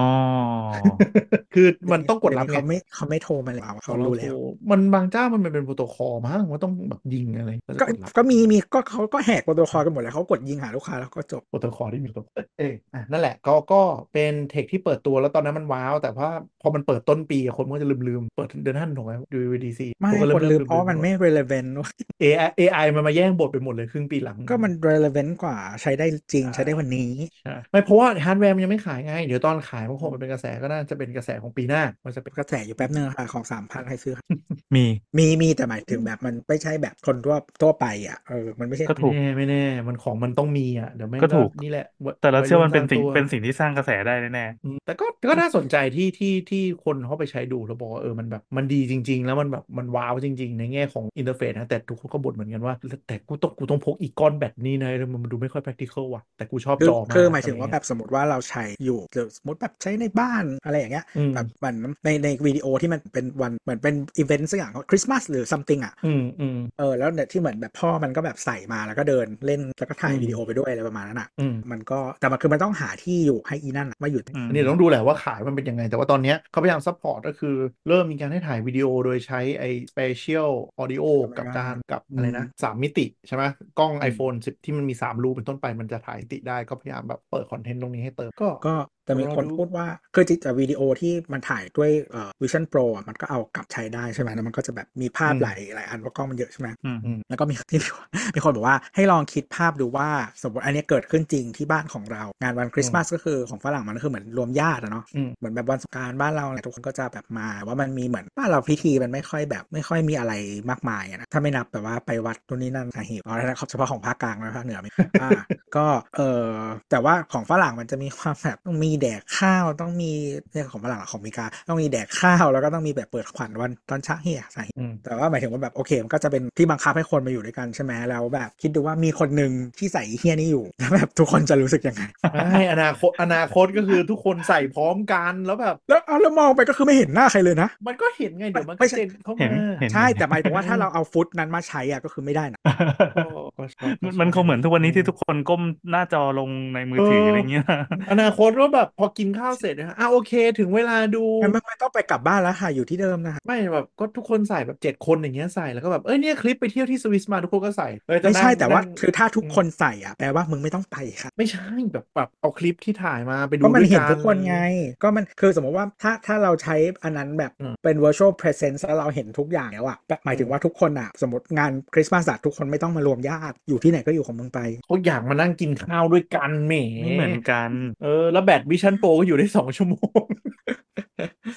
คือมันต้องกดรับ
เยว
ไง
นี้เขาไม่เขาไม่โทรมาเลยเอาเขารู้แล้ว
มันบางเจ้ามันเป็นโปรโตคอลมั้งว่าต้องแบบยิงอะไรก็
ก็
จะกดรับ
ก็มีมีก็เขาก็แหกโปรโตคอลกันหมดแล้วเขากดยิงหาลูกค้าแล้วก็จบ
โปรโตคอลที่มีตัวเอออ่ะนั่นแหละก็ก็เป็นเทคที่เปิดตัวแล้วตอนนั้นมันว้าว แต่ว่าพอมันเปิดต้นปีคนมันก็จะลืมๆ เปิดเดือนหน้าถูกไหมดูดีซี
ไม่
ก็
คนลื
เริ่เริ่
มเพราะว่ามันไม่ relevant เว้ย
AI AI มันมาแย่งบทไปหมดเลยครึ่งปีหลัง
ก็มัน relevant กว่าใช้ได้จริงใช้ได้วันนี้
ใช่ไม่เพราะว่าฮาร์ดแวร์มันยังไม่ขายไง เดี๋ยวตอนขายมันคงมันเป็นกระแสก็น่าจะเป็นกระแสของปีหน้า มันจะเป็น
กระแสอยู่แป๊บนึงค่ะของสามพันใครซื้อ
มี
มีมีแต่หมายถึงแบบมันไม่ใช่แบบคนทั่วทั่วไปอ่ะเออมันไม่ใช่
ก็ถูก
ไม่แน่ไม่แน่ มันของมันต้องมีอ่ะ เดี๋ยวไม่
ก็ถูก
นี่แหละวัย
แต่เราเชื่อ
วัย
มันเป็นสิ่ง
ร้างตัว
เป็นสิ่งที่สร้างกระแสได้แน่
อืมแต่ก็ก็น่าสนใจที่ที่ที่คนเขาไปใช้ดูแล้วบอกว่าเออมันแบบมันดีจริง ๆ แล้วมันแบบมันว้าวจริง ๆ ในแง่ของอินเทอร์เฟซนะแต่ทุกคนก็บ่นเหมือนกันว่า แต่กูต้องกูต้องพกอีกก้อนแบตนี้นะแล้วมันดูไม่ค่อย practical ว่ะแต่กูชอบ
คือ
จอมาก
คือหมายถึง
ะไร
ว่า
เ
แบบสมมติว่าเราใช้อยู่หรือสมมติแบบใช้ในบ้านอะไรอย่างเงี้ย
อืม
แบบมันในในวิดีโอที่มันเป็นวันเหมือนเป็นอีเวนต์สักอย่างของคริสต์มาสหรือ something อ่ะ
อืมอืม
เออแล้วเนี่ยที่เหมือนแบบพ่อมันก็แบบใส่มาแล้วก็เดินเล่นแล้วก็ถ่ายวิดีโอไปด้วยอะไรประมาณนั้นอ่ะ
อืม
มันก็แต่มันคือมันต้องหาที่อยู่ให้อีนั่นอะมาอยู่
ๆอืม
อันนี้เราต้องดูแหละว่าขายมันเป็นยังไง แต่ว่าตอนเนี้ยเขาพยายามซัพพอร์ตก็คือ เริ่มมีการให้ถ่ายวิดีโอโดยใช้ไอ้ spatial audio กับการกับอะไรนะสามมิติใช่ไหมกล้อง iPhone 10 ที่มันมี 3 รูเป็นต้นไปมันจะถ่ายมิติได้ก็พยายามแบบเปิดคอนเทนต์ตรงนี้ให้เติมก็
ก็แต่มีคน
รอดู
พูดว่าคือจริงแต่วิดีโอที่มันถ่ายด้วยเอ่อ Vision Pro อ่ะมันก็เอากลับใช้ได้ใช่ไหมแล้วมันก็จะแบบมีภาพหลายหลายอันเพราะกล้องมันเยอะใช่ไหม
อืม
แล้วก็มี ที่ มีคนบอกว่าให้ลองคิดภาพดูว่าสมมติอันเนี้ยเกิดขึ้นจริงที่บ้านของเรา งานวันคริสต์มาสก็คือของฝรั่งมันก็คือเหมือนรวมญาติอะเนาะ
อืม
เหมือนแบบวันสงกรารบ้านเราเนี่ยทุกคนก็จะแบบมา ว่ามันมีเหมือนบ้านเราพิธีมันไม่ค่อยแบบไม่ค่อยมีอะไรมากมายอะนะถ้าไม่นับแบบว่าไปวัดนู่นนี่นั่นสาเหตุเอาละนะครับเฉพาะของภาคกลางนะภาคเหนือ ไม่ อ่าก็เออแต่ว่าของฝรั่งมันจะมีความแบบต้องมีแดกข้าวต้องมีเรื่องของฝรั่งเหรอของอเมริกาต้องมีแดกข้าวแล้วก็ต้องมีแบบเปิดขวัญวันตอนเช้าเฮียสาเหตุ
อืม
แต่ว่าหมายถึงว่าแบบโอเคมันก็จะเป็นที่บังคับให้คนมาอยู่ด้วยกันใช่ไหมแล้วแบบคิดดูว่ามีคนหนึ่งที่ใส่เฮี้ยนี่อยู่ แล้วแบบทุกคนจะรู้สึกยังไง
ใช่อนาคตอนาคตก็คือทุกคนใส่พร้อมกันแล้วแบบ
แล้วเอาแล้วมองไปก็คือไม่เห็นหน้าใครเลยนะ
มันก็เห็นไงเดี๋ยวมัน
ไม่
ก็
ใช่
เจนเข้า
เห็น
มา
เห็น
ใช่แต่หมายถึงว่าถ้าเราเอาฟุตนั้นมาใช้อ่ะก็คือไม่ได้นะ
ก็ก็ใช่ก็ใช่
มันมันคงเหมือนทุกวันนี้ที่ทุกคนก้มหน้าจอลงในมือถือ
เอออ
อะไรเงี้ย
อนาคตว่าแบบพอกินข้าวเสร็จนะฮะอ่ะโอเค ถึงเวลาดู
งั้นมันไม่ต้องไปกลับบ้านแล้วค่ะอยู่ที่เดิมนะคะ
ไม่แบบก็ทุกคนใส่แบบเจ็ดคนอย่างเงี้ยใส่แล้วก็แบบเอ้ยเนี่ยคลิปไปเที่ยวที่สวิสมาทุกคนก็ใส่เลยจะ
ไม่ใช่
นั่ง
แต่ว่า
นั่ง
คือถ้าทุกคนใส่อ่ะแปลว่ามึงไม่ต้องไปค่ะ
ไม่ใช่แบบแบบเอาคลิปที่ถ่ายมาไปดู
ก็มัน
ด้วย
เห็น
กั
ทุกคน
อะร
ไง
เงี้ย
ก็มันคือสมมติว่าถ้าถ้าเราใช้อันนั้นแบบ
อืม
เป็น virtual presence แล้วเราเห็นทุกอย่างแล้วอ่ะแบบหมายถึงว่าทุกคนอ่ะ สมมติงานคริสต์มาสอะทุกคนไม่ต้องมารวมญาติอยู่ที่ไหนก็อยู่ของมึงไป
เขาอยากมานั่งกินข้าวด้วยกันแหม
ไม่เหมือนกัน
เออแล้วแบตวิชั่นโปรก็อยู่ได้สองชั่วโมง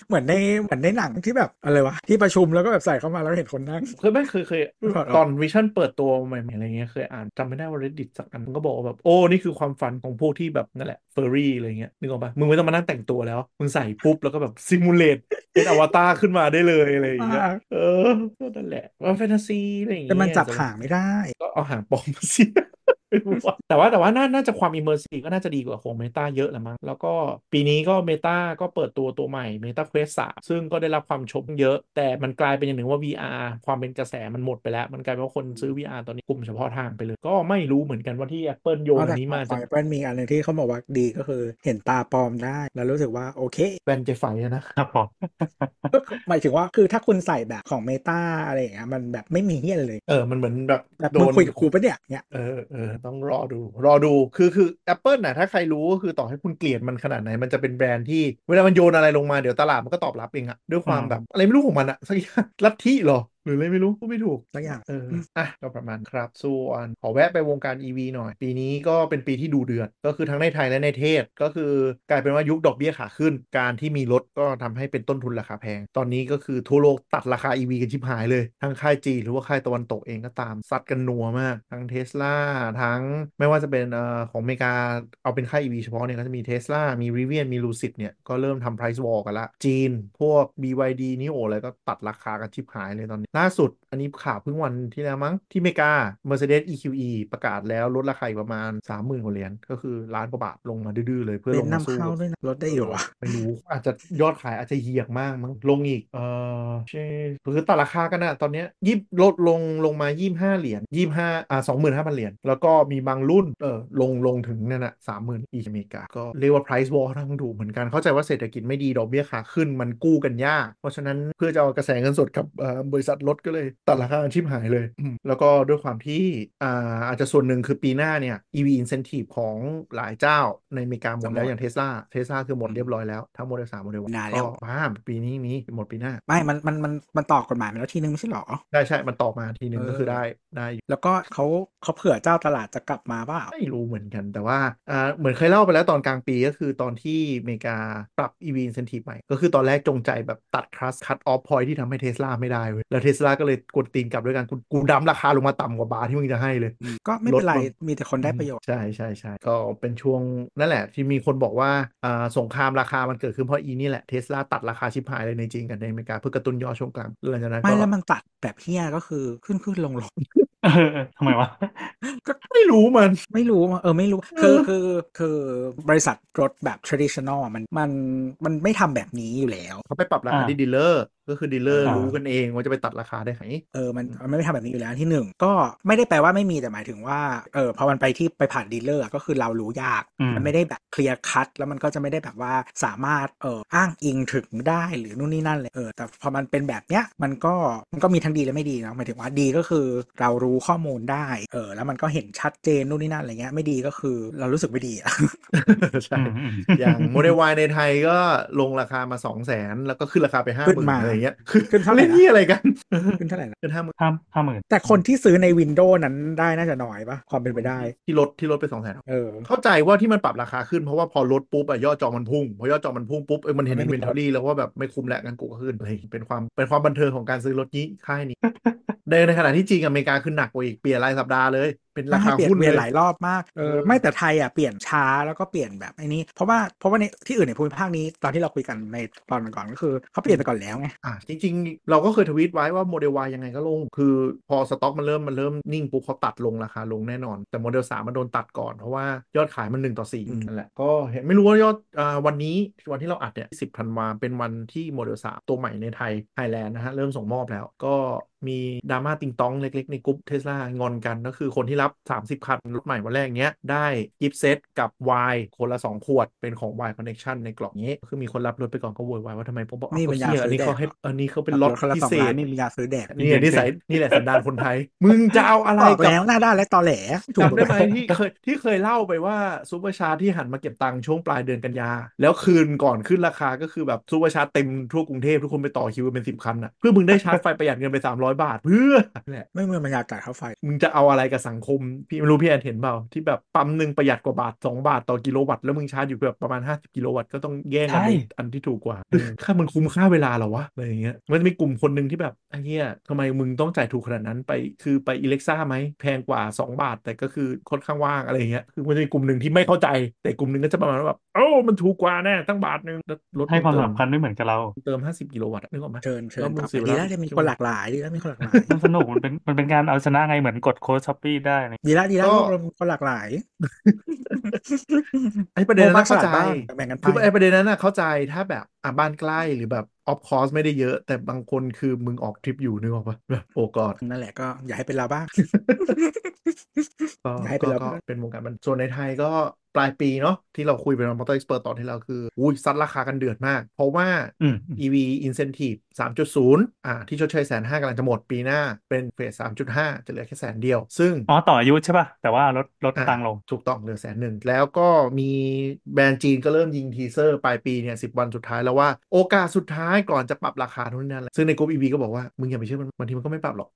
เหมือนในเหมือนในหนังที่แบบอะไรวะที่ประชุมแล้วก็แบบใส่เข้ามาแล้วเห็นคนนั่ง
เคยไม่เคยเคย
ไม่ผ่านหรอ
ตอนวิชั่นเปิดตัวใหม่ๆอะไรเงี้ยเคยอ่านจำไม่ได้ว่า reddit สักอันมันก็บอกว่าแบบโอ้นี่คือความฝันของพวกที่แบบนั่นแหละเฟอร์รี่อะไรเงี้ยนึกออกปะมึงไม่ต้องมานั่งแต่งตัวแล้ว มึงใส่ปุ๊บแล้วก็แบบซิมูเลตเป็นอวตารขึ้นมาได้เลยอะไรอย่างเงี้ย เออก็นั่นแหละว่าแฟนตาซีอะไรอย่างเงี้
แต่
ย
มันจับ
แต่
หางไม่ได้
ก็เอาหางปลอมมาเสีย ไม่รู้ว่าแต่ว่าแต่ว่าน่าน่าจะความอิมเมอร์ซีก็น่าจะดีกว่าของเมตาเยอะแหละมั้งแล้วก็ปีนี้ก็เมตาก็เปิดตัวตัวใหม่เมตาเควสสามซึ่งก็ได้รับความชมเยอะ แต่มันกลายเป็นอย่างหนึ่งว่า VR ความเป็นกระแสมันหมดไปแล้ว มันกลายเป็นว่าคนซื้อ VR ตอนนี้กลุ่มเฉพาะทางไปเลย ก็ไม่รู้เหมือนกันว่าที่ Apple โยนอันนี้มา
ข
จา
อง
ก
แป้นมีอันหนึ่งที่เขาบอกว่าดีก็คือเห็นตาปลอมได้ แล้วรู้สึกว่าโอเค
แบนเจไฟอะนะครับ
ผม
ก็คือหมายถึงว่าคือถ้าคุณใส่แบบของเมตาอะไรอย่างเงี้ยมันแบบไม่มีเฮี้ยอะไรเลย
เออมันเหมือนแบบ
แบบ
โด
มึง
น
คุยกับครูปะเนี่ยเนี่ย
เออเออต้องรอดู รอดูคือคือ Apple น่ะถ้าใครรู้ก็คือต่อให้คุณเกลียดมันขนาดไหน มันจะเป็นแบรนด์ที่ เวลามันโยนอะไรลงมาเดี๋ยวตลาดมันก็ตอบรับเองอะด้วยความแบบ อะไรไม่รู้ของมันอะสักอย่างลัทธิเหรอ หรืออะไรไม่รู้ก็ไม่ถูก
สักอย่าง
เออ
ม
อ่ะก็ประมาณครับส่วนขอแวะไปวงการ EV หน่อย ปีนี้ก็เป็นปีที่ดูเดือด ก็คือทั้งในไทยและในเทศ ก็คือกลายเป็นว่ายุคดอกเบี้ยขาขึ้น การที่มีรถก็ทำให้เป็นต้นทุนราคาแพง ตอนนี้ก็คือทั่วโลกตัดราคา EV กันชิบหายเลย ทั้งค่ายจีนหรือว่าค่ายตะวันตกเองก็ตามซัดกันนัวมาก ทั้งเทสลาทั้งไม่ว่าจะเป็นเอ่อของอเมริกาเอาเป็นค่าย EV เฉพาะเนี่ยก็จะมีเทสลามีริเวียนมีลูซิดเนี่ยก็เริ่มทำ price war กันละจีน พวก BYD นิโออะไรก็ตัดราคากันชิบหายเลยตอนนี้ ล่าสุดอันนี้ข่าวเพิ่งวันที่แล้วมั้งที่อเมริกา Mercedes EQE ประกาศแล้วลดราคาอีกประมาณ 30,000กว่าเหรียญก็คือล้านกว่าบาทลงมาดื้อๆเลยเพื่อ
เป็
ล
น
งมาสู้
นำเข้าด้วยนะลดได้อยู่เหรอวะ
ไม่รู้อาจจะยอดขายอาจจะเหี่ยงมากมั้งลงอีก เออใช่คือตัดราคากันนะตอนเนี้ยยี่ลดลงลงมา 25 เหรียญ25อ่า25,000 เหรียญแล้วก็มีบางรุ่นเออลงลงถึงนั่นน่ะ30,000อีกอเมริกา ก็เรียกว่า price war ทั้งถูกเหมือนกัน เข้าใจว่าเศรษฐกิจไม่ดีดอกเบี้ยขาขึ้นมันกู้กันยาก เพราะฉะนั้นเพื่อจะเอากระแสเงินสดกับเอ่อบริษัทลดก็เลยตัดราคากันชิบหายเลยอืมแล้วก็ด้วยความที่อ่าอาจจะส่วนหนึ่งคือปีหน้าเนี่ย EV incentive ของหลายเจ้าในอเมริกาหมดแล้วอย่าง เทสลาเทสลาคือหมดเรียบร้อยแล้ว ทั้งโมเดลสามโมเดล
นานแล้ว
ก็บ้าปีนี้มีหมดปีหน้า
ไม่มันมันมันมันต่อกฎหมายมาแล้วทีนึงไม่ใช่เหรอ
ได้ใช่ มันต่อมาทีนึง
เออ
ก็คือได้ได้อยู่
แล้วก็เขาเขาเผื่อเจ้าตลาดจะกลับมาเปล่า
ไม่รู้เหมือนกัน แต่ว่าอ่าเหมือนเคยเล่าไปแล้วตอนกลางปีก็คือตอนที่อเมริกาปรับ EV incentive ใหม่ ก็คือตอนแรกจงใจแบบตัดคลัสคั t ออฟพอยที่ทำให้เทสลาไม่ได้เว้ยแล้วเทสลาก็เลยกดตีนกลับด้วยกันกูกูดัมราคาลงมาต่ำกว่าบาร์ที่มึงจะให้เลย
อืมก็ไม่เป็นไร
ลดลง
มีแต่คนได้ประโยชน์
ใช่ใช่ใช่ก็เป็นช่วงนั่นแหละ ที่มีคนบอกว่าอ่าสงครามราคามันเกิดขึ้นเพราะอีนี่แหละเทสลาตัดราคาชิบหายเลยในจีนกับในอเมริกาเพื่อกระตุ้นยอดช่วงกลางหลังจากนั้น
ไม่
ก็
แล้วมันตัดแบบเฮียก็คือขึ้นขึ้นลงลง
เออเออทำไมวะ
ไม่รู้มัน
ไม่รู้ว่าเออไม่รู้คือ
เออ
คือคือบริษัทรถแบบ traditional อะมันมันมันไม่ทำแบบนี้อยู่แล้ว
เขาไปปรับราคา
อ่า
ที่ดีลเลอร์ก็คือดีลเลอร์
อ่ารู้
รู้กันเองว่าจะไปตัดราคาได้ไหม
เออมัน
อืม
มันไม่ทำแบบนี้อยู่แล้วอันที่หนึ่งก็ไม่ได้แปลว่าไม่มีแต่หมายถึงว่าเออพอมันไปที่ไปผ่านดีลเลอร์อะก็คือเรารู้ยาก
อืม
มันไม่ได้แบบเคลียร์คัตแล้วมันก็จะไม่ได้แบบว่าสามารถเอออ้างอิงถึงได้หรือนู่นนี่นั่นเลยเออแต่พอมันเป็นแบบเนี้ยมันก็มันก็มีทั้งดีและไม่ดีนะหมายถึงว่าดีก็คือเรารู้ข้อมูลได้เออแล้วมันก็เห็นชัดเจนนู่นนี่นั่นอะไรเงี้ยไม่ดีก็คือเรารู้สึกไม่ดีอะ
ใช่
อืมอืม
อย่างโมเดลวในไทยก็ลงราคามา 2 0 0แสนแล้วก็ขึ้นราคาไปห้า
ขึ้น
หมื่น
มา
อะไรอย่างเงี้ยคือ
ขึ้นเท่าไหร่
เล่น
นะ
นี่อะไรกัน
ขึ้นเท่าไหร่นะ
เป็นห้าหมื่น
ห้าห้าหมื่น
แต่คนที่ซื้อในวินโดว์นั้นได้น่าจะน้อยปะความเป็นไปได้
ที่ลดที่ลดไป2 0 0แสน
เออ
เข้าใจว่าที่มันปรับราคาขึ้นเพราะว่าพอลดปุ๊บอะยอดจองมันพุ่งพอยอดจองมันพุ่งปุ๊บเออมันเห็น
มัน
อิ
ไม่มี
นเวนทอรี่แล้วว่าแบบไม่คุ้มแล้วงั้นกูก็ขึ้นเลยเป็นความเป็นความบันเทิงของการซื้อรถนี้ค่าย นี้ในในขณะที่จีนกับอเมริกาขึ้นหนักกว่าอีกเปลี่ยนรายสัปดาห์เลยเป็นรา
ให้
คา
เปลี่ย
หุ้น
นเวียน
เล
หลาย ยรอบมากเออ
เออ
ไม่แต่ไทยอ่ะเปลี่ยนช้าแล้วก็เปลี่ยนแบบไอ้นี้ เพราะว่าเพราะว่าในที่อื่นในภูมิภาคนี้ตอนที่เราคุยกันในตอนก่อนก็คือเขาเปลี่ยนไปก่อนแล้วไง
อ่ะจริง ๆ เราก็เคยทวีตไว้ว่าโมเดลวยังไงก็ลง คือพอสต็อกมันเริ่มมันเริ่มนิ่งปุ๊บเขาตัดลงราคาลงแน่นอน แต่โมเดล3มันโดนตัดก่อนเพราะว่ายอดขายมัน 1 ต่อ 4 นั่นแหละ ก็เห็นไม่รู้ว่ายอดอ่าวันนี้วันที่เราอัดเนี่ย10ธันวาเป็นวันที่โมเดล3ตัวใหม่ในไทยไทยแลนด์นะฮะ เริ่มส่งมอบแล้ว ก็มีดราม่าติงตองเล็ก ๆ ในกลุ่มเทสลางอนกันก็คือคนที่รับ 30 คันรถใหม่วันแรกเนี้ยได้กิฟต์เซตกับไวน์คนละสองขวดเป็นของไวน์คอนเนคชั่นในกล่องนี้คือมีคนรับรถไปก่อนก็โวยวายว่าทำไมผมบอก
นี่
นี่
เป็นยา
เหี้ยอัน
ซื้อ
นี้
แด
เขา
ก
ให้อันนี้เขาเป็นล็อต
คนละ
พิ
สอง
เศ
ล้า
ษ
นนี่เป็นยาซื้อแดก
นี่นิสัยนี่แหละสันดานคนไทย มึงจะเอาอะไร
ตอก
กับ
แล้วหน้าด้านและตอแหลถูก
จำได้ไหมที่เคยที่เคยเล่าไปว่าซูเปอร์ชาร์จที่หันมาเก็บตังค์ช่วงปลายเดือนกันยา แล้วคืนก่อนขึ้นราคาก็คือแบบซูเปอร์ชาร์จเต็มทั่วกรุงเทพทุกคนไปต่อคิวกันเป็นสิบคันอ่ะเพื่อมึงได้ชาร์จไฟประหยัดเงินไป 300 บาท เพื่อนั่นแหละ
ไม่เหมือนบรรยากาศเข้าไฟ
มึงจะเอาอะไรกับสังคมพี่ไม่รู้พี่แอนเห็นเปล่าที่แบบปั๊มหนึ่งประหยัดกว่าบาทสองบาทต่อกิโลวัตต์แล้วมึงชาร์จอยู่แบบประมาณ50กิโลวัตต์ก็ต้องแย่งกัน
ใช่
ในอันที่ถูกกว่า ค่ามันคุ้มค่าเวลาเหรอวะอะไรอย่างเงี้ยมันจะมีกลุ่มคนหนึ่งที่แบบไอ้เหี้ยทำไมมึงต้องจ่ายถูกขนาดนั้นไปคือไปอิเล็กซ่าไหมแพงกว่า 2 บาท แต่ก็คือค่อนข้างว่างอะไรอย่างเงี้ยคือมันจะมีกลุ่มหนึ่งที่ไม่เข้าใจ แต่กลุ่มหนึ่งก็จะประมาณว่าแบบเอ้ามันถูกกว่าแน่ตั้งบาทหนึงแล้วรถ
ให้ความ
เติ
สำคัญไม่เหมือนกับเรา
เติม 50กิโลวัตต์อะนึกออกไหม
เชิญเชิ
แล้
ญ
วมึ
ต
ง
อบ
เสียเว
ดี
ลา
แล้วจะมี
ชั่ว
ค
โมง
นหลากหลายดีแล้วมีคนหลากหลาย
มันสนุกมันเป็นมันเป็นการเอาชนะไงเหมือนกดโค้ดช้อปปี้ได้อะไร
ดีแล้วดีแล้วร
ก็
วบรวมคนหลากหลาย
ไอ้ประเด็นนั้นนะเข้าใจ
โมบ้งฉลดบ้งแบ่งกันไป
คือไอ้ประเด็นนั้นน่ะเข้าใจถ้าแบบอ่ะบ้านใกล้หรือแบบออฟคอร์สไม่ได้เยอะ แต่บางคนคือมึงออกทริปอยู่นึกออกปะแบบโอ้กอด
นั่นแหละก็อย่าให้เป็นเราบ้าง
ก็
อย่าให้เป็
ก็
นเรา
ก็
บ้าง
เป็นวงการมันส่วนในไทยก็ปลายปีเนาะที่เราคุยเป็นมอเตอร์เอ็กซ์เปิดตอนที่เราคืออุ้ยซัดราคากันเดือดมาก เพราะว่า
อืม
EV Incentive 3.0 อ่าที่ชดเชยแสนห้ากำลังจะหมดปีหน้าเป็นเฟส3.5 จะเหลือแค่แสนเดียว ซึ่ง
อ๋อต่ออายุใช่ป่ะ แต่ว่าลดลด
อ่ะ
ตังค์ลง
ถูกต้องเหลือแสนหนึ่งแล้วก็มีแบรนด์จีนก็เริ่มยิงทีเซอร์ปลายปีเนี่ยสิวันสุดท้ายแล้วว่าโอกาสสุดท้ายก่อนจะปรับราคาเทุนนั่นแหละซึ่งในกลุ่ม EV ก็บอกว่า มึงอย่าไปเชื่อมันบางทีมันก็ไม่ปรับหรอก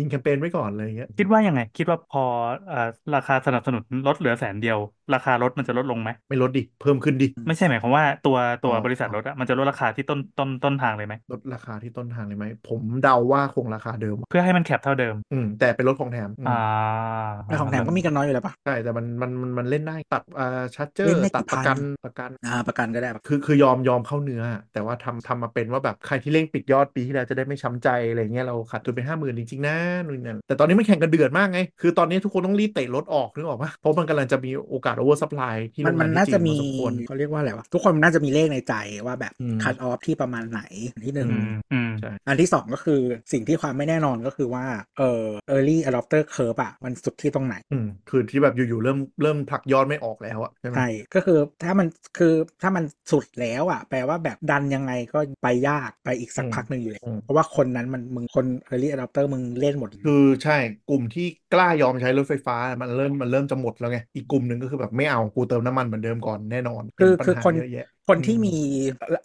ยิงแคมเปญไว้ก่อนเลยอย่างเงี้ย
คิดว่ายังไง คิดว่าพอเอ่อราคาสนับสนุนลดเหลือแสนเดียว ราคารถมันจะลดลงไหม
ไม่ลดดิเพิ่มขึ้นดิ
ไม่ใช่หมายความว่าตัวตัว
อ๋อ
บริษัทรถอะมันจะลดราคาที่ต้นต้นต้นทางเลยไหม
ลดราคาที่ต้นทางเลยไหม ผมเดาว่าคงราคาเดิม
เพื่อให้มันแคบเท่าเดิม
อืม แต่เป็นรถของแถมอืม
อ่า
แต่ของแถมก็มีกันน้อยอยู่แล้วปะ
ใช่ แต่มันมันมันมันเล่นได้ตัดอ่าชาร์เจอ
เล่
ร์
นได้
ตัด
กี่
ประ
พัน
กันประกัน
อ่าประกันก็ได้ปะ
คือคือยอมยอมเข้าเนื้อ แต่ว่าทำทำมาเป็นว่าแบบใครที่เร่งปิดยอดปีที่แล้วจะได้ไม่ช้ำใจอะไรเงี้ยเราขาดทุนไปห้าหมื่นจริง ๆ นะนู่นนั่นแต่ตอนนี้มันแข่งกันเดือดมากไง คือตอนนี้ทุกคนต้องรีบเตะรถออกนึกออกปะเพราะมันกำลังจะมีโอกาสโอเวอร์ซัพพลายที่
มั
โร
น
ง
มั
งาน น
น่า
ที่
จะ
จีนพ
มี
อสมควร
เขาเรียกว่าอะไรวะทุกคนมันน่าจะมีเลขในใจว่าแบบ
อืม
คัดออฟที่ประมาณไหนอันที่หนึ่ง
อืมอืม
ใช่
อันที่สองก็คือสิ่งที่ความไม่แน่นอนก็คือว่าเอ่อ early adopter curve อะมันสุดที่ตรงไหน
อืมคือที่แบบอยู่ๆเริ่มเริ่มผลักยอดไม่ออกแล้วอะใช่ไหม
ใช่ก็คือถ้ามันคือถ้ามันสุดแล้วอะแปลว่าแบบดันยังไงก็ไปยากไปอีกสักพักหนึ่งอยู่แล้ว
อืม
เพราะว่าคนนั้นมันมึงคน early adopter มึงเล่นหมด
คือใช่กลุ่มที่กล้ายอมใช้รถไฟฟ้า มันเริ่มมันเริ่มจะหมดแล้วไง อีกกลุ่มหนึ่งก็คือแบบไม่เอากูเติมน้ำมันเหมือนเดิมก่อนแน่นอน
คือ
เห็นปัญ
คือ
หา
คน
เยอะแยะ
คนที่
อืม
มี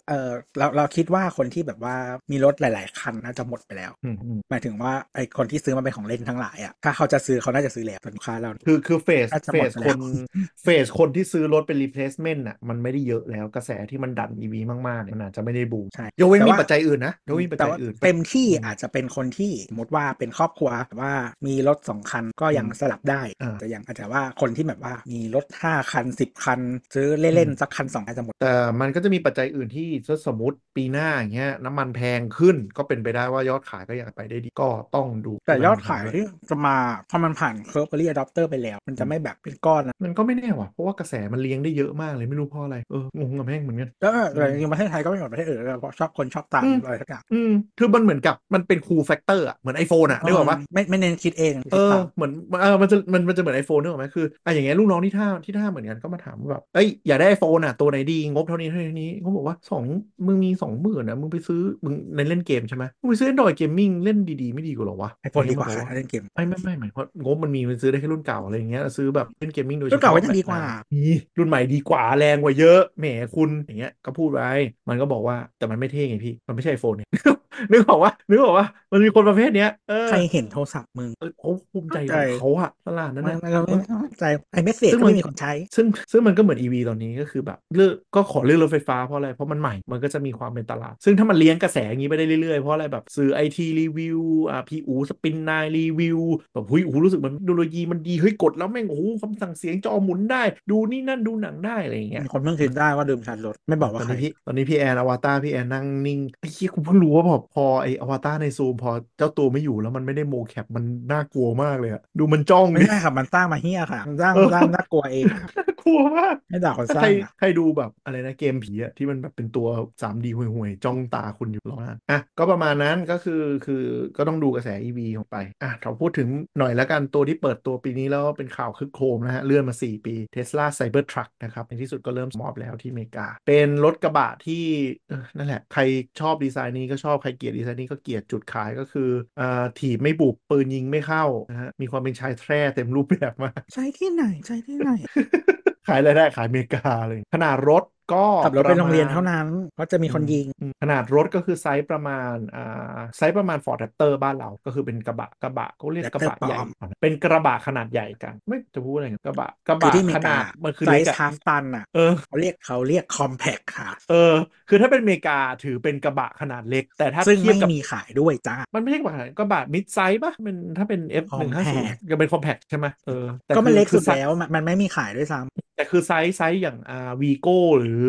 เออเราเราคิดว่าคนที่แบบว่ามีรถหลาย ๆ คันน่าจะหมดไปแล้ว
อืมอืม
หมายถึงว่าไอคนที่ซื้อมาเป็นของเล่นทั้งหลายอะถ้าเขาจะซื้อเขาน่าจะซื้อแล้วแต่ลูกค้าเรา
คือคือเฟส
น่าจะห
เฟ
มด
ส
ไป
ค
แล้ว
น เฟสคนที่ซื้อรถเป็น replacement น่ะมันไม่ได้เยอะแล้วกระแสที่มันดัน EV มากๆเนี่ยมันอาจจะไม่ได้บูม
ใช่
ยกเว้น
แต่
มี
ว่า
ปัจจัยอื่นนะยกเว้นมีปัจ
แต่
จัย
ว่า
อื่น
เต็มที่
อืม
อาจจะเป็นคนที่สมมติว่าเป็นครอบครัวแบบว่ามีรถสองคันก็ยัง
อืม
สลับได้
อ่า
แต่ยังอาจจะว่าคนที่แบบว่ามีรถห้าคันสิบคัน ซื้อเล่น ๆ สักคันสองคันจะหมด
แต่มันก็จะมีปัจจัยอื่นที่ถ้าสมมติปีหน้าอย่างเงี้ยน้ำมันแพงขึ้นก็เป็นไปได้ว่ายอดขายก็ยังไปได้ดีก็ต้องดู
แต่ยอด
เรื่ง
ขาย
ขง
ที่จะมาพอมันผ่านเคอร์ e รี a d ดอปเตอร์ไปแล้ว มันจะไม่แบบเป็นก้อนนะ
มันก็ไม่แน่ว่ะ เพราะว่ากระแสมันเลี้ยงได้เยอะมากเลยไม่รู้เพราะอะไร เอองงกับแม่งเหมือนกัน
แล้วแต่จริงๆประเทศไทยก็ไม่เหมือนประเทศอื่นเราชอบคนชอบตาม
อืม
อะไรทุกอย่าง
อืมคือมันเหมือนกับมันเป็นคูลแฟกเตอร์อะเหมือนไอโฟนอะนึกออกปะ
ไม่ไม่เน้นคิดเองคิด
เออ
ตาม
เหมือนเออมันจะมันมันจะเหมือนไอโฟนนึกออกไหมคืออ่ะอย่างเงี้ยลูกน้องที่ท่าที่ท่าเหมือนกันก็มาถามว่าแบบเอ้ยอยากได้ไอโฟนอะตัวไหนดีงบเท่านี้เท่านี้เขาบอกว่าสองมึงมีสองหมื่นอะมึงไปซื้อมึงในเล่นเกมใช่ไหมมึงไปซื้อ Android Gaming เล่นดีๆ ไม่ดีกว่าเหรอวะ
iPhone ดีกว่าค่ะเล่นเกม
ไม่ไม่ไม่หมายความว่างบมันมีมันซื้อได้แค่รุ่นเก่าอะไรอย่างเงี้ยซื้อแบบเล่นเกมมิ่งโดย
รุ่นเก่าก็
ฉ
ยั
พะ
งดีกว่า
แบบนั้นนี่รุ่นใหม่ดีกว่าแรงกว่าเยอะแหมคุณอย่างเงี้ยก็พูดไว้มันก็บอกว่าแต่มันไม่เท่ไงพี่ มันไม่ใช่ไอโฟนเนี่ย นึกออกว่านึกออกว่ามันมีคนประเภทเนี้ยเออ
ใครเห็นโทรศัพท์มึง
เออเขาภูมิใจ
เข้า
ข
ใจ
องเขาอะตลาดนั้น
มัน
นะ
มันก็ไม่เข้าใจไอ้เมสเซจ
ซึ่ง
ก็
มัน
ไม่มีคนใช้
ซึ่งซึ่งมันก็เหมือน EV ตอนนี้ก็คือแบบเลือกก็ขอเลือกรถไฟฟ้าเพราะอะไร เพราะมันใหม่มันก็จะมีความเป็นตลาด ซึ่งถ้ามันเลี้ยงกระแสอย่างนี้ไปได้เรื่อยๆ เพราะอะไรแบบสื่อไอทีรีวิวอ่าพีอูสปินนายรีวิวแบบหุยโอ้โหรู้สึกมันเทคโนโลยีมันดีเฮ้ยกดแล้วแม่งโอ้โหคำสั่งเสียงจอหมุนได้ ดูนี่นั่นดูหนังได้อะไรอย่างเงี้ย
มีคนเพิ่งคิดได้ว่าดื่มชาร์จรถไม่บอกว่า
ตอน
ใคร
นี้พี่ตอนนี้พี่แอนอวตารพี่แอนนั่งนิ่งไอ้เหี้ยกูเพิ่งรู้ว่าแบบพอไอ้อวตารในซูมพอเจ้าตัวไม่อยู่แล้วมันไม่ได้โมแคปมันน่ากลัวมากเลยอะดูมันจ้อง
ไม่
ดิ
ใช่ค่ะมันสร้างมาเฮี้ยค่ะมันสร้าง
เออ
สร้างน่ากลัวเอง
น่ากลัวมาก
ไม่ด่าคนส
ถ้า
ร้า
ใครง
นะ
ใครดูแบบอะไรนะเกมผีอะที่มันแบบเป็นตัว 3D ห่วยๆ จ้องตาคุณอยู่ร้องไห้อ่ะก็ประมาณนั้นก็คือคือก็ต้องดูกระแส EV ของไป อ่ะเราพูดถึงหน่อยแล้วกันตัวที่เปิดตัวปีนี้แล้วเป็นข่าวคึกโครมนะฮะ เลื่อนมา 4 ปีเท sla Cybertruck นะครับ ในที่สุดก็เริ่มมอบแล้วที่อเมริกา เป็นรถกระบะที่เอ่อนั่นแหละ ใครชอบดีไซน์นี้ก็ชอบใครเกลียดดีไซน์นี้ก็เกลียดจุดขายก็คืออ่าถีบไม่บุกปืนยิงไม่เข้านะฮะมีความเป็นชายแท้เต็มรูปแบบมาก
ใช้ที่ไหนใช้ที่ไหน
ขายอะไรายได้ขายอเมริกาเลย ขนาดรถก็
ขับรถไปโรงเรียน
ปะ
เท่า
มาณ
นั้นเพราะจะมีคนยิง
อืมขนาดรถก็คือไซส์ประมาณอ่าไซส์ประมาณ Ford Raptor บ้านเราก็คือเป็นกระบะกระบะเขาเรียกก
Raptor
ระบะใหญ่
ปลอม
ก่อนนะเป็นกระบะขนาดใหญ่กัน ไม่จะพูดอะไรกันกระบะก
คือบ
ระะ
ที่อเม
ข
ริ
นาด
กา
มันคือ
ไซ
เล็ก
ส์
อะ
ฮาฟตันอ่ะ
เออ
เขาเรียกเขาเรียกคอมแพคค่ะ
เออ คือถ้าเป็นอเมริกาถือเป็นกระบะขนาดเล็ก แต่ถ้า
ซึ่ง
เทีย
ไม่
บกับ
มีขายด้วยจ้า
มันไม่ใช่กระบะขนาดกระบะมิดไซส์ป่ะมันถ้าเป็น F 1 5
Compact
0ก็เป็นคอมแพคใช่ไหมเออแต่
ก็มัน
คือ
เล็ก
คื
สุ
อ
ด
ไซส์
แล้วมันมันไม่มีขายด้วยซ้ำ
แต่คือไซส์ไซส์อย่างอ่าวีโก้หรือ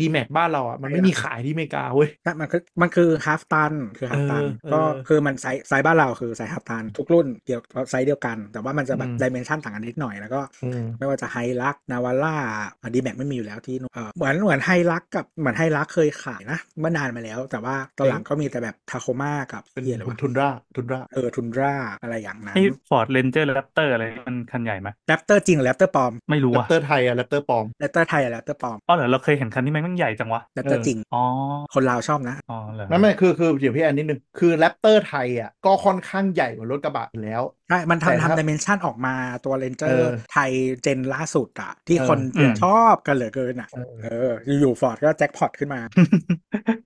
ดีแม็กบ้านเราอ่ะมันไม่
ไม่
มี
อะ
ขายที่อเมริกาเว้ย
แต่มันคือมันคือฮาฟตันคือฮาฟตัน
เออเออ
ก็คือมันไซส์ไซส์บ้านเราคือไซส์ฮาฟตันทุกรุ่นเดียวไซส์เดียวกัน แต่ว่ามันจะแบบ
อืม
ดิเมนชันต่างกันนิดหน่อยแล้วก็
อืม
ไม่ว่าจะไฮลักนาวาร่าดีแม็กไม่มีอยู่แล้วที่นู่นเอ่อเหมือนเหมือนไฮลักกับเหมือนไฮลักเคยขายนะเมื่อนานมาแล้ว แต่ว่าตอนหลัง
เอ๊ะ
ก็มีแต่แบบทาโคมากับ
เป็น
เฮียอะไรวะ
ทุนราทุนรา
เออทุนราอะไรอย่างนั้น
ไอ้ Ford Ranger Raptor อะไรมันคันใหญ่ไหม
แรปเตอร์จริงแรปเตอร์ปลอม
ไม่รู้
แรป
อ่ะ
เตอร์ไทยอะ อะแรปเตอร์ปลอม
แรปเตอร์ไทยอะแรปเตอร์ปลอม
อ๋อเหรอเราเคยเห็นคันที่แม่งแม่งใหญ่จังวะ
แรปเตอร์จริง
อ๋อ
คนลาวชอบนะ
อ๋อเหรอ
ไม่ไม่คือคือเดี๋ยวพี่แอนนิดนึงคือแรปเตอร์ไทยอ่ะก็ค่อนข้างใหญ่กว่ารถกระบะอยู่แล้ว
ใช่ มัน
แต่
ทำ
ถ้า
ทำดิเมนชันออกมาตัวเรนเจอ
เอ
ร์
อ
ไทยเจนล่าสุดอะที่
เออ
คน
อืม
ชอบกันเหลือเกินอะ
เออ
เออ อยู่ฟอร์ดก็แจ็คพอตขึ้นมา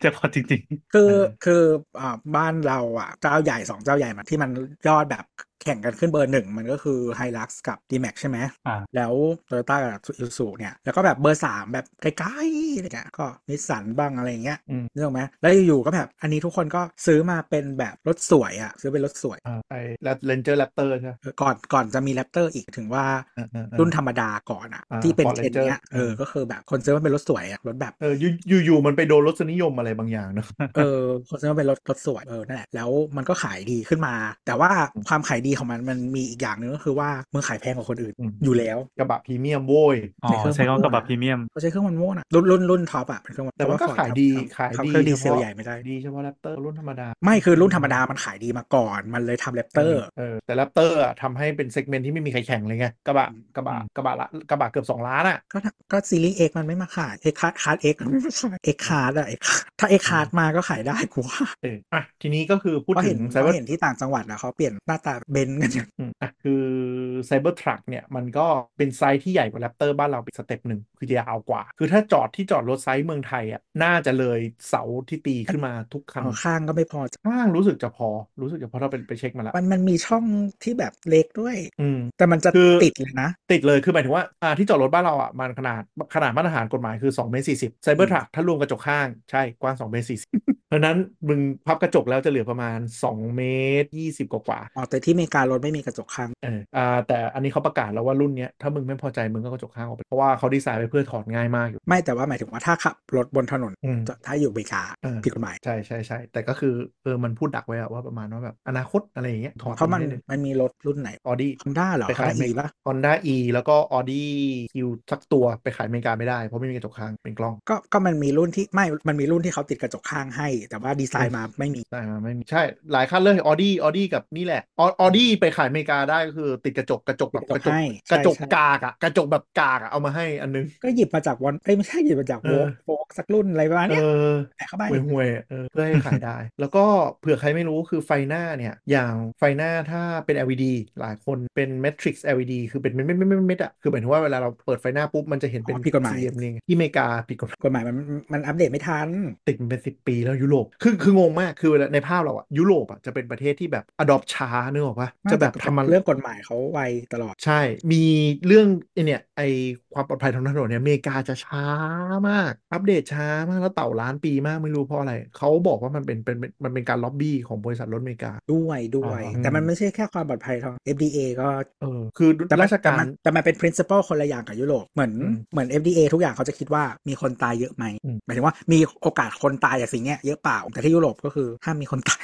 เจะพอ จริง
คือ
เออ
คืออ่าบ้านเราอ่ะเจ้าใหญ่สองเจ้าใหญ่มาที่มันยอดแบบแข่งกันขึ้นเบอร์หนึ่งมันก็คือไฮ l ักซ์กับ d m a x ใช่ไหม
อ่า
แล้วโตโยต้ากับอิซูเนี่ย แล้วก็แบบเบอร์สามแบบใกล้ๆอะไรเงี้ยก็นิสสันบ้างอะไรเงี้ย
อืม
นึกออกไหมแล้วอยู่ๆก็แบบอันนี้ทุกคนก็ซื้อมาเป็นแบบรถสวยอ่ะ ซื้อเป็นรถสวย
อ่าไอ้เลนเจอร์แรปเตอร์ใช่ไหม
เออก่อนก่อนจะมีแรปเตอร์อีกถึงว่า
เออเออเออ
รุ่นธรรมดาก่อนอ่ะ
อ่า
ที่เป็น
Ford
เทรนด์
Ranger
เนี้ยเออ
อืม
ก็คือแบบคนซื้อมันเป็นรถสวยอ่ะรถแบบ
เอออยู่อยู่อยู่มันไปโดนรสนิยมอะไรบางอย่างเนอะ
เออคนซื้อมันเป็นรถรถสวยเออนั่นแหละแล้วมันก็ขายดีขึ้นมา แต่ว่าความขายดีของมันมันมีอีกอย่างหนึ่งก็คือว่ามึงขายแพงกว่าคนอื่น
อืม
อยู่แล้ว
กระบะพรีเมียมโว้ย
ๆ อ๋อ
ในเครื่อง
ใช้
มัน
ก
โง่
กระบะ
นะ
พรีเมียม
เขาใช้เครื่องมันโม่นอะรุ่นรุ่นรุ่นท็อปอะเป็นเครื่อง
แต่ว่าก็
เพระ Ford
ขายดี
ทำ
ขาย
ทำ
ดี
เครื่องดี
เฉ
เซล
พาะ
ใหญ่ไม่ได้
ดีเฉพาะแรปเตอร์รุ่นธรรมดา
ไม่คือรุ่นธรรมดามันขายดีมาก่อน มันเลยทำแรปเตอร์
เออแต่แรปเตอร์อะทำให้เป็นเซกเมนต์ที่ไม่มีใครแข่งเลยไงกระบะ
อืม
กระบะ
อืม
กระบะละกระบะเกือบ 2 ล้านอ่ะ
ก็ถ้าก็ซีรีส์เอกมันไม่มาขายเอกคาร์ดคาร์ดเอกไม่มาขายเอกคาร์ดอะเอกถ้าเอกคาร์ดมาก็ขายได้กูว่า
เอออ่ะทีนี้ก็คือพูด
เพราะ
ถึ
เห็น
งไซ
เพ
เบอ
ราะ
ร์
เห็นที่ต่างจังหวัดนะเขาเปลี่ยนหน้าตาเบนซ์กันอย่าง
อ่ะคือไซเบอร์ทรัคเนี่ยมันก็เป็นไซส์ที่ใหญ่กว่าแรปเตอร์บ้านเราเป็นสเต็ปหนึ่งคือยาวกว่า คือถ้าจอดที่จอดรถไซส์เมืองไทยอ่ะน่าจะเลยเสาที่ตีขึ้นมาทุกคัน
อ๋อข้างก็ไม่พอจ้ะ
ข้างรู้สึกจะพอรู้สึกจะพอเราไปไปเช็คมาละ
มันมันมีช่องที่แบบเล็กด้วย
อืม
แต่มันจะ
คือ
ติดเลยนะ
ติดเลยคือหมายถึงว่าอ่าที่จอดรถบ้านเราอ่ะมันขนาดขนาดมาตรฐานกฎหมายคือ2เมตรสี่สิบไซเบอร์ทรัคถ้ารวมกระจกข้างใช่กว้าง2เมตรสี่สิบเพราะฉะนั้นมึงพับกระจกแล้วจะเหลือประมาณ2เมตรยี่สิบกว่าๆ
อ๋อแต่ที่อเมริการถไม่มีกระจกข้าง
เอออ่าแต่อันนี้เขาประกาศแล้วว่ารุ่นเนี้ยถ้ามึงไม่พอใจมึงก็กระจกข้างออกไป เพราะว่าเขาดีไซน์ไปเพื่อถอดง่ายมากอยู่
ไม่แต่ว่าหมายถึงว่าถ้าขับรถบนถนน
อืม
จะถ้าอยู่อเมริกา
เออ
ผิดกฎหมาย
ใช่ใช่ใช่แต่ก็คือเออมันพูดดักไว้อะว่าประมาณว่าแบบอนาคตอะไรอย่างเงี้ยถอด
เพราะมัน
เลย
มันมีรถรุ่นไหน
ออดี้
ฮอนด้าเหรอ
ไป
ฮอนด้า
ขาย
อีปะ
ฮอนด้าอีแล้วก็ออดี้คิวสักตัวไปขายอเมริกาไม่ได้ เพราะไม่มีกระจกข้างเป็นกล้อง
ก็ก็มันมีรุ่นที่ไม่มันมีรุ่นที่เขาติดกระจกข้างให้ แต่ว่าดีไซน์มาไม่มี
ได้มาไม่มีใช่หลายคันเลยออดี้ออดี้กับนี่แหละออดี้ไปขายอเมริกาได้ก็คือติดกระจกกระจกแบบ
ก
ก
ระ
ระ
จ
จ
ก
ก
ให้
กระจก
ใช่
กากอะกระจกแบบกากอะเอามาให้อันนึง
ใช่ก็หยิบมาจากวันเอ้ยไม่ใช่หยิบมาจาก
เอ
โว
อ
กโวกสักรุ่นอะไรประมาณ
เอ
เนี้ย
อ
แต่เข้าไป
ห่วยห่วยๆเออเพื่อให้ขายได้ แล้วก็เผื่อใครไม่รู้คือไฟหน้าเนี่ย อย่างไฟหน้าถ้าเป็น LED หลายคนเป็น Matrix LED คือเป็นเม็ดเม็ดเม็ดเม็ดเม็ดอะคือหมายถึงว่าเวลาเราเปิดไฟหน้าปุ๊บ มันจะเห็น
อ๋
เป็
อน ผิดกฎหมาย
สี่เหลี่ยมนึงที่อเมริกาผิดกฎหมาย
กฎหมายมันมันอัปเดตไม่ทัน
ติดมันเป็น 10 ปีแล้วยุโรปคือคืองงมากคือเวลาในภาพเราอะยุโรปอะจะเป็นประเทศที่แบบ adopt ช้านึกออกปะ
ไม่
จะแบบ
ต่
ทำมัน
เรื่องกฎหมายเขาไวตลอด
ใช่ มีเรื่องไอเนี่ยไอความปลอดภัยทางถนนเนี่ยอเมริกาจะช้ามาก อัปเดตช้ามาก แล้วเต่าล้านปีมากไม่รู้เพราะอะไร เขาบอกว่ามันเป็นเป็นเป็นมันเป็นการล็อบบี้ของบริษัทรถอเมริกา
ด้วยด้วย
อ๋อ
แต่มันไม่ใช่แค่ความปลอดภัยทาง FDA ก็
เออ คือ
แต่มัน
ราชการ
แต่มันแต่มันเป็น principle คนละอย่างกับยุโรปเหมือน
อืม
เหมือน FDA ทุกอย่างเขาจะคิดว่ามีคนตายเยอะไหม
อืม
หมายถึงว่ามีโอกาสคนตายจากสิ่งเนี้ยเยอะเปล่าแต่ที่ยุโรปก็คือห้ามมีคนตาย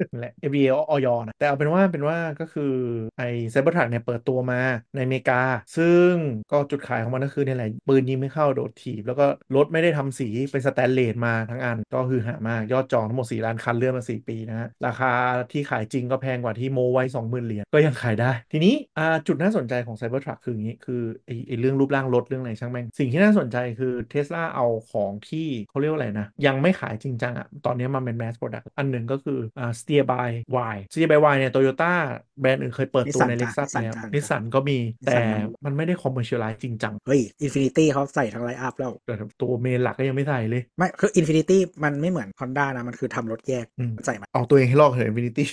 นั่นแหละ FDA ออยนะแต่เอาเป็นว่าเป็นว่าก็คือไอ้ไซเบอร์ทรัคเนี่ยเปิดตัวมาในอเมริกา ซึ่งก็จุดขายของมันก็คือเนี่ยแหละปืนยิงไม่เข้าโดดถีบ แล้วก็รถไม่ได้ทำสีเป็นสแตนเลสมาทั้งอันก็คือหามาก ยอดจองทั้งหมด 4 ล้านคันเลื่อนมา 4 ปีนะฮะ ราคาที่ขายจริงก็แพงกว่าที่โมไว้ 20,000 เหรียญก็ยังขายได้ ทีนี้อ่าจุดน่าสนใจของไซเบอร์ทรัคคืออย่างนี้คือไอ้ไอ้เรื่องรูปร่างรถเรื่องอะไรช่างแม่งสิ่งที่น่าสนใจคือเทสลาเอาของที่เขาเรียกว่าอะไรนะ ยังไม่ขายจริงจังอะตอนนี้มันเป็นแมสโปรดักต์อันหนึ่งก็คืออ่าสเตียบายวายสเตียบายวายเนี่ยโตโยต้าแบรนด์อื่นเคยเปิดตัวใน
Nissan
เล็กซัส
จ้ะ
แล้
Nissan
ว
จ้ะ
นิสสันก็มี
Nissan
แต่
นำอยู่
มันไม่ได้คอมเมอร์เชียลไลซ์จริงจัง
เฮ้ย Infinity เขาใส่ทั้งไล n ์อัพแล้ว
แต่ตัวเมนหลักก็ยังไม่ใส่เลย
ไม่คือ Infinity มันไม่เหมือน Honda นะ มันคือทำรถแยก
อืม
เข้าใจไหม
เอาตัวเองให้รอดเถอะอินฟินิตี้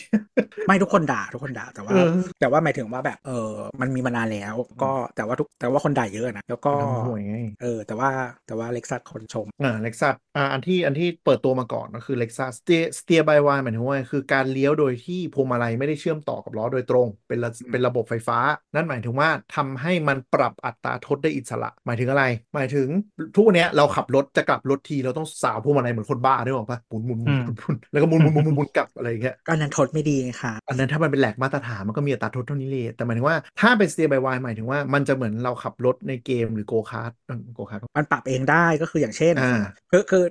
ไม่ทุกคนด่าทุกคนด่าแต่ว่า
เออ
แต่ว่าหมายถึงว่าแบบเออมันมีมานานแล้ว ก็แต่ว่าทุกแต่ว่าคนด่าเยอะนะแล้วก็
มันห่วยไง
เออแต่ว่าแต่ว่าเล็กซัสคนชม
อ่าเล็กซัสอ่าอันที่อันที่เปิดตัวมาก่อนก็คือเล็กซัสสเตียสเตียบายวายหมายถึงว่าคือการเลี้ยวโดยที่พวงมาลัยไม่ได้เชื่อมต่อกับล้อโดยตรง เป็นระ
อืม
เป็นระบบไฟฟ้า นั่นหมายถึงว่าทำให้มันปรับอัตราทดได้อิสระ หมายถึงอะไร หมายถึงทุกวันเนี้ยเราขับรถจะกลับรถที เราต้องสาวพวงมาลัยเหมือนคนบ้าด้วยหรอกปะหมุนหมุนหมุนหมุนหมุนแล้วก็หมุนหมุนหมุนหมุนหมุนกลับอะไรอย่างเงี้ย
ก็อันนั้นทดไม่ดีไงคะ
อันนั้นถ้ามันเป็นแหลกมาตรฐานมันก็มีอัตราโทษเท่านี้เลย แต่หมายถึงว่าถ้าเป็นสเตียบายวายหมายถึงว่ามันจะเหมือนเราขับรถในเกมหรือโกคาร์ดโกคาร์ด
มันปรับเองได้ก็คืออย่างเช่น
อ่า
คือคือ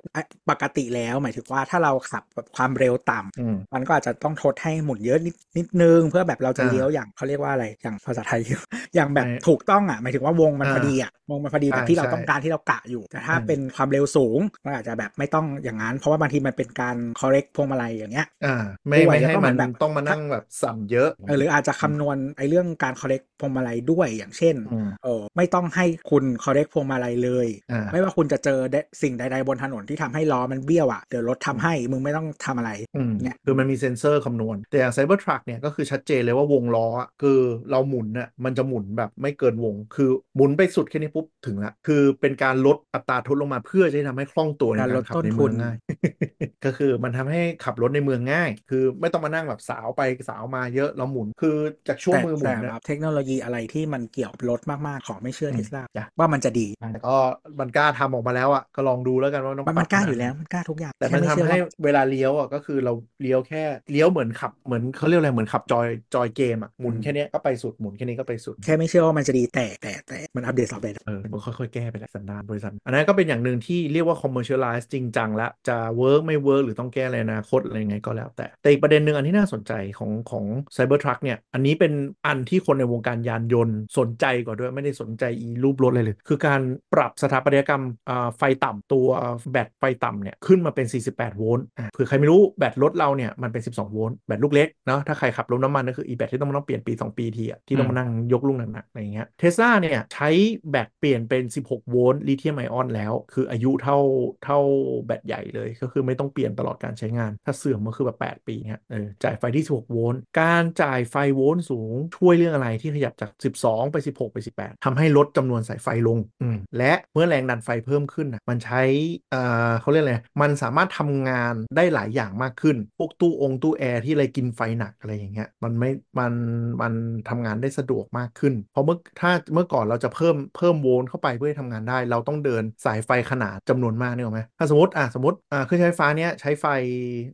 ปกติแล้วหมายถึงว่าถ้าเราขับแบบความเร็วต่ำ
อืม
มันก็ อาจจะต้องทดให้หมุนเยอะนิดนิดนึง เพื่อแบบเราจะ
อ่า
เลี้ยวอย่างเขาเรียกว่าอะไรอย่างภาษาไทย อย่างแบบ
ไม่
ถูกต้องอ่ะหมายถึงว่าวงมัน
อ่า
พอดีอ่ะวงมันพอดีแบบ
ใช่
ที่เรา
ใช่
ต้องการที่เรากะอยู่ แต่ถ้า
อืม
เป็นความเร็วสูงมันอาจจะแบบไม่ต้องอย่างนั้น เพราะว่าบางทีมันเป็นการ correct พวงมาลัยอย่างเงี้ย
อ่า ไม่
ด้วย
ไม่
แล้ว
ให้
ก็เหมือ
มั
น นแบบ
ต้องมานั่งแบบสั่นเยอะ
เออหรืออาจจะคำนวณไอ้เรื่องการ correct พวงมาลัยด้วยอย่างเช่น
อืม
เออไม่ต้องให้คุณ correct พวงมาลัยเลย
อ่า
ไม่ว่าคุณจะเจอเดสิ่งใดๆบนถนนที่ทำให้ล้อมันเบี้ยวอะ่ะ เดี๋ยวรถทำให้ มึงไม่ต้องทำอะไร
อืม
เนี่ย
คือมันมีเซ็นเซอร์คำนวณ แต่อย่าง Cybertruck เนี่ยก็คือชัดเจนเลยว่าวงล้ออะคือเราหมุนน่ะมันจะหมุนแบบไม่เกินวง คือหมุนไปสุดแค่นี้ปุ๊บถึงละ คือเป็นการลดอัตราทุนลงมาเพื่อจะทำให้คล่องตัวใน
การ
กา
ล
ร
ด
ขั
ต้
บ
น
ใน
ทุ
เมือน งง่าย ก็คือมันทำให้ขับรถในเมืองง่าย คือไม่ต้องมานั่งแบบสาวไปสาวมาเยอะเราหมุนคือจากช่วง
แต่
มือหมุ
แต่
น
แบ
นะ
บเทคโนโลยีอะไรที่มันเกี่ยวกับรถมากๆ ของไม่เชื่อเทสลา
จ้ะ
ว่ามันจะดี
แต่ก็มันกล้าทำออกมาแล้วอ่ะก็ลองดูแล้วกันว่าต้อง
มัน
ป
มั
รั
น
บ
กล้า
ขน
อ
ด
ยู่
ไห
แล้ว
น
มันกล้าทุกอย่าง
แต่
ค่
มันทำ
ไเชื่อ
ให้
ว่า
เวลาเลี้ยวอ่ะก็คือเราเลี้ยวแค่เลี้ยวเหมือนขับเหมือนเขาเรียกอะไรเหมือนขับจอยจอยเกมอ่ะหมุน
อืม
แค่เนี้ยก็ไปสุดหมุนแค่นี้ก็ไปสุด
แค่ไม่เชื่อว่ามันจะดีแต่แต่แต่มันอัปเดตสัปเดต
เออมันค่อยๆแก้ไปแหละสันดานบริษัทอันนั้นก็เป็นอย่างหนึ่งที่เรียกว่า commercialize จริงจังละจะเวิร์กไม่เวิร์กหรือต้องแก้อะไรอนาคตอะไรยังไงก็แล้ว แต่แต่อีกประเด็นหนึ่งอันที่น่าสนใจของของ Cybertruck เนี่ยอันนี้เป็นอันที่คนในวงการยานยนต์สนใจกว่าด้วยไม่ได้สนใจอีรูปรถเลยเลยคือการปรับสถาปัตยกรรมอ่าไฟต่ำตัวแบตไฟต่ำเนี่ยขึ้นมาเป็น 48 โวลต์อ่ะเผื่อใครไม่รู้แบตรถเราเนี่ยมันเป็น 12 โวลต์แบตลูกเล็กเนาะถ้าใครขับรถน้ำมันก็คืออีแบตที่ต้องมาต้องเปลี่ยนปี 2 ปีทีอ่ะที่ต้องมานั่งยกลูกหนักๆอะไรอย่างเงี้ยเทสลาเนี่ยใช้แบตเปลี่ยนเป็น 16 โวลต์ลิเธียมไอออนแล้ว คืออายุเท่าเท่าแบตใหญ่เลยก็คือไม่ต้องเปลี่ยนตลอดการใช้งาน ถ้าเสื่อมก็คือแบบ 8 ปีเนี่ยเออจ่ายไฟที่ 16 โวลต์การจ่ายไฟโวลต์สูงช่วยเรื่องอะไรที่ขยับจาก 12 ไป 16 ไป 18ทำให้ลดจำนวนสายไฟลงอืมและเมื่อแรงดันไฟเพิ่มขึ้นน่ะมันใช้เอ่อเขาเรียกอะไร มันสามารถทำงานได้หลายอย่างมากขึ้น พวกตู้องค์ตู้แอร์ที่อะไรกินไฟหนักอะไรอย่างเงี้ย มันไม่ มัน มันทำงานได้สะดวกมากขึ้น เพราะเมื่อ ถ้าเมื่อก่อนเราจะเพิ่ม เพิ่มโวลต์เข้าไปเพื่อให้ทำงานได้ เราต้องเดินสายไฟขนาดจำนวนมากเนี่ยหรอกไหมถ้าสมมติ อ่ะสมมติอ่าเครื่องใช้ไฟฟ้าเนี้ยใช้ไฟ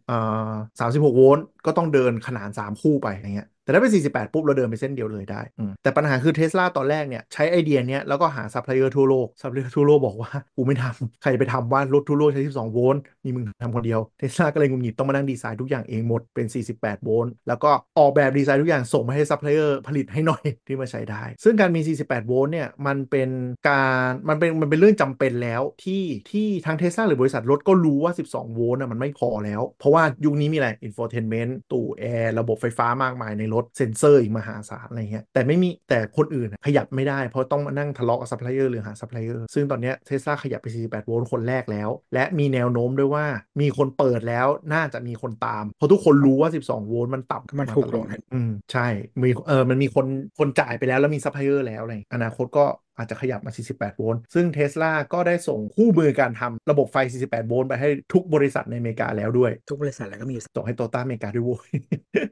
เอ่อสามสิบหกโวลต์ ก็ต้องเดินขนาน 3 คู่ไปอย่างเงี้ย แต่ถ้าเป็น 48 ปุ๊บ เราเดินไปเส้นเดียวเลยได้อืมแต่ปัญหาคือเทสลาตอนแรกเนี่ยใช้ไอเดียเนี้ยแล้วก็หาซัพพลายเออร์ทั่วโลก ซัพพลายเออร์ทั่วโลกบอกว่า กูไม่ทำใครจะไปทำว่ารถทั่วโลกใช้ 12 โวลต์มีมึงทำคนเดียวเทสลาก็เลยงุนงิดต้องมานั่งดีไซน์ทุกอย่างเองหมดเป็น 48 โวลต์แล้วก็ออกแบบดีไซน์ทุกอย่างส่งมาให้ซัพพลายเออร์ผลิตให้หน่อย ที่มาใช้ได้ ซึ่งการมี 48 โวลต์เนี่ยมันเป็นการมันเป็นมันเป็นเรื่องจำเป็นแล้วที่ที่ทางเทสลาหรือบริษัทรถก็รู้ว่า 12 โวลต์น่ะมันไม่พอแล้ว เพราะว่ายุคนี้มีอะไรอินโฟเทนเมนต์ตู้แอร์ระบบไฟฟ้ามากมายในรถ เซ็นเซอร์อีกมหาศาลอะไรเงี้ยแต่ไม่มีแต่คนอื่นน่ะขยับไม่ได้เพราะต้องมานั่งทะเลาะกับซัพพลายเออร์หรือหาซัพพลายเออร์ซึ่งตอนเนี้ยเทสลาขยับไป 48 โวลต์คนแรกแล้ว และมีแนวโน้มด้วยว่ามีคนเปิดแล้วน่าจะมีคนตาม เพราะทุกคนรู้ว่า 12 โวลต์มันต่ำ
มัน
มา
ถูก
ต
ล
ลอง ด อืม ใช่ มีเออมันมีคนคนจ่ายไปแล้ว แล้วมีซัพพลายเออร์แล้วอะไรอนาคตก็อาจจะขยับมา 48 โวลต์ซึ่งเทสลาก็ได้ส่งคู่มือการทำระบบไฟ 48 โวลต์ไปให้ทุกบริษัทในอเมริกาแล้วด้วย
ทุกบริษัทแล้วก็มีอยู่
ส่งให้โตต้าอเมริกาด้วยโว้ ย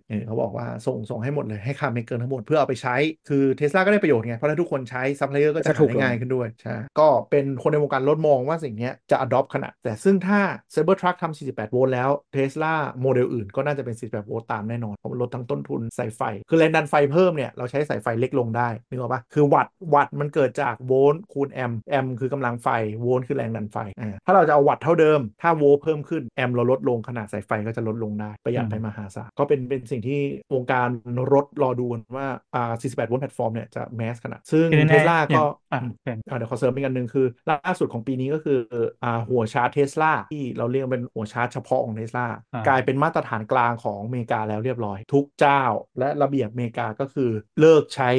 เออเขาบอกว่าส่งส่งให้หมดเลยให้คาเมเกอร์ทั้งหมดเพื่อเอาไปใช้ คือเทสลาก็ได้ประโยชน์ไง เพราะถ้าทุกคนใช้ซัพพลายเออร์ก็จะหาได้ง่ายขึ้นด้วยใช่ก็เป็นคนในวงการรถมองว่าสิ่งเนี้ยจะ adopt ขนาด แต่ซึ่งถ้า Cybertruck ทำ 48 โวลต์แล้วเทสลาโมเดลอื่นก็น่าจะเป็น 48 โวลต์ตามแน่นอน เพราะมันลดทั้งต้นทุนสายไฟ คือแรงดันไฟเพิ่มเนี่ย เราใช้สายไฟเล็กลงได้นึกออกปะคือวัตต์วัตต์มันเกิดจากโวลต์คูณแอมป์แอมป์คือกำลังไฟโวลต์คือแรงดันไฟอ่าถ้าเราจะเอาวัตต์เท่าเดิม ถ้าโวลต์เพิ่มขึ้นแอมป์เราลดลงขนาดสายไฟก็จะลดลงได้ประหยัดไปมหาศาลก็เป็นเป็นสิ่งที่วงการรถรอดูกันว่าอ่า 48 โวลต์แพลตฟอร์มเนี่ยจะแมสขนาดซึ่ง
คือ
เท
แน่
สลา
ๆอย่า
ก็
งอ่ะเชิญ
อ่าเดี๋ยวขอเสริมอีกอันหนึ่งคือ ล่าสุดของปีนี้ก็คืออ่าหัวชาร์จเทสลาที่เราเรียกเป็นหัวชาร์จเฉพาะของเทสลา
อ่าก ก
ลายเป็นมาตรฐานกลางของอเมริกาแล้วเรียบร้อย ทุกเจ้าและระเบียบอเมริกาก็คือเลิกใช้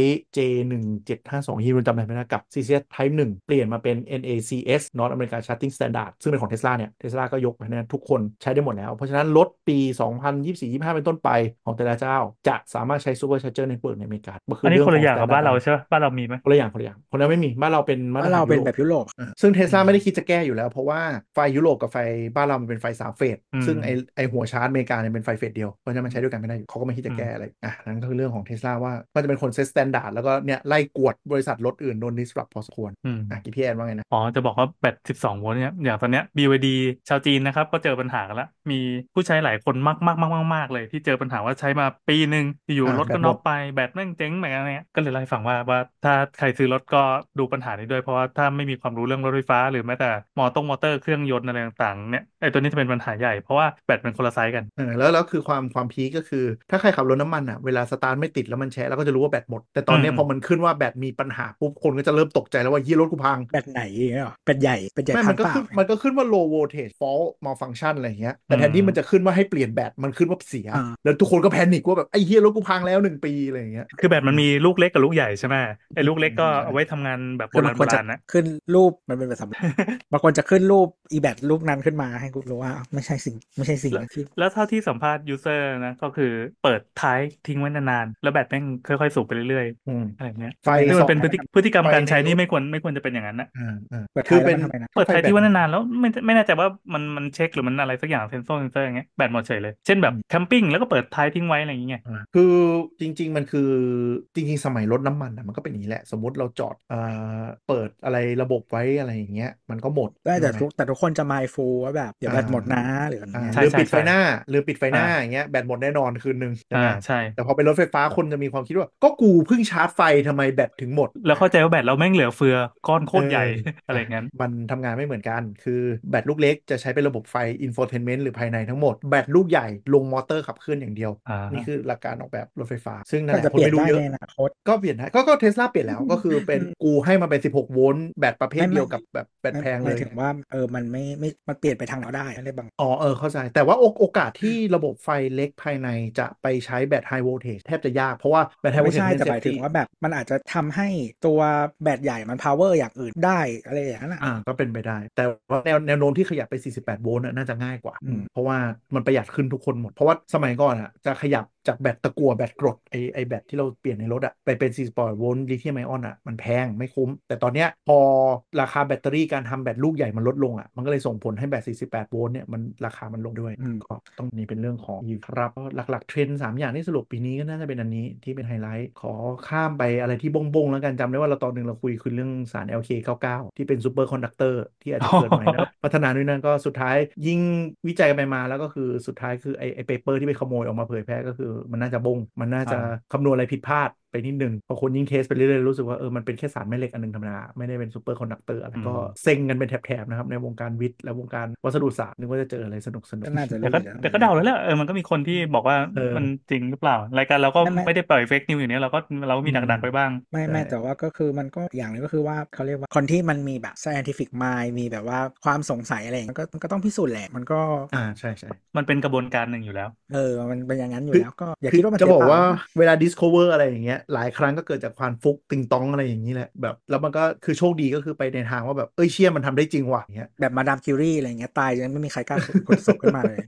J1752 ที่รุ่นจำได้ไหมนะกับ CCS Type 1 เปลี่ยนมาเป็น NACS North American Charging Standard ซึ่งเป็นของเทสลาเนี่ยเทสลาก็ยกไปนะทุกคนใช้ได้หมดแล้ว เพราะฉะนั้นรถปี 2024-25 เป็นต้นไปของแต่ละเจ้า จะสามารถใช้ Super Charger Network ในอเมริกาก็คื
อันนี้
เรื่อง
ค
ข
นละ
อง
อย่างกับบ้านเรา
standard
ใช่ปะบ้านเรามีไหม
คนละอย่างคนละอย่างคนนั้นไม่มีบ้านเราเป็นมาตร
ว่า
ฐา
เรา
น
เป็น
ยุโร
แบ
ป
บยุโรป
อ่ะซึ่งเทสลา
อืม
ไม่ได้คิดจะแก้อยู่แล้ว เพราะว่าไฟยุโรปกับไฟบ้านเรามันเป็นไฟสามเฟส
อืม
ซึ่งไอไอหัวชาร์จอเมริกาเนี่ยเป็นไฟเฟสเดียวเพราะฉะนั้นมันใช้ด้วยกันไม่ได้อยู่เขาก็ไม่คิดจะแก้อะไรอ่ะนั่นก็คือเรื่องของเทสลาว่ามันจะเป็นคนเซตสแตนดาร์ดแล้วก็เนี่ยไล่กวดบริษัทรถอื่นโด น disrupt พอสมควร
อืม
อ่ะกี่พี่แอนว่าไงนะ
อ๋อ จะบอกว่าแบต12 โวลต์เนี่ยอย่างตอนเนี้ย BYD ชาวจีนนะครับ ก็เจอปัญหากันละ มีผู้ใช้หลายคนมากมากมากมากมากเลย ที่เจอปัญหาว่าใช้มาปีหนึ่งอยู่
อ่า
ๆรถ
แบต
ก็
หมด
น็อกไปแบตแม่งเจ๊งแบบอะไรเงี้ยก็เลยเล่าให้ฟังว่าว่าถ้าใครซื้อรถก็ดูปัญหานี้ด้วย เพราะว่าถ้าไม่มีความรู้เรื่องรถไฟฟ้า หรือแม้แต่มอตงมอเตอร์เครื่องยนต์อะไรต่างๆเนี่ยไอ้ตัวนี้จะเป็นปัญหาใหญ่เพราะว่าแบตมันคนละไซส์กัน
เออแล้วแล้วคือความความพีคก็คือ ถ้าใครขับรถน้ำมันอ่ะเวลาสตาร์ทไม่ติดแล้วมันแชะแล้วก็จะรู้ว่าแบตหมด แต่ตอนเนี้ย
อืม
พอมันขึ้นว่าแบตมีปัญหาปุ๊บคนก็จะเริ่มตกใจแล้วว่ายี่รถกูพัง
แบบไหนอย่างเงี้ยหรอแบบใหญ่แบบใหญ่
ไม่
พั
มั
ง
นก็
เปล่า
ขึ้นมันก็ขึ้นว่า low voltage fault malfunction อะไรอย่างเงี้ย แต่แทนที่
อืม
มันจะขึ้นว่าให้เปลี่ยนแบต มันขึ้นว่าเสีย แล้วทุกคนก็แพนิคว่าแบบไอ้เฮียรถกูพังแล้วหนึ่งปีอะไรอย่างเงี้ย
คือแบตมันมีลูกเล็กกับลูกใหญ่ใช่ไหมไอ้ลูกเล็กก็
อืม
เอาไว้ทำงานแบบโบ
คือ
รา
มั
ณ
น
โบ
ควรจะ
ราณนะ
ขึ้นรูปมันเป็นแบบ สำเร็จ บางคนจะขึ้นรูปอีแบตรูปนั้นขึ้นมาให้กูรู้ว่าไม่ใช่สิ่งไม่ใช่สิ่งที่
แล้วเท่าที่สัมภาษณ์ยูเซอร์นะ ก็คือเปิดท้ายทิ้งไว้นานๆ แล้วแบตแม่งค่อยๆ สูบไปเรื่อย
อืม
ๆ อะไรเงี้ย
ไฟ
นี่
ส่อน
มั
ง
เป็นพฤติพฤติกรรม
ไปใน
การใช้นี่
รถ
ไม่ควรไม่ควรจะเป็นอย่างนั้นนะ
อ่าอ่า
เปิด
คือ
ท้าย
เป็น
แล้วมันทำไมนะ
เปิดท้าย
แบ
ทิ้
ต
งไว้นานๆแล้วไม่ไม่แน่ใจว่ามันมันเช็คหรือมันอะไรสักอย่างเซนเซอร์เซนเซอร์อย่างเงี้ยแบตหมดเฉยเลย เช่นแบบแคมปิ้งแล้วก็เปิดท้ายทิ้งไว้อะไรอย่างเงี้ย
อ่าคือจริง ๆ มันคือจริง ๆ สมัยรถน้ำมันนะมันก็เป็นอย่างนี้แหละ สมมติเราจอดเอ่อเปิดอะไรระบบไว้อะไรอย่างเงี้ยมันก็หมด
ได้แต่
ใช่ไหม
ทุกแต่ทุกคนจะ mindful ว่าแบบเดี๋ยวแบตหมดนะหรืออะไร
อ่า
เงี้ย
ใช่
ลืมปิด
ใช่
ไฟหน้าลืมปิดไฟหน้า
อ่า
อย่างเงี้ยแบตหมดแน่นอนคืนนึงใช่ไหม
อ่าใช่
แต่พอเป็นรถไฟฟ้าคนจะมีความคิดว่า ก็กูเพิ่งชาร์จไฟทำไมแบตถึงหมด
แล้วเข้าใจว่าแบตเราแม่งเหลือเฟือก้อนโคตรใหญ่
เออ
อะไรอย่างนั้น
มันทำงานไม่เหมือนกัน คือแบตลูกเล็กจะใช้เป็นระบบไฟ infotainment หรือภายในทั้งหมด แบตลูกใหญ่ลงมอเตอร์ขับเคลื่อนอย่างเดียว
อ่านี่
นี่คือหลักการออกแบบรถไฟฟ้า ซึ่งนั่น
ก็
แห
จะเป
ละคน
ลี่ยนได้
ไม่รู้เยอะ
ในอนาคต
ก็เปลี่ยนได้ก็ก็เทสลาเปลี่ย นแล้วก็คือเป็นกูให้มาเป็น 16 โวลต์แบตประเภทเดียวกับแบบแบตแพง
ห
เล
มาย
ย
ถึงว่าเออมันไม่ไม่มันเปลี่ยนไปทางเราได้อะไรบาง
อ๋อเออเข้าใจแต่ว่าโอกโอกาสที่ระบบไฟเล็กภายในจะไปใช้แบตไฮโวลเทจแทบจะยาก เพราะว่าแบตไฮโวล
ไม่
เท
ใช่
จเป็น
แต่ห
เซฟ
มายถึง
ตี้
ว่าแบบมันอาจจะทำให้ตัวแบตใหญ่มัน power อย่างอื่นได้อะไรอย่างนั้นอ่ะ
อ่าก็เป็นไปได้ แต่ว่าแนวแนวโน้มที่ขยับไป 48 โวลต์น่ะน่าจะง่ายกว่า
อืม
เพราะว่ามันประหยัดขึ้นทุกคนหมด เพราะว่าสมัยก่อนอ่ะจะขยับจากแบตตะกั่วแบตกรดไอไอแบตที่เราเปลี่ยนในรถอ่ะไปเป็น 48 โวลต์ลิเธียมไอออนอ่ะมันแพงไม่คุ้ม แต่ตอนเนี้ยพอราคาแบตเตอรี่การทำแบตลูกใหญ่มันลดลงอ่ะมันก็เลยส่งผลให้แบต 48 โวลต์เนี่ยมันราคามันลงด้วย
อืม
ก็ต้องนี่เป็นเรื่องของอีกครับก็หลักๆเทรนด์สามอย่างที่สรุปปีนี้ก็น่าจะเป็นอันนี้ที่เป็นไฮไลท์ ขอข้ามไปอะไรที่บงบงๆแล้วกันจำได้ว่าเราตอนหนึ่งเราคุยคุยเรื่องสาร LK99 ที่เป็นซูเปอร์คอนดักเตอร์ที่อาจจะ เกิดใหม่แล้ว พัฒนาด้วยนั่นก็สุดท้ายยิ่งวิจัยกันไปมาแล้วก็คือสุดท้ายคือไอ้ไอ้เปเปอร์ที่ไปขโมยออกมาเผยแพร่ก็คือมันน่าจะบง มันน่าจะ
อ่า
คำนวณอะไรผิดพลาดไปนิดนึงพอคนยิ่งเทสไปเรื่อยๆรู้สึกว่าเออมันเป็นแค่สารแม่เหล็กอันหนึงธรรมดาไม่ได้เป็นซูเปอร์คอนดักเตอร์อะไรก็
อืม
เซ็งกันเป็นแถบๆนะครับในวงการวิทย์และวงการวัสดุศาสตร์นึกว่าจะเจออะไรสนุกๆ
ก็น่าจะ
แต่
รู้อ
ก็
ยู่
แต่ก็เดาแล้วแหละเออมันก็มีคนที่บอกว่า
เออ
มันจริงหรือเปล่า รายการเราก็
ไม่ไม่
ไม่ได้ปล่อยเฟกนิวอย่างเนี้ยเราก็เราก็มี
อืม
ดักๆไปบ้าง
ไม่ไม่
ใช่
แต่ว่าก็คือมันก็อย่างหนึงก็คือว่าเขาเรียกว่าคนที่มันมีแบบ scientific mind มีแบบว่าความสงสัยอะไรอย่างเงี้ยมันก็มันก็ต้องพิสูจน์แหละ มันก็
อ่าใช่ใช่
มันเป็นกระบวนการหนึ่งอยู่แล้ว
เออมันเป็นอย่างนั้นอยู่
คือ
แล้วก็อย่า
คื
คิดว่ามัน
จะ
เสีย
บอก
เปล่า
ว่าเวลา discover อะไรอย่างเงี้ยหลายครั้งก็เกิดจากความฟุกติงตองอะไรอย่างนี้แหละแบบแล้วมันก็คือโชคดีก็คือไปในทางว่าแบบเอ้ยเชี่ยมันทำได้จริงว่ะอย่างเงี้ย
แบบมาดามคิวรี่อะไรอย่างเงี้ยตายจนไม่มีใครกล้าขุดขุดศพขึ้น มาเลย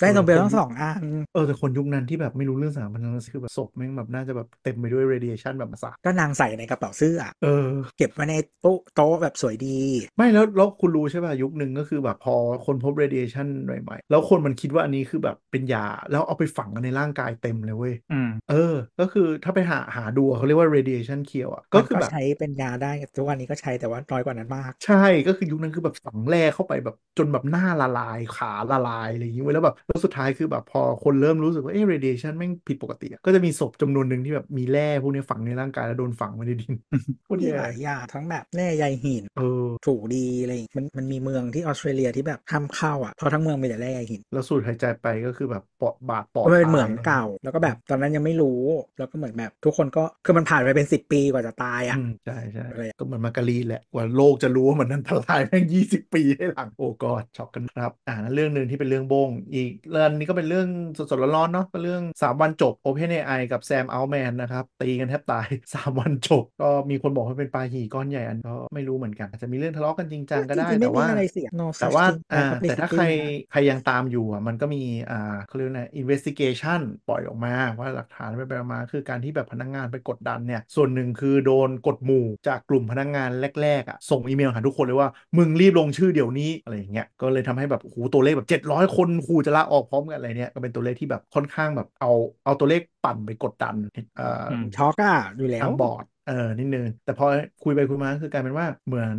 ได้โนเบลทั้งสองอัน
เออแต่คนยุคนั้นที่แบบไม่รู้เรื่องสารพันธุ์คือแบบศพแม่งแบบน่าจะแบบเต็มไปด้วย radiation แบบมาสาด
ก็นางใส่ในกระเป๋าเสื้อ
เออ
เก็บไว้ในโต๊ะโต๊ะแบบสวยดี
ไม่แล้วแล้วคุณรู้ใช่ป่ะยุคหนึ่งก็คือแบบพอคนพบ radiation ใหม่ๆแล้วคนมันคิดว่าอันนี้คือแบบเป็นยาแล้วเอาไปฝังกันในร่างกายเต็มเลยเว้ย
อืม
เออ ก็คือถ้าไปหาหาดูอะเขาเรียกว่า radiation kill อ่ะ ก็
มัน
คือ
ก็
แบบ
ใช้เป็นยาได้ทุกวันนี้ก็ใช้แต่ว่าน้อยกว่านั้นมาก
ใช่ ก็คือยุคนั้นคือแบบฝังแร่เข้าไปแบบจนแบบหน้าละลายขาละลายอะไรอย่างเงี้ยแล้วแบบแล้วสุดท้ายคือแบบพอคนเริ่มรู้สึกว่าเอ้ radiation แม่งผิดปกติอะก็จะมีศพจำนวนหนึ่งที่แบบมีแร่พวกเนี้ยฝังในร่างกายแล้วโดนฝังไว้ใน ดิน โคตร
มี
แย่
หลายยาทั้งแบบแร่ใยหิน
เออ
ถูกดีอะไรอย่างมันมันมีเมืองที่ออสเตรเลียที่แบบห้ามเข้าอ่ะเพราะทั้งเมืองมีแต่แร่ใยหิน
แล้วสูดหายใจไปก็คือแบบปอดบาดปอด
เพราะมันเป็น
ตา
เหมือง
ยะไร
เก่า แล้วก็แบบตอนนั้นยังไม่รู้ แล้วก็เหมือนแบบทุกคนก็คือมันผ่านไปเป็นสิบปีกว่าจะตายอ่ะ
อืมใช่ใช่
อะไรอะ
ก็เหมือนมาการีนแหละกว่าโลกจะรู้ว่ามันนั้นทลายแม่ง ยี่สิบปีให้หลังโอ้กอดช็อกกันครับ อ่านั่นเรื่องหนึ่งที่เป็นเรื่องโบงอีกเรื่องนี้ก็เป็นเรื่องสดๆร้อนๆเนาะก็เรื่อง 3 วันจบ OpenAI กับแซมอัลแมนนะครับ ตีกันแทบตาย 3 วันจบ ก็มีคนบอกว่าเป็นปลาหี่ก้อนใหญ่อันก็ไม่รู้เหมือนกันอาจจะมีเรื่องทะเลาะกันจริงจังก็ได้
จริงๆ
แต่
ไม่
ว่า
มีอะไรเสีย no
แต่
such
ว่า
thing
อ่า
as
แต่ถ้า
publicity
ใคร
นะ
ใครยังตามอยู่อ่ะ มันก็มี อ่าเขาเรียกว่าไง investigation ปล่อยออกมา ว่าหลักฐานไปไปมา คือการที่แบบพนักงานไปกดดันเนี่ย ส่วนหนึ่งคือโดนกดหมู่จากกลุ่มพนักงานแรก ๆ อ่ะ ส่งอีเมลหาทุกคนเลยว่า มึงรีบลงชื่อเดี๋ยวนี้ อะไรอย่างเงี้ย ก็เลยทำให้แบบโอ้โหตัวเลขแบบ 700 คนขู่จะลาออกพร้อมกันอะไรเนี่ย ก็เป็นตัวเลขที่แบบค่อนข้างแบบเอา เอาตัวเลขปั่นไปกดดัน เอ่อ
อืม
ช็อกอ่ะดูแล้
ทาว งบอร์ด เออนิดนึงแต่พอคุยไปคุยมาก็คือกลายเป็นว่าเหมือน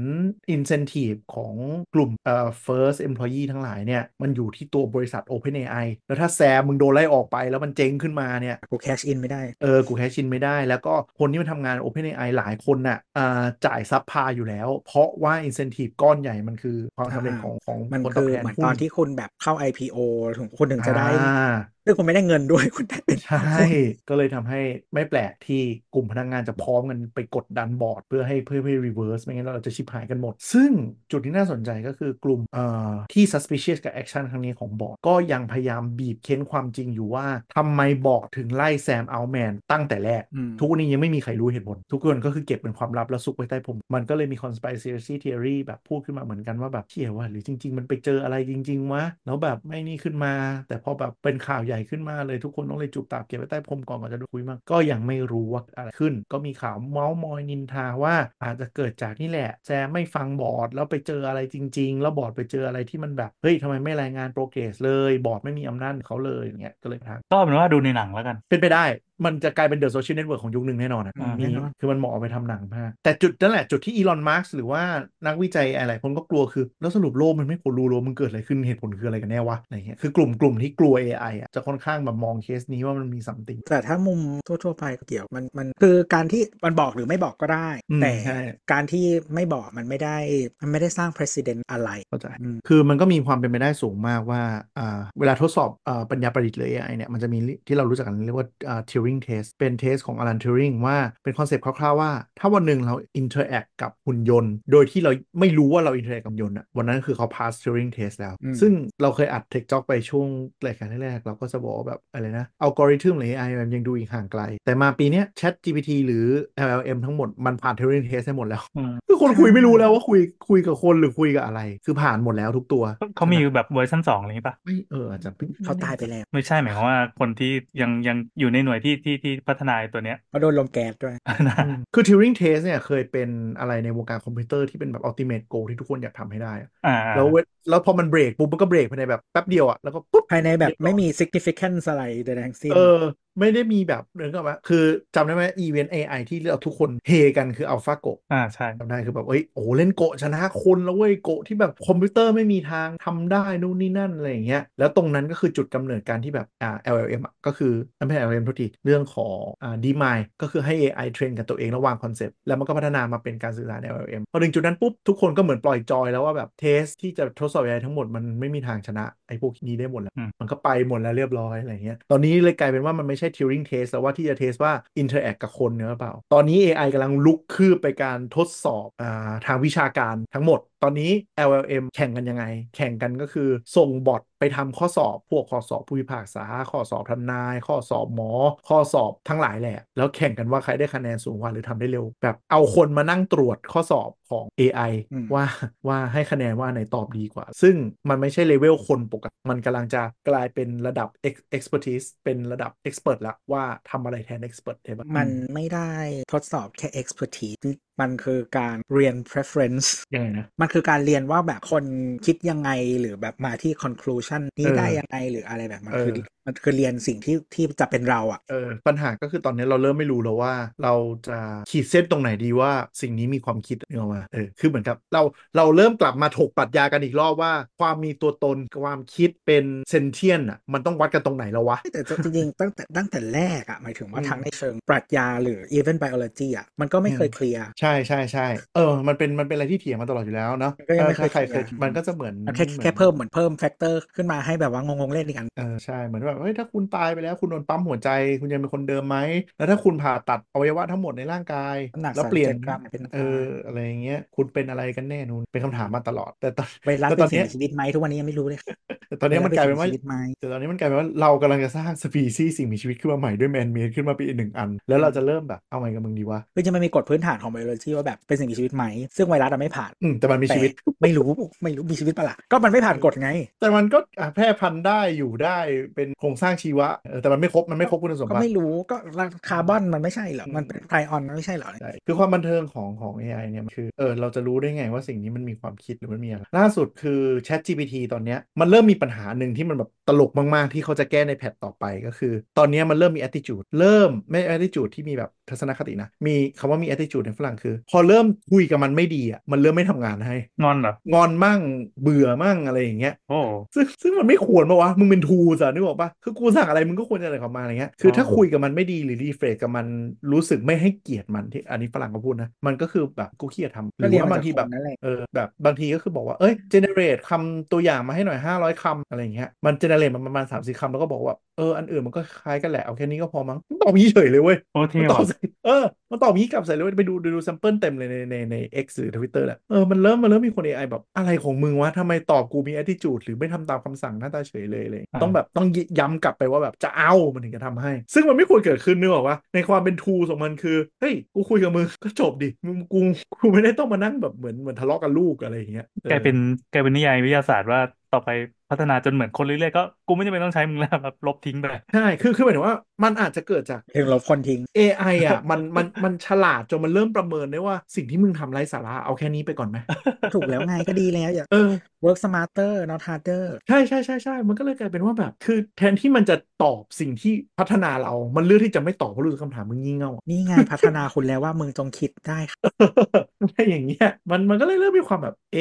incentive ของกลุ่มเอ่อ first employee ทั้งหลายเนี่ย มันอยู่ที่ตัวบริษัท OpenAI แล้วถ้าแซมมึงโดนไล่ออกไปแล้วมันเจ๊งขึ้นมาเนี่ย
กูแคชอินไม่ได้
เออ กูแคชชินไม่ได้ แล้วก็คนที่มันทำงาน OpenAI หลายคนน่ะอ่าจ่ายซับพลายอยู่แล้ว เพราะว่า incentive ก้อนใหญ่มันคือความสำเร็จของของ
มัน
ผลต
คื
บ
อ
แทน
เหมือน
หุ้
ตอนที่คุณแบบเข้า IPO ถึงคุณถึงจะได้
อ่า
ซึ่งคุณไม่ได้เงินด้วย คุณได้เป็น
ใช่ ก็เลยทำให้ไม่แปลกที่กลุ่มพนักงานจะพร้อมกันไปกดดันบอร์ด เพื่อให้เพื่อให้ reverse ไม่งั้นเราจะชิบหายกันหมด ซึ่งจุดที่น่าสนใจก็คือกลุ่มเอ่อที่ suspicious กับ action ครั้งนี้ของบอร์ด ก็ยังพยายามบีบเค้นความจริงอยู่ว่าทำไมบอร์ดถึงไล่แซมอัลแมนตั้งแต่แรก
อืม
ทุกวันนี้ยังไม่มีใครรู้เหตุผล ทุกคนก็คือเก็บเป็นความลับแล้วซุกไว้ใต้ผม มันก็เลยมี conspiracy theory แบบพูดขึ้นมาเหมือนกันว่าแบบเชี่ยว่า หรือจริง ๆ มันไปเจออะไรจริง ๆ วะ แล้วแบบไม่นี่ขึ้นมา แต่พอแบบเป็นข่าวใหญ่ขึ้นมาเลยทุกคนต้องเลยจูบตาบเก็บไว้ใต้ผมก่อนก่อนจะคุยมาก ก็ยังไม่รู้ว่าอะไรขึ้น ก็มีข่าวเมาส์มอยนินทาว่าอาจจะเกิดจากนี่แหละแซมไม่ฟังบอร์ดแล้วไปเจออะไรจริง ๆ แล้วบอร์ดไปเจออะไรที่มันแบบเฮ้ยทำไมไม่รายงานโปรเกรสเลยบอร์ดไม่มีอำนาจเหนือเขาเลยอย่างเงี้ยก็เลยทาง
ก็เป็นว่าดูในหนังแล้วกัน
เป็นไปได้ มันจะกลายเป็นเดอะโซเชียลเน็ตเวิร์กของยุคหนึ่งแน่นอนอะ
อ่า
มี
แน่นอน
คือมันเหมาะเอาไปทำหนังมาก แต่จุดนั่นแหละ จุดที่อีลอนมาร์กหรือว่านักวิจัยหลายๆคนก็กลัวคือ แล้วสรุปโลกมันไม่ควรรู้โลกมันเกิดอะไรขึ้นเหตุผลคืออะไรกันแน่วะอะไรเงี้ยคือกลุ่มกลุ่มที่กลัว AI อ่ะจะค่อนข้างแบบมองเคสนี้ว่ามันมีสัมติง
แต่ถ้ามุมทั่ว ๆ ไปก็เกี่ยวมันมันคือการที่มันบอกหรือไม่บอกก็ได้
อืม
แต่
ใช่
การที่ไม่บอกมันไม่ได้มันไม่ได้สร้าง precedent อะไร
เข้าใจ
อืม
คือมันก็มีความเป็นไปได้สูงมากว่าอ่าเวลาทดสอบอาปัญญาประดิษฐ์หรือ AI เนี่ยมันจะมีที่เรารู้จักกันเรียกว่าอ่า Turing test เป็นเทสของ Alan Turing ว่าเป็นคอนเซปต์คร่าวๆว่า ถ้าวันหนึ่งเรา interact กับหุ่นยนต์ โดยที่เราไม่รู้ว่าเรา interact กับยนต์อะวันนั้นคือเขา pass Turing test แล้ว
อืม
ซึ่งเราเคยอัด Tech Talk ไปช่วงรายการแรกๆเราก็จะบอกว่าแบบอะไรนะอัลกอริทึมหรือ AI มันยังดูอีกห่างไกล แต่มาปีเนี้ย Chat GPT หรือ LLM ทั้งหมดมันผ่าน Turing test ให้หมดแล้ว
อืม
คือคนคุยไม่รู้แล้วว่าคุยคุยกับคนหรือคุยกับอะไร คือผ่านหมดแล้วทุกตัว
เขามีแบบเวอร์ชันสองอะไรอย่างนี้ปะ
ไม่เอออาจจะพิ่ง
เขาตายไปแล้ว
ไม่ใช่หมายความว่าคนที่ยังยังอยู่ในหน่วยที่ที่ที่พัฒนาไอ้ตัวเนี้ย
เขาโดนลมแก๊สด้วย
นะ
อืมคือ Turing test เนี่ยเคยเป็นอะไรในวงการคอมพิวเตอร์ที่เป็นแบบ ultimate goal ที่ทุกคนอยากทำให้ได้อะ
อ่า
แล้วเวแล้วพอมันเบรกปุ๊บมันก็เบรกภายในแบบแป๊บเดียวอะแล้วก็ปุ๊บ
ภายในแบบไม่มี significant อะไรใดๆทั้งสิ้น
เออ ไม่ได้มีแบบเดินก็มาคือจำได้ไหมอีเวนต์ AI ที่เราทุกคนเฮกันคือ AlphaGo
อ่าใช่
จำได้คือแบบเอ้ยโอ้โหเล่นโกะชนะคนแล้วเว้ยโกะที่แบบคอมพิวเตอร์ไม่มีทางทำได้นู่นนี่นั่นอะไรอย่างเงี้ยแล้วตรงนั้นก็คือจุดกำเนิดการที่แบบอ่า LLM อะก็คือไม่ใช่ LLM โทุกทีเรื่องของอ่า DeepMind ก็คือให้ AI เทรนกับตัวเองแล้ววางคอนเซปต์แล้วมันก็พัฒนามาเป็นการสื่อสาร LLM พอถึงจุดนั้นปุ๊บ ทุกคนก็เหมือนปล่อยจอยแล้วว่าแบบเทสที่จะทดสอบ AI ทั้งหมดมันไม่มีทางชนะไอ้พวกนี้ได้หมดแล้ว
อืม
มันก็ไปหมดแล้วเรียบร้อยอะไรเงี้ย ตอนนี้เลยกลายเป็นว่ามันไม่ใช่ Turing test แล้วว่าที่จะเทสว่า interact กับคนเนี่ยหรือเปล่า ตอนนี้ AI กำลังลุกคืบไปการทดสอบอาทางวิชาการทั้งหมด ตอนนี้ LLM แข่งกันยังไง แข่งกันก็คือส่งบอทไปทำข้อสอบ พวกข้อสอบผู้พิพากษา ข้อสอบทนาย ข้อสอบหมอ ข้อสอบทั้งหลายแหละ แล้วแข่งกันว่าใครได้คะแนนสูงกว่าหรือทำได้เร็ว แบบเอาคนมานั่งตรวจข้อสอบของ AI ว่าว่าให้คะแนนว่าอันไหนตอบดีกว่า ซึ่งมันไม่ใช่เลเวลคนปกติ มันกำลังจะกลายเป็นระดับ ex- expertise เป็นระดับ expert ละว่าทำอะไรแทน expert ได้บ้าง
มันไม่ได้ทดสอบแค่ expertise มันคือการเรียน preference
ยังไงนะ
มันคือการเรียนว่าแบบคนคิดยังไงหรือแบบมาที่ conclusion นี้
เออ
ได้ยังไงหรืออะไรแบบมัน
เออ
คือมันคือเรียนสิ่งที่ที่จะเป็นเราอะ
เออปัญหาก็คือตอนนี้เราเริ่มไม่รู้แล้วว่า เราจะขีดเส้นตรงไหนดีว่าสิ่งนี้มีความคิดเนกออกมาเออคือเหมือนกับเราเราเริ่มกลับมาถกปรัชญากันอีกรอบว่า ความมีตัวตนกับความคิดเป็นเซนเทียนอ่ะมันต้องวัดกันตรงไหนแล้ววะ
แต่จริงๆตั้งแต่ตั้งแต่แรกอะหมายถึงว่า
อืม
ทั้งในเชิงปรัชญาหรือ even biology อะมันก็ไม่
อืม
เคยเคลียร์
ใช่ใช่ใช่เออ มันเป็นมันเป็นอะไรที่เถียงมาตลอดอยู่แล้วเนาะ
ก็ยังไม่
ออถ้า
เคย
ใคร
เคลียร์
มันก็จะเหมือน
มันแค่
หมือน
แค่เพิ่มเหมือนเพิ่มแฟกเตอร์ขึ้นมาให้แบบว่างงๆเล่นอีกอัน
เออใช่เหมือนแบบเฮ้ยถ้าคุณตายไปแล้วคุณโดนปั๊มหัวใจ คุณยังเป็นคนเดิมไหม แล้วถ้าคุณผ่าตัดอวัยวะทั้งหมดในร่างกาย
น้ำหนัก
แล้วเปลี่ยน
37กรัมเป็น
เออ
อะไร
อะไรอย่างเงี้ยคุณเป็นอะไรกันแน่นูนเป็นคำถามมาตลอด แต่ตอน
ไวรัส
แต่ต
เป็
อน
นสิ่งมีชี
เนี้ย
วิตไหมทุกวันนี้ยังไม่รู้เลย
แต่ตอนเนี้ย
ไวรั
มั
ส
น
เป็น
กลาย
สิ่งมี
เป็น
ชี
ว่า
วิตไหม
แต่ตอนนี้มันกลายเป็นว่าเรากำลังจะสร้างสปีซีส์สิ่งมีชีวิตขึ้นมาใหม่ด้วยแมนเมดขึ้นมาเป็นอีกหนึ่งอัน แล้วเราจะเริ่มแบบเอาไงกับมึงดีวะ
คือจะมันมีกฎพื้นฐานของไบโอโลจีว่าแบบเป็นสิ่งมีชีวิตไหม ซึ่งไวรัสอะไม่ผ่าน
อืมแต่มันมีชีวิต
แต่ไม่รู้ไม่รู้มีชีวิตปะล่ะก็มันไม่ผ่านกฎไง
แต่มันก็อ่ะแพร่พันธุ์ได้อยู่ได้เป็นโครงสร้างชีวะเออแต่มันไม่ครบมันไม่ครบคุณสม
ก็
บัติ
ไม่รู้ก็คาร์บอนมันไม่ใช่เหรอมันเป็นไพรออนมันไม่ใช่เหรอ
ใช่คือความบันเทิงของของ AI เนี่ยมันคือเออเราจะรู้ได้ไงว่าสิ่งนี้มันมีความคิดหรือมันมีอะไร ล่าสุดคือ Chat GPT ตอนเนี้ยมันเริ่มมีปัญหาหนึ่งที่มันแบบตลกมาก ๆ ที่เขาจะแก้ในแพทต่อไปก็คือ ตอนเนี้ยมันเริ่มมี attitude เริ่มไม่ attitude ที่มีแบบ ทัศนคตินะ มีคำว่ามี attitude ในฝรั่งคือ พอเริ่มคุยกับมันไม่ดีอ่ะมันเริ่มไม่ทำงานให้
งอนเหรอง
อนมั่งเบื่อมั่งอะไรอย่างเงี้ย
โอ้
ซึ่งซึ่งมันไม่ควรปะวะ มึงเป็นทูสะนึกออกปะคือกูสั่งอะไรมึงก็ควรจะอะไรของมันอะไรเงี้ย คือ
อ๋อ
ถ้าคุยกับมันไม่ดีหรือรีเฟรชกับมันรู้สึกไม่ให้เกียรติมันที่อันนี้ฝรั่งเขาพูดนะ มันก็คือแบบกูเครียดทำห
ก็
รือ
เรียน
ว่า
มา
บาง
จาก
ที
ค
แบบ
นนั่นแหละ
เออแบบบางทีก็คือบอกว่า เอ้ยเจเนเรตคำตัวอย่างมาให้หน่อย 500 คำอะไรอย่างเงี้ยมันเจเนเรตมันประมาณ 3 4 คำแล้วก็บอกว่า เออ อันอื่นมันก็คล้ายกันแหละ เอาแค่นี้ก็พอมั้งมันตอบอย่างนี้เฉยเลยเว้ย
โอ้เท่
มันตอบ
ว่ะ
ใส่เออ มันตอบอย่างนี้กลับใส่เลยเว้ยไปดูดูดูแซมเปิลเต็มเลยในในใน X หรือ Twitter แหละเออมันเริ่มมันเริ่มมีคน AI แบบอะไรของมึงวะทำไมตอบกูมี attitude หรือไม่ทำตามคำสั่งหน้าตาเฉยเลยเลย
อ่า
ต้องแบบต้องย้ำกลับไปว่าแบบจะเอามันถึงจะทำให้ ซึ่งมันไม่ควรเกิดขึ้นนึกออกว่าในความเป็นทูของมันคือ เฮ้ย กูคุยกับมึงก็จบดิมึงกูกูไม่ได้ต้องมานั่งแบบเหมือนเหมือนทะเลาะกับลูกอะไรอย่างเงี้ยออก
ลายเป็นกลายเป็นนิยายวิทยาศาสตร์ว่าต่อไปพัฒนาจนเหมือนคนเรื่อยๆก็กูไม่จำเป็นต้องใช้มึงแล้วแบบลบทิ้งไป
ใช่คือคือหมายถึงว่ามันอาจจะเกิดจาก
ถึงลบคนทิ้ง
AI อ่ะมันมันมันฉลาดจนมันเริ่มประเมินได้ว่าสิ่งที่มึงทำไร้สาระเอาแค่นี้ไปก่อนไหม
ถูกแล้วไงก็ดีแล้วอย่า
เออ
work smarter not harder
ใช่ใช่ใช่ใช่ มันก็เลยกลายเป็นว่าแบบ คือแทนที่มันจะตอบสิ่งที่พัฒนาเรา มันเลือกที่จะไม่ตอบเพราะรู้สึกคำถามมึงงี่เง่าอะ
นี่ไงพัฒนาคุณแล้วว่ามึงจงคิดได้ค่ะ
อะไรอย่างเงี้ย มันมันก็เลยเริ่มมีความแบบ เอ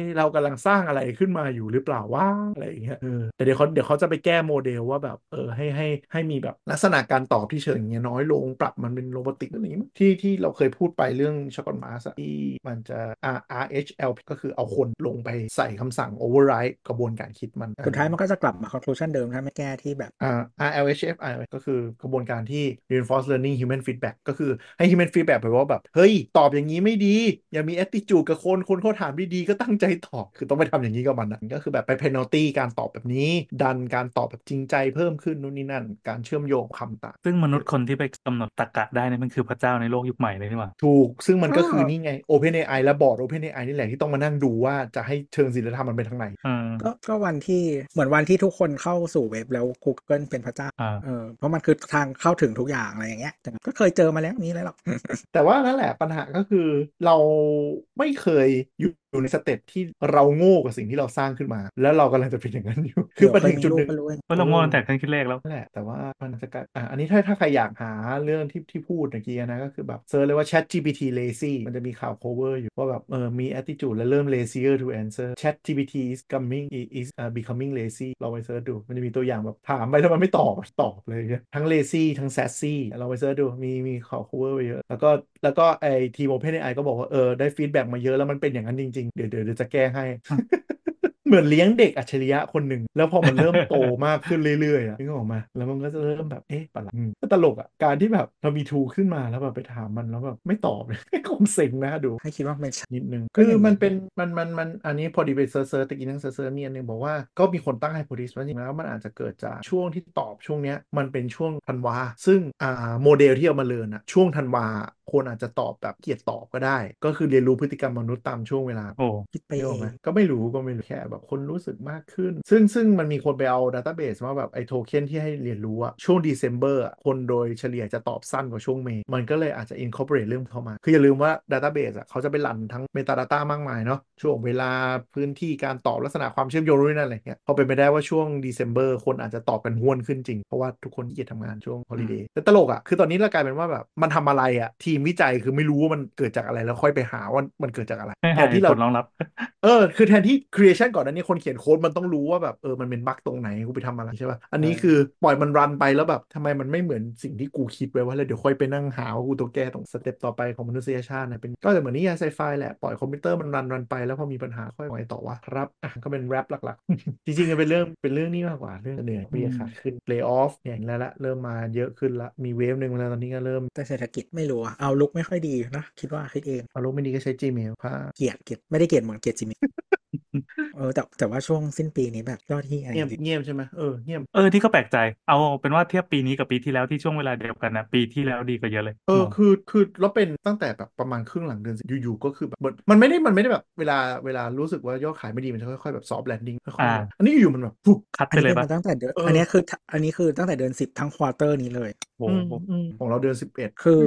ะเรากำลังสร้างอะไรขึ้นมาอยู่หรือเปล่าว่าอะไรอย่างเงี้ย เออ แต่เดี๋ยวเขาเดี๋ยวเขาจะไปแก้โมเดลว่าแบบ เออ ให้ให้ให้มีแบบลักษณะการตอบที่เชิงอย่างเงี้ยน้อยลง ปรับมันเป็นโรบอติกอะไรอย่างเงี้ยมั้งที่ที่เราเคยพูดไปเรื่องช็อกโกแลตมาสอะที่มันจะ R R H L ก็คือเอาคนลงไปใส่คำสั่ง override กระบวนการคิดมัน
สุดท้ายมันก็จะกลับมา conclusion เดิมถ้าไม่แก้ที่แบบ
อ่า RLHFI ก็คือกระบวนการที่ reinforce learning human feedback ก็คือให้ human feedback ไปว่าแบบ เฮ้ย ตอบอย่างนี้ไม่ดี อย่ามี attitude กับคน คนเขาถามดีๆก็ตั้งใจตอบ คือต้องไปทำอย่างนี้กับมันนะก็คือแบบไป penalty การตอบแบบนี้ ดันการตอบแบบจริงใจเพิ่มขึ้นนู่นนี่นั่น การเชื่อมโยงคำต่าง
ซึ่งมนุษย์คนที่ไปกำหนดตรรกะได้เนี่ยมันคือพระเจ้าในโลกยุคใหม่เลยนี่หว่า
ถูก ซึ่งมันก็คือ
ก็
นี่ไง OpenAI และบอร์ด OpenAI นี่แหละที่ต้องมานั่งดูว่าจะให้เชิงศีลธรรมมันไปทางไหน
อืม
ก็ก็วันที่เหมือนวันที่ทุกคนเข้าสู่เว็บแล้ว Google เป็นพระเจ้า
อ่า
เออเพราะมันคือทางเข้าถึงทุกอย่างอะไรอย่างเงี้ยแต่ก็เคยเจอมาแล้วนี้เลยหรอก
แต่ว่านั่นแหละปัญหาก็คือเราไม่เคยอยู่อยู่ในสเต็ปที่เราโง่กับสิ่งที่เราสร้างขึ้นมา แล้วเรากำลังจะเป็นอย่างนั้นอยู่ คือไปถึงจุดหนึ่ง
เยวเคยมีลูกก็รู้เอง
เพราะเราโง่ตั้งแต่เครื่องคิดเลขแล้ว
นั่นแหละแต่ว่ามันจะกลายอ่ะอันนี้ถ้าถ้าใครอยากหาเรื่องที่ที่พูดเมื่อกี้นะก็คือแบบเซิร์ชเลยว่า Chat GPT lazy มันจะมีข่าว cover อยู่ว่าแบบเออมี attitude และเริ่ม lazier to answer Chat GPT is coming is uh, becoming lazy เราไปเซิร์ชดู มันจะมีตัวอย่างแบบถามไปแล้วมันไม่ตอบตอบเลยเนี่ยทั้ง lazy ทั้ง sassy เราไปเซิร์ชดูมีมีข่าว cover ไว้เยอะแล้วก็แล้วก็ไอทีม OpenAI ก็บอกว่าเออได้ feedback มาเยอะแล้วมันเป็นอย่างนั้นจริงๆเดี๋ยวเดี๋ยวเดี๋ยวจะแก้ให้ เหมือนเลี้ยงเด็กอัจฉริยะคนหนึ่ง แล้วพอมันเริ่มโตมากขึ้นเรื่อยๆอะนึกออกมา แล้วมันก็จะเริ่มแบบ เอ๊ะประหลาดอืมก็ตลกอ่ะ การที่แบบเรามีทูขึ้นมาแล้วแบบไปถามมันแล้วแบบไม่ตอบเลย คงเซ็งนะดู
ให้คิดว่าเป็นฉัน
นิดนึง
ก็
คือ
ยังมี
มันเป็นมันมันมันอันนี้พอดีไปเซิร์ชเซิร์ชตะกี้นั่งเซิร์ชเซิร์ชมีอันหนึงบอกว่าก็มีคนตั้งไฮโพทีสว่าจริงแล้วมันอาจจะเกิดจากช่วงที่ตอบช่วงเนี้ยมันเป็นช่วงธันวา ซึ่งอ่าโมเดลที่เอามาเรียนอะช่วงธันวาคนอาจจะตอบแบบเกลียดตอบก็ได้ ก็คือเรียนรู้พฤติกรรมมนุษย์ตามช่วงเวลา
โอ้
คิดไป
ไม่
เอ
ออก
ง
ไหมก็ไม่รู้ก็ไม่รู้แค่แบบคนรู้สึกมากขึ้น ซึ่งซึ่งมันมีคนไปเอาดัต a ้ a เบสว่าแบบไอ้โทเค็นที่ให้เรียนรู้อะช่วงเดซ ember อะคนโดยเฉลี่ยจะตอบสั้นกว่าช่วงเมย์มันก็เลยอาจจะ incorporate เรื่องเข้ามา คืออย่าลืมว่าดัต a ้ a เบสอะเขาจะไปรันทั้ง metadata มากมายเนาะช่วงเวลาพื้นที่การตอบลักษณะความเชื่อมโยงนู่นนนั่นอะไรเงี้ยพอเป็นไปได้ว่าช่วงเดซ ember คนอาจจะตอบกันห้วนขึ้นจริง เพราะว่าทุกคนที่เกียจทำงานช่วง holiday แต่ตลกอะคือตอนนี้เรากลายเป็นว่าแบบมันทำอะไรอะทีมวิจัยคือไม่รู้ว่ามันเกิดจากอะไรแล้วค่อยไปหาว่ามันเกิดจากอะไร
ให้
แท
หาน ย
ที่เรา
ผลรองรับ
เออ คือแทนที่ creation ก่อนอันนี้คนเขียนโค้ดมันต้องรู้ว่าแบบเออ มันเป็นบั๊กตรงไหน กูไปทำอะไรใช่ป่ะ อันนี้
ใช่
คือปล่อยมันรันไปแล้วแบบทำไมมันไม่เหมือนสิ่งที่กูคิดไว้ว่าแล้วเดี๋ยวค่อยไปนั่งหาว่ากูต้องแก้ตรงสเต็ปต่อไปของมนุษยชาตินะเป็นก็จะเหมือนนิยายไซไฟแหละ ปล่อยคอมพิวเตอร์มันรันรันไปแล้วพอมีปัญหาค่อยไงต่อวะครับอ่ะก็เป็นแรปหลักๆ จริงๆมันเป็นเรื่องเป็นเรื่องนี้มากกว่าเรื่องเหนื่อยเบี้ยขาดขึ้น play off เนี่ยเห็นแล้วละเริ่มมาเยอะขึ้นละมีเวฟหนึ่งแล้วตอนนี้ก็เริ่ม
แต่เศรษฐกิจไม่รู้อะเอาลุกไม่ค่อยดีนะคิดว่าคิดเอง
อารมณ์ไม่ดีก็ใช้ Gmail ค่ะ
เกลียดเกลียดไม่ได้เกลียดเหมือนเกลียดจิ มิเออแต่แต่ว่าช่วงสิ้นปีนี้แบบยอดที่อะไร
เงียบเงียบใช่ไหมเออเงียบ
เออที่ก็แปลกใจ เอาเป็นว่าเทียบปีนี้กับปีที่แล้วที่ช่วงเวลาเดียวกันนะปีที่แล้วดีกว่าเยอะเลย
เออ
มง
คือคือแล้วเป็นตั้งแต่แบบประมาณครึ่งหลังเดือนสิอยู่ๆก็คือแบบเหมือนมันไม่ได้มันไม่ได้แบบเวลาเวลารู้สึกว่ายอดขายไม่ดีมันจะค่อยๆแบบซอฟต์แลนดิ้งค่อยๆแบบอันนี้อยู่ๆมันแบบปุ๊บ
คัด
อัน
ไป
นี้
เลย
เป็น
ปะ
มาตั้งแต่เดือน
เอออั
อันนี้คืออันนี้คือตั้งแต่เดือนสิบทั้งควอเตอร์นี้เลย
โห
อืมอืม
ของเราเดือนสิบเอ็ด
คือ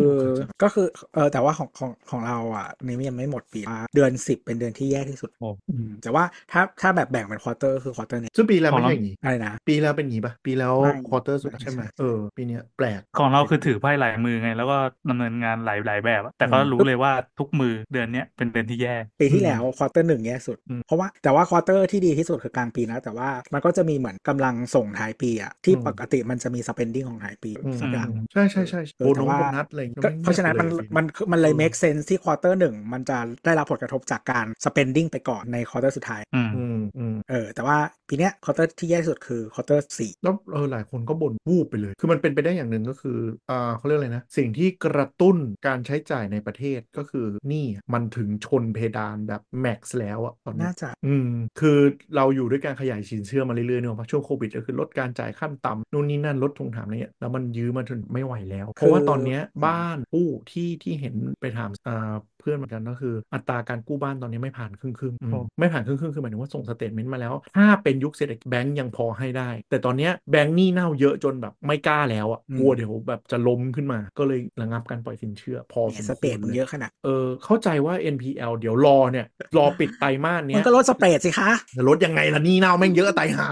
ก็คือเออแต่ว่าของของของเราอ่ะนี่ยังไม่หมดปีอ่าเดือนสิบเป็นเดือนที่แย่ที่สุด
โอ้
อืมแต่ว่าถ้าถ้าแบบแบ่งเป็นควอเตอร์คือควอเตอร์นี้
ซึ่งปีแล้ว
ของ
ไม่
เรา
ใช่อย่างนี้
อะไรนะ
ปีแล้วเป็นอย่างนี้ปะปีแล้ว
ไม่
ควอเตอร์สุด
ไม่ใช่
ใช่ไหมเออ ปีเนี้ยแปลก
ของเราคือถือไพ่หลายมือไง แล้วก็ดำเนินงานหลายหลายแบบอะแต่ก็
อืม
รู้เลยว่าทุกมือเดือนเนี้ยเป็นเดือนที่แย่
ปีที่แล้วควอเตอร์หนึ่งแย่สุด
อืม
เพราะว่าแต่ว่าควอเตอร์ที่ดีที่สุดคือกลางปีนะ แต่ว่ามันก็จะมีเหมือนกำลังส่งท้ายปีอ่ะที่
อืม
ปกติมันจะมี spending ของท้ายปี
อืม
สักอย่าง
ใช่ใช่ใช่
เออ
โบ
แต่
นง
ว่า
โบนัสอะไรอย่งงี้ย
ก็
ไม่
เพราะฉะนั้นมัน
ลยปี
มันคือมันเลย
ออ
make sense ที่ควอเตอร์หนึ่งมันจะได้รับผลกระทบจากการ spending ไปก่อนในควอเตอร์สุดท้าย
อืม
อืมอืม
เออแต่ว่าปีเนี้ยควอเตอร์ที่แย่ที่สุดคือควอเตอร์สี่
แล้วเออหลายคนก็บ่นวูบไปเลย คือมันเป็นไปได้อย่างหนึ่งก็คืออ่าเขาเรียกอะไรนะ สิ่งที่กระตุ้นการใช้จ่ายในประเทศก็คือหนี่มันถึงชนเพดานแบบแม็กซ์แล้วอะตอนนี้
น่าจะ
อืม คือเราอยู่ด้วยการขยายสินเชื่อมาเรื่อยๆเนอะเพราะช่วงโควิดก็คือลดการจ่ายขั้นต่ำนู่นนี่นั่นลดทงถามอะไรเงี้ยแล้วมันยื้อมาจนไม่ไหวแล้ว เพราะว่าตอนเนี้ยบ้านกู้ที่ที่เห็นไปถามอ่าเพื่อนเหมือนกันก็คือ อัตราการกู้บ้านตอนนี้ไม่ผ่านครึ่งครึ่งๆอืม
โอ้
ไม่ผ่านครึ่งครึ่งๆคือหมายถึงว่าส่งสเตทเมนต์มาแล้ว ถ้าเป็นยุคเศรษฐกิจแบงก์ยังพอให้ได้ แต่ตอนเนี้ยแบงก์หนี่เน่าเยอะจนแบบไม่กล้าแล้วอ่ะกลัวเดี๋ยวแบบจะล้มขึ้นมา ก็เลยระงับการปล่อยสินเชื่อ พอส
เนี่ย
ม
ส
ค
เปร
ว
ด
ร
มัน
เลย
เยอะขนาด
เออเข้าใจว่า NPL เดี๋ยวรอเนี่ยรอปิดไตรมาสเนี้
มั
ย
นก็ลดสเปรดสิคะ
ลดยังไงล่ะหนี่เน่าแม่งเยอะตายห่า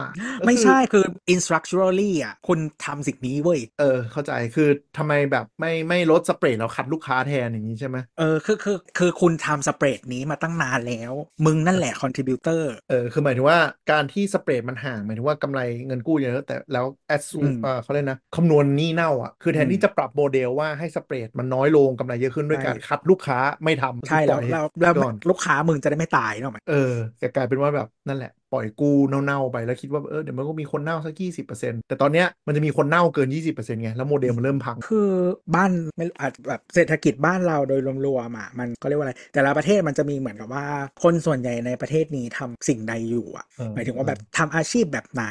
ไม่ใช่คือ instructurally อ่ะคุณทำสิ่งนี้เว้ย
เออ เข้าใจคือทำไมแบบไม่ไม่ลดสเปรดแล้วคัดลูกค้าแทนอย่างนี้ใช่ไหม
เออคือคือคือคุณทำสเปรดนี้มาตั้งนานแล้ว มึงนั่นแหละ contributor
เออคือหมายถึงว่าการที่สเปรดมันห่างหมายถึงว่ากำไรเงินกู้เยอะแต่แล้วแอดซู
อืม
เออเขาเรียกนะคำนวณหนี้เน่าอ่ะคือแทน
อืม
ที่จะปรับโมเดลว่าให้สเปรดมันน้อยลงกำไรเยอะขึ้นด้วย
ใช่
การคัดลูกค้าไม่ทำ
ใช่แล้ว
ปอย
แล้วแล้ว
ก่อน
ลูกค้ามึงจะได้ไม่ตายเนกอะไหม
เออแต่กลายเป็นว่าแบบนั่นแหละ ปล่อยกู้เน่าๆไปแล้วคิดว่าเออเดี๋ยวมันก็มีคนเน่าสักยี่สิบเปอร์เซ็นต์แต่ตอนเนี้ยมันจะมีคนเน่าเกินยี่สิบเปอร์เซ็นต์ไงแล้วโมเดลมันเริ่มพัง
คือบ้านไม่อาจแบบเศรษฐกิจบ้านเราโดยรวมๆอ่ะมันก็เรียกว่าอะไร แต่ละประเทศมันจะมีเหมือนกับว่า คนส่วนใหญ่ในประเทศนี้ทำสิ่งใดอยู่อ่ะ
เออ
หมายถึงว่า
เออ
แบบทำอาชีพแบบไหน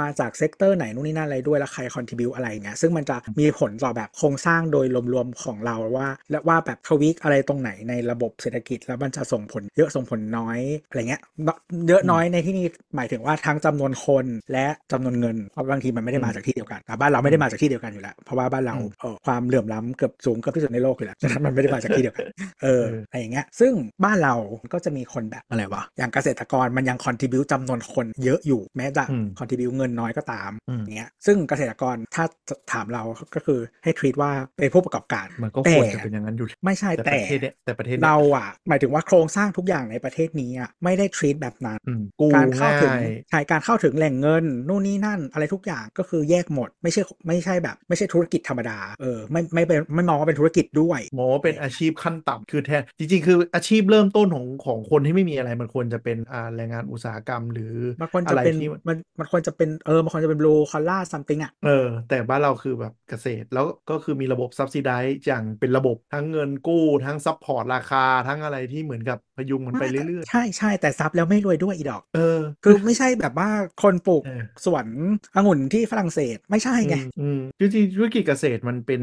มาจากเซกเตอร์ไหนนู่นนี่นั่นอะไรด้วย แล้วใครคอนทิบิวอะไรเงี้ยซึ่งมันจะมีผลต่อแบบโครงสร้างโดยรวมๆของเราว่า และว่าแบบทวีคอะไรตรงไหนในระบบเศรษฐกิจ แล้วมันจะส่งผลเยอะส่งผลน้อยอะไรเงี้ยเนอะเยอะน้อยในที่นี้หมายถึงว่าทั้งจำนวนคนและจำนวนเงินเพราะบางทีมันไม่ได้มาจากที่เดียวกันแต่บ้านเราไม่ได้มาจากที่เดียวกันอยู่แล้วเพราะว่าบ้านเรา
อืม
เอ่อความเหลื่อมล้ำเกือบสูงเกือบที่สุดในโลกอยู่แล้วฉะนั้นมันไม่ได้มาจากที่เดียวกัน เออ
เอออ
อะไรอย่างเงี้ย ซึ่งบ้านเราก็จะมีคนแบบอะไรวะ อย่างเกษตรกรมันยังคอนทิบิวจำนวนคนเยอะอยู่แม้จะ
อืม
คอนทิบิวเงินน้อยก็ตาม
อืม
อย่างเงี้ย ซึ่งเกษตรกรถ้าถามเราก็คือให้ทวีตว่าเป็นผู้ประกอบการ
มันก็
แต่
ควรจะเป็นอย่างนั้นอยู่
ไม่ใช่
แต่ป
แต่
ระเทศเนี้ยแต่ประเทศนี้ย
เราอะหมายถึงว่าโครงสร้างทุกอย่างในประเทศนี้อะไม่ได้ทวีตแบบนั้น
อืมกู้
การเข้า
ง่า
ถึง
ย
ใช่การเข้าถึงแหล่งเงินนู่นนี่นั่นอะไรทุกอย่างก็คือแยกหมด ไม่ใช่ไม่ใช่แบบ ไม่ใช่ธุรกิจธรรมดาเออไม่ไม่เป็นไม่มองว่าเป็นธุรกิจด้วย
หมอเป็นอาชีพขั้นต่ำคือแทนจริงๆ คืออาชีพเริ่มต้นของของคนที่ไม่มีอะไรมันควรจะเป็นอ่าแรงงานอุตสาหกรรมหรือ
มันควร
อะ
จะ
ไร
เป็น
ที่
มันมันควรจะเป็นเออมันควรจะเป็นบลูคอลล่าซัมติงอ่ะ
เออแต่บ้านเราคือแบบเกษตรแล้วก็คือมีระบบซับซิไดอย่างเป็นระบบทั้งเงินกู้ทั้งซัพพอร์ตราคาทั้งอะไรที่เหมือนกับพยุงมันไปเรื่อย
ใช่ใช่แต่ซับแล้วไม่รวยด้วยอีดอก
ๆ เออ
คือไม่ใช่แบบว่าคนปลูก
เออ
สวนองุ่นที่ฝรั่งเศสไม่ใช่ไง
อืมอืมจริงๆธุรกิจเกษตรมันเป็น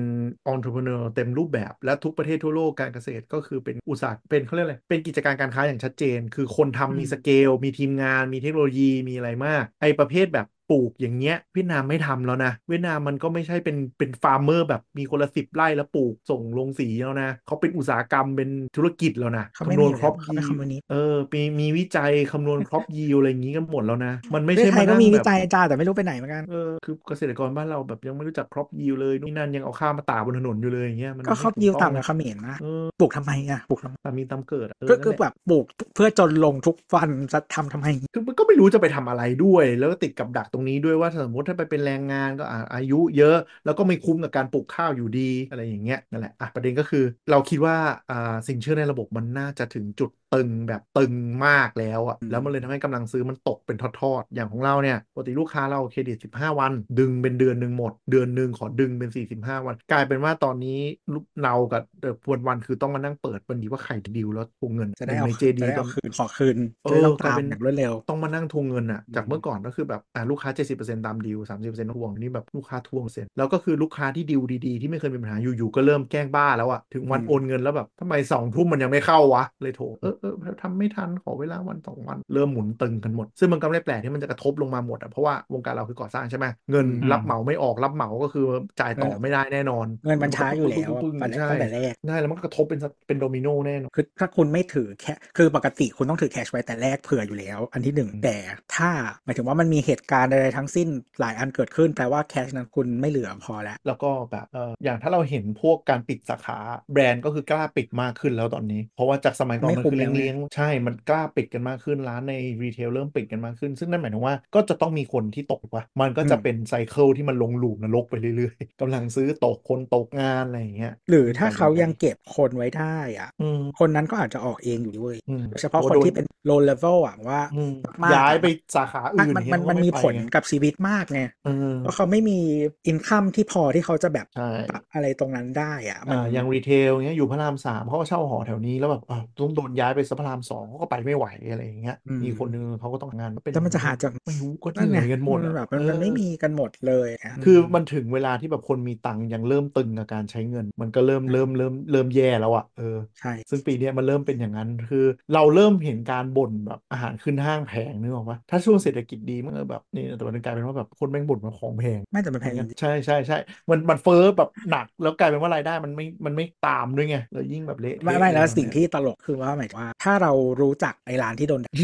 entrepreneur เต็มรูปแบบ และทุกประเทศทั่วโลกการเกษตรก็คือเป็นอุตสาหเป็นเขาเรียกอะไรเป็นกิจการการค้าอย่างชัดเจน คือคนทำมี
อืม
สเกล มีทีมงาน มีเทคโนโลยีมีอะไรมาก ไอประเภทแบบปลูกอย่างเงี้ยเวียดนามไม่ทำแล้วนะ เวียดนามมันก็ไม่ใช่เป็นเป็นฟาร์มเมอร์แบบมีคนละสิบไร่แล้วปลูกส่งลงสีแล้วนะเขาเป็นอุตสาหกรรมเป็นธุรกิจแล้วนะ
เขาไม่
คำนวณ
มี
ครอบ
เขาไม่คอมมิวนิสต์
เออมีมีวิจัยคำนวณครอบยีอะไรอย่างงี้กันหมดแล้วนะมันไม่
ประเท
ใช่
ศไทยก็
นั่ง
มีวิ
แบบ
จัยจ้าแต่ไม่รู้ไปไหนเหมือนกัน
เออคือเกษตรกรบ้านเราแบบยังไม่รู้จักครอปยีลเลยนู่นนนั่นยังเอาข้าวมาตากบนถนนอยู่เลยอย่างเงี้ยมัน
ก็ครอบ
ไม่
ยิว
ถูกต้อ
ต่ำ
ง
กว่าเขมรนะ
เออ
ปลูกทำไมอ่ะปลูกทำไม
ตามมีตามเกิดอะเออ
ก็
นั่น
คือ
แหละ
แบบปลูกเพื่อจนลงทุกวันจะทำทำไม
คือมันก็ไม่รู้จะไปทำอะไรด้วย แล้วก็ติดกับดักตรงนี้ด้วยว่าสมมติถ้าไปเป็นแรงงานก็อ่ะอายุเยอะ แล้วก็ไม่คุ้มกับการปลูกข้าวอยู่ดีอะไรอย่างเงี้ยนั่นแหละอ่ะประเด็นก็คือ เราคิดว่าอ่าสินเชื่อในระบบมันน่าจะถึงจุดตึงแบบตึงมากแล้วอะ
อืม
แล้วมันเลยทำให้กำลังซื้อมันตกเป็นทอดๆอย่างของเราเนี่ยปกติลูกค้าเราเครดิต 15 วัน ดึงเป็นเดือนหนึ่งหมด เดือนหนึ่งขอดึงเป็น 45 วัน กลายเป็นว่าตอนนี้ลูกเรากับเอ่อวันวันๆคือต้องมานั่งเปิดบัญชีว่าใครดีลแล้วทวงเงิน
จะได้
หนึ่ง
เอา
ในเจ
คืน
ดี
จะได้
ต้อ
เอา
ง
คืนขอคืน
เอ
จะได้ต้อง
อกลา
ตา
ย
ม
เป็น
อย่างรวดเร็ว
ต้องมานั่งทวงเงินอ่ะ จาก
อืม
เมื่อก่อนก็คือแบบอ่ะลูกค้า 70%ตามดีล 30%ต้องทวงนี่แบบลูกค้าทวงเสร็จ แล้วก็คือลูกค้าที่ดีลดีๆ ที่ไม่เคยมีปัญหาอยู่ๆ ก็เริ่มแกล้งบ้าแล้วอ่ะ ถึงวันโอนเงินแล้วแบบทำไมสองทุ่มมันยังไม่เข้าวะ เลยโทร เออ เออทำไม่ทันขอเวลาวันสองวัน เริ่มหมุนตึงกันหมด ซึ่งมันก็ไม่ได้แปลกที่มันจะกระทบลงมาหมดอ่ะเพราะว่าวงการเราคือก่อสร้างใช่ไหมเงิน
อืม
รับเหมาไม่ออกรับเหมาก็คือจ่ายต่อ
เงิน
ไม่ได้แน่นอน
เงินมันช้าอยู่แล้วอะ
ปึ้งๆ
ตั้งแต่
ใช่
ตั้งแต่แรก
ได้แล้วมันก็กระทบเป็นสเป็นโดมิโนแน่นอน
คือถ้าคุณไม่ถือแค่คือปกติคุณต้องถือแคชไว้แต่แรกเผื่ออยู่แล้ว อันที่หนึ่ง
อืม
แต่ถ้าหมายถึงว่ามันมีเหตุการณ์ใดๆทั้งสิ้นหลายอันเกิดขึ้นแปลว่าแคชนั้นคุณไม่เหลือพอแล้ว
แล้วก็แบบเอออย่างถ้าเราเห็นพวกการปิดสาขาแบรนด์ก็คือกล้าปิดมากขึ้นแล้วตอนนี้ เพราะว่าจากสมัยก่อน
ไม่
มัน
คุ้ม
คือ
แล้วไง
เลี้ยงๆใช่มันกล้าปิดกันมากขึ้นร้านในรีเทลเริ่มปิดกันมากขึ้น ซึ่งนั่นหมายถึงว่าก็จะต้องมีคนที่ตกว่ะมันก็จะเป็นไซเคิลที่มันลงหลุมนรกไปเรื่อยๆ กำลังซื้อตกคนตกงานอะไรอย่างเงี้ย
หรือถ้าเขายังเก็บคนไว้ได้อะ
อืม
คนนั้นก็อาจจะออกเองอยู่ดีเว้ย
อืม
โดยเฉพาะคนที่เป็น low level อะว่า
อืม
มากๆ
ย้ายไปสาขาอื่น
มัน
เงี้ย
มันมันมี
ก็
ผ
ไไป
ล
ไง
กับชีวิตมากไง
เออ
เพราะเขาไม่มีอินคัมที่พอที่เขาจะแบบ
ใช่
ปรับอะไรตรงนั้นได้อะมัน
อ่าอย่างรีเทลเงี้ยอยู่พระรามสามเขาก็เช่าหอแถวนี้แล้วแบบอ้าวต้องโดนย้ายไปสะพระรามสองเขาก็ไปไม่ไหวอะไรอย่างเงี้ย
อืม
มีคนนึงเขาก็ต้องงานมันเป็น
แต่มันจะหาจาก
ไม่รู้ก็เหนื่อยกันหมด
มั
อะ
นแบบมันมัน
เออ
ไม่มีกันหมดเลยอะ
คือมันถึงเวลาที่แบบคนมีตังค์ยังเริ่มตึงกับการใช้เงิน มันก็เริ่ม
อืม
เริ่มเริ่มเริ่มแย่แล้วอ่ะเออ
ใช่
ซึ่งปีเนี้ยมันเริ่มเป็นอย่างนั้นคือ เราเริ่มเห็นการบ่นแบบอาหารขึ้นห้างแพงนึกออกปะถ้าช่วงเศรษฐกิจดีมันก็แบบนี่แต่มันกลายเป็นว่าแบบคนแม่งบ่นว่าของแพง
ไม่แต่มันแพงจริง
ใช่ใช่ใช่ มันมันเฟ้อแบบหนักแล้วกลายเป็นว่ารายได้มันไม่มันไม่ตามด้วยไงแล้วยิ่งแบบเละเทะ
ไม่ไม่แล้ว
เย
สิ่งที่ตลกคือว่าหมายถึงว่า ถ้าเรารู้จักไอ้ร้านที่โดนด่า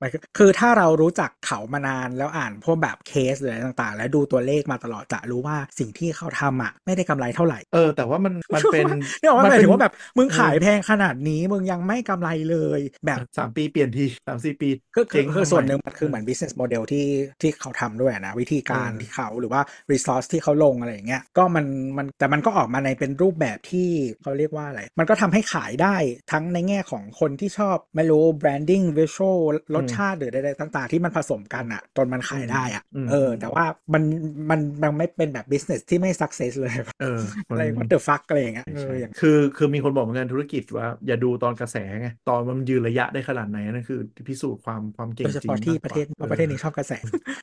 หมายคือคือถ้าเรารู้จักเขามานานแล้วอ่านพวกแบบเคสหรืออะไรต่างๆ แล้วดูตัวเลขมาตลอดจะรู้ว่าสิ่งที่เขาทำอ่ะไม่ได้กำไรเท่าไหร่
เออ แต่ว่ามันมันเป็น
เนี่ยหมายถึงว่าแบบมึง
เออ
ขายแพงขนาดนี้มึงยังไม่กำไรเลย แบบ
สามปีเปลี่ยนทีสามสี่ปี
ก็คื
เจ๊
อคือ
ทำไ
ส่วนหนึ่งมันคือเหมือน business model ที่ที่เขาทำด้วยนะ วิธีการ
เออ
ที่เขาหรือว่า resource ที่เขาลงอะไรอย่างเงี้ยก็มันมันแต่มันก็ออกมาในเป็นรูปแบบที่เขาเรียกว่าอะไร มันก็ทำให้ขายได้ทั้งในแง่ของคนที่ชอบไม่รู้ branding visual รสชาติหรือใดๆต่างๆ ที่มันผสมกันอะจนมันขายได้อะ
อืม
เออ แต่ว่ามันมันมันไม่เป็นแบบ business ที่ไม่ success เลย
เออมั
อะ
น
ไร what the fuck อะไรอย่างเงี้ย
ใช่
เอ
ใช่
ออย่าง
คือคือมีคนบอกเหมือนกันธุรกิจว่า อย่าดูตอนกระแสไง ตอนมันยืนระยะได้ขนาดไหนนั่นคือพิสูจน์ความความเก่
โด
ง
ยเฉ
จริง
พาะที่
มาก
ป
กว่า
ระเทศเพราะประเทศนี้ชอบกระแส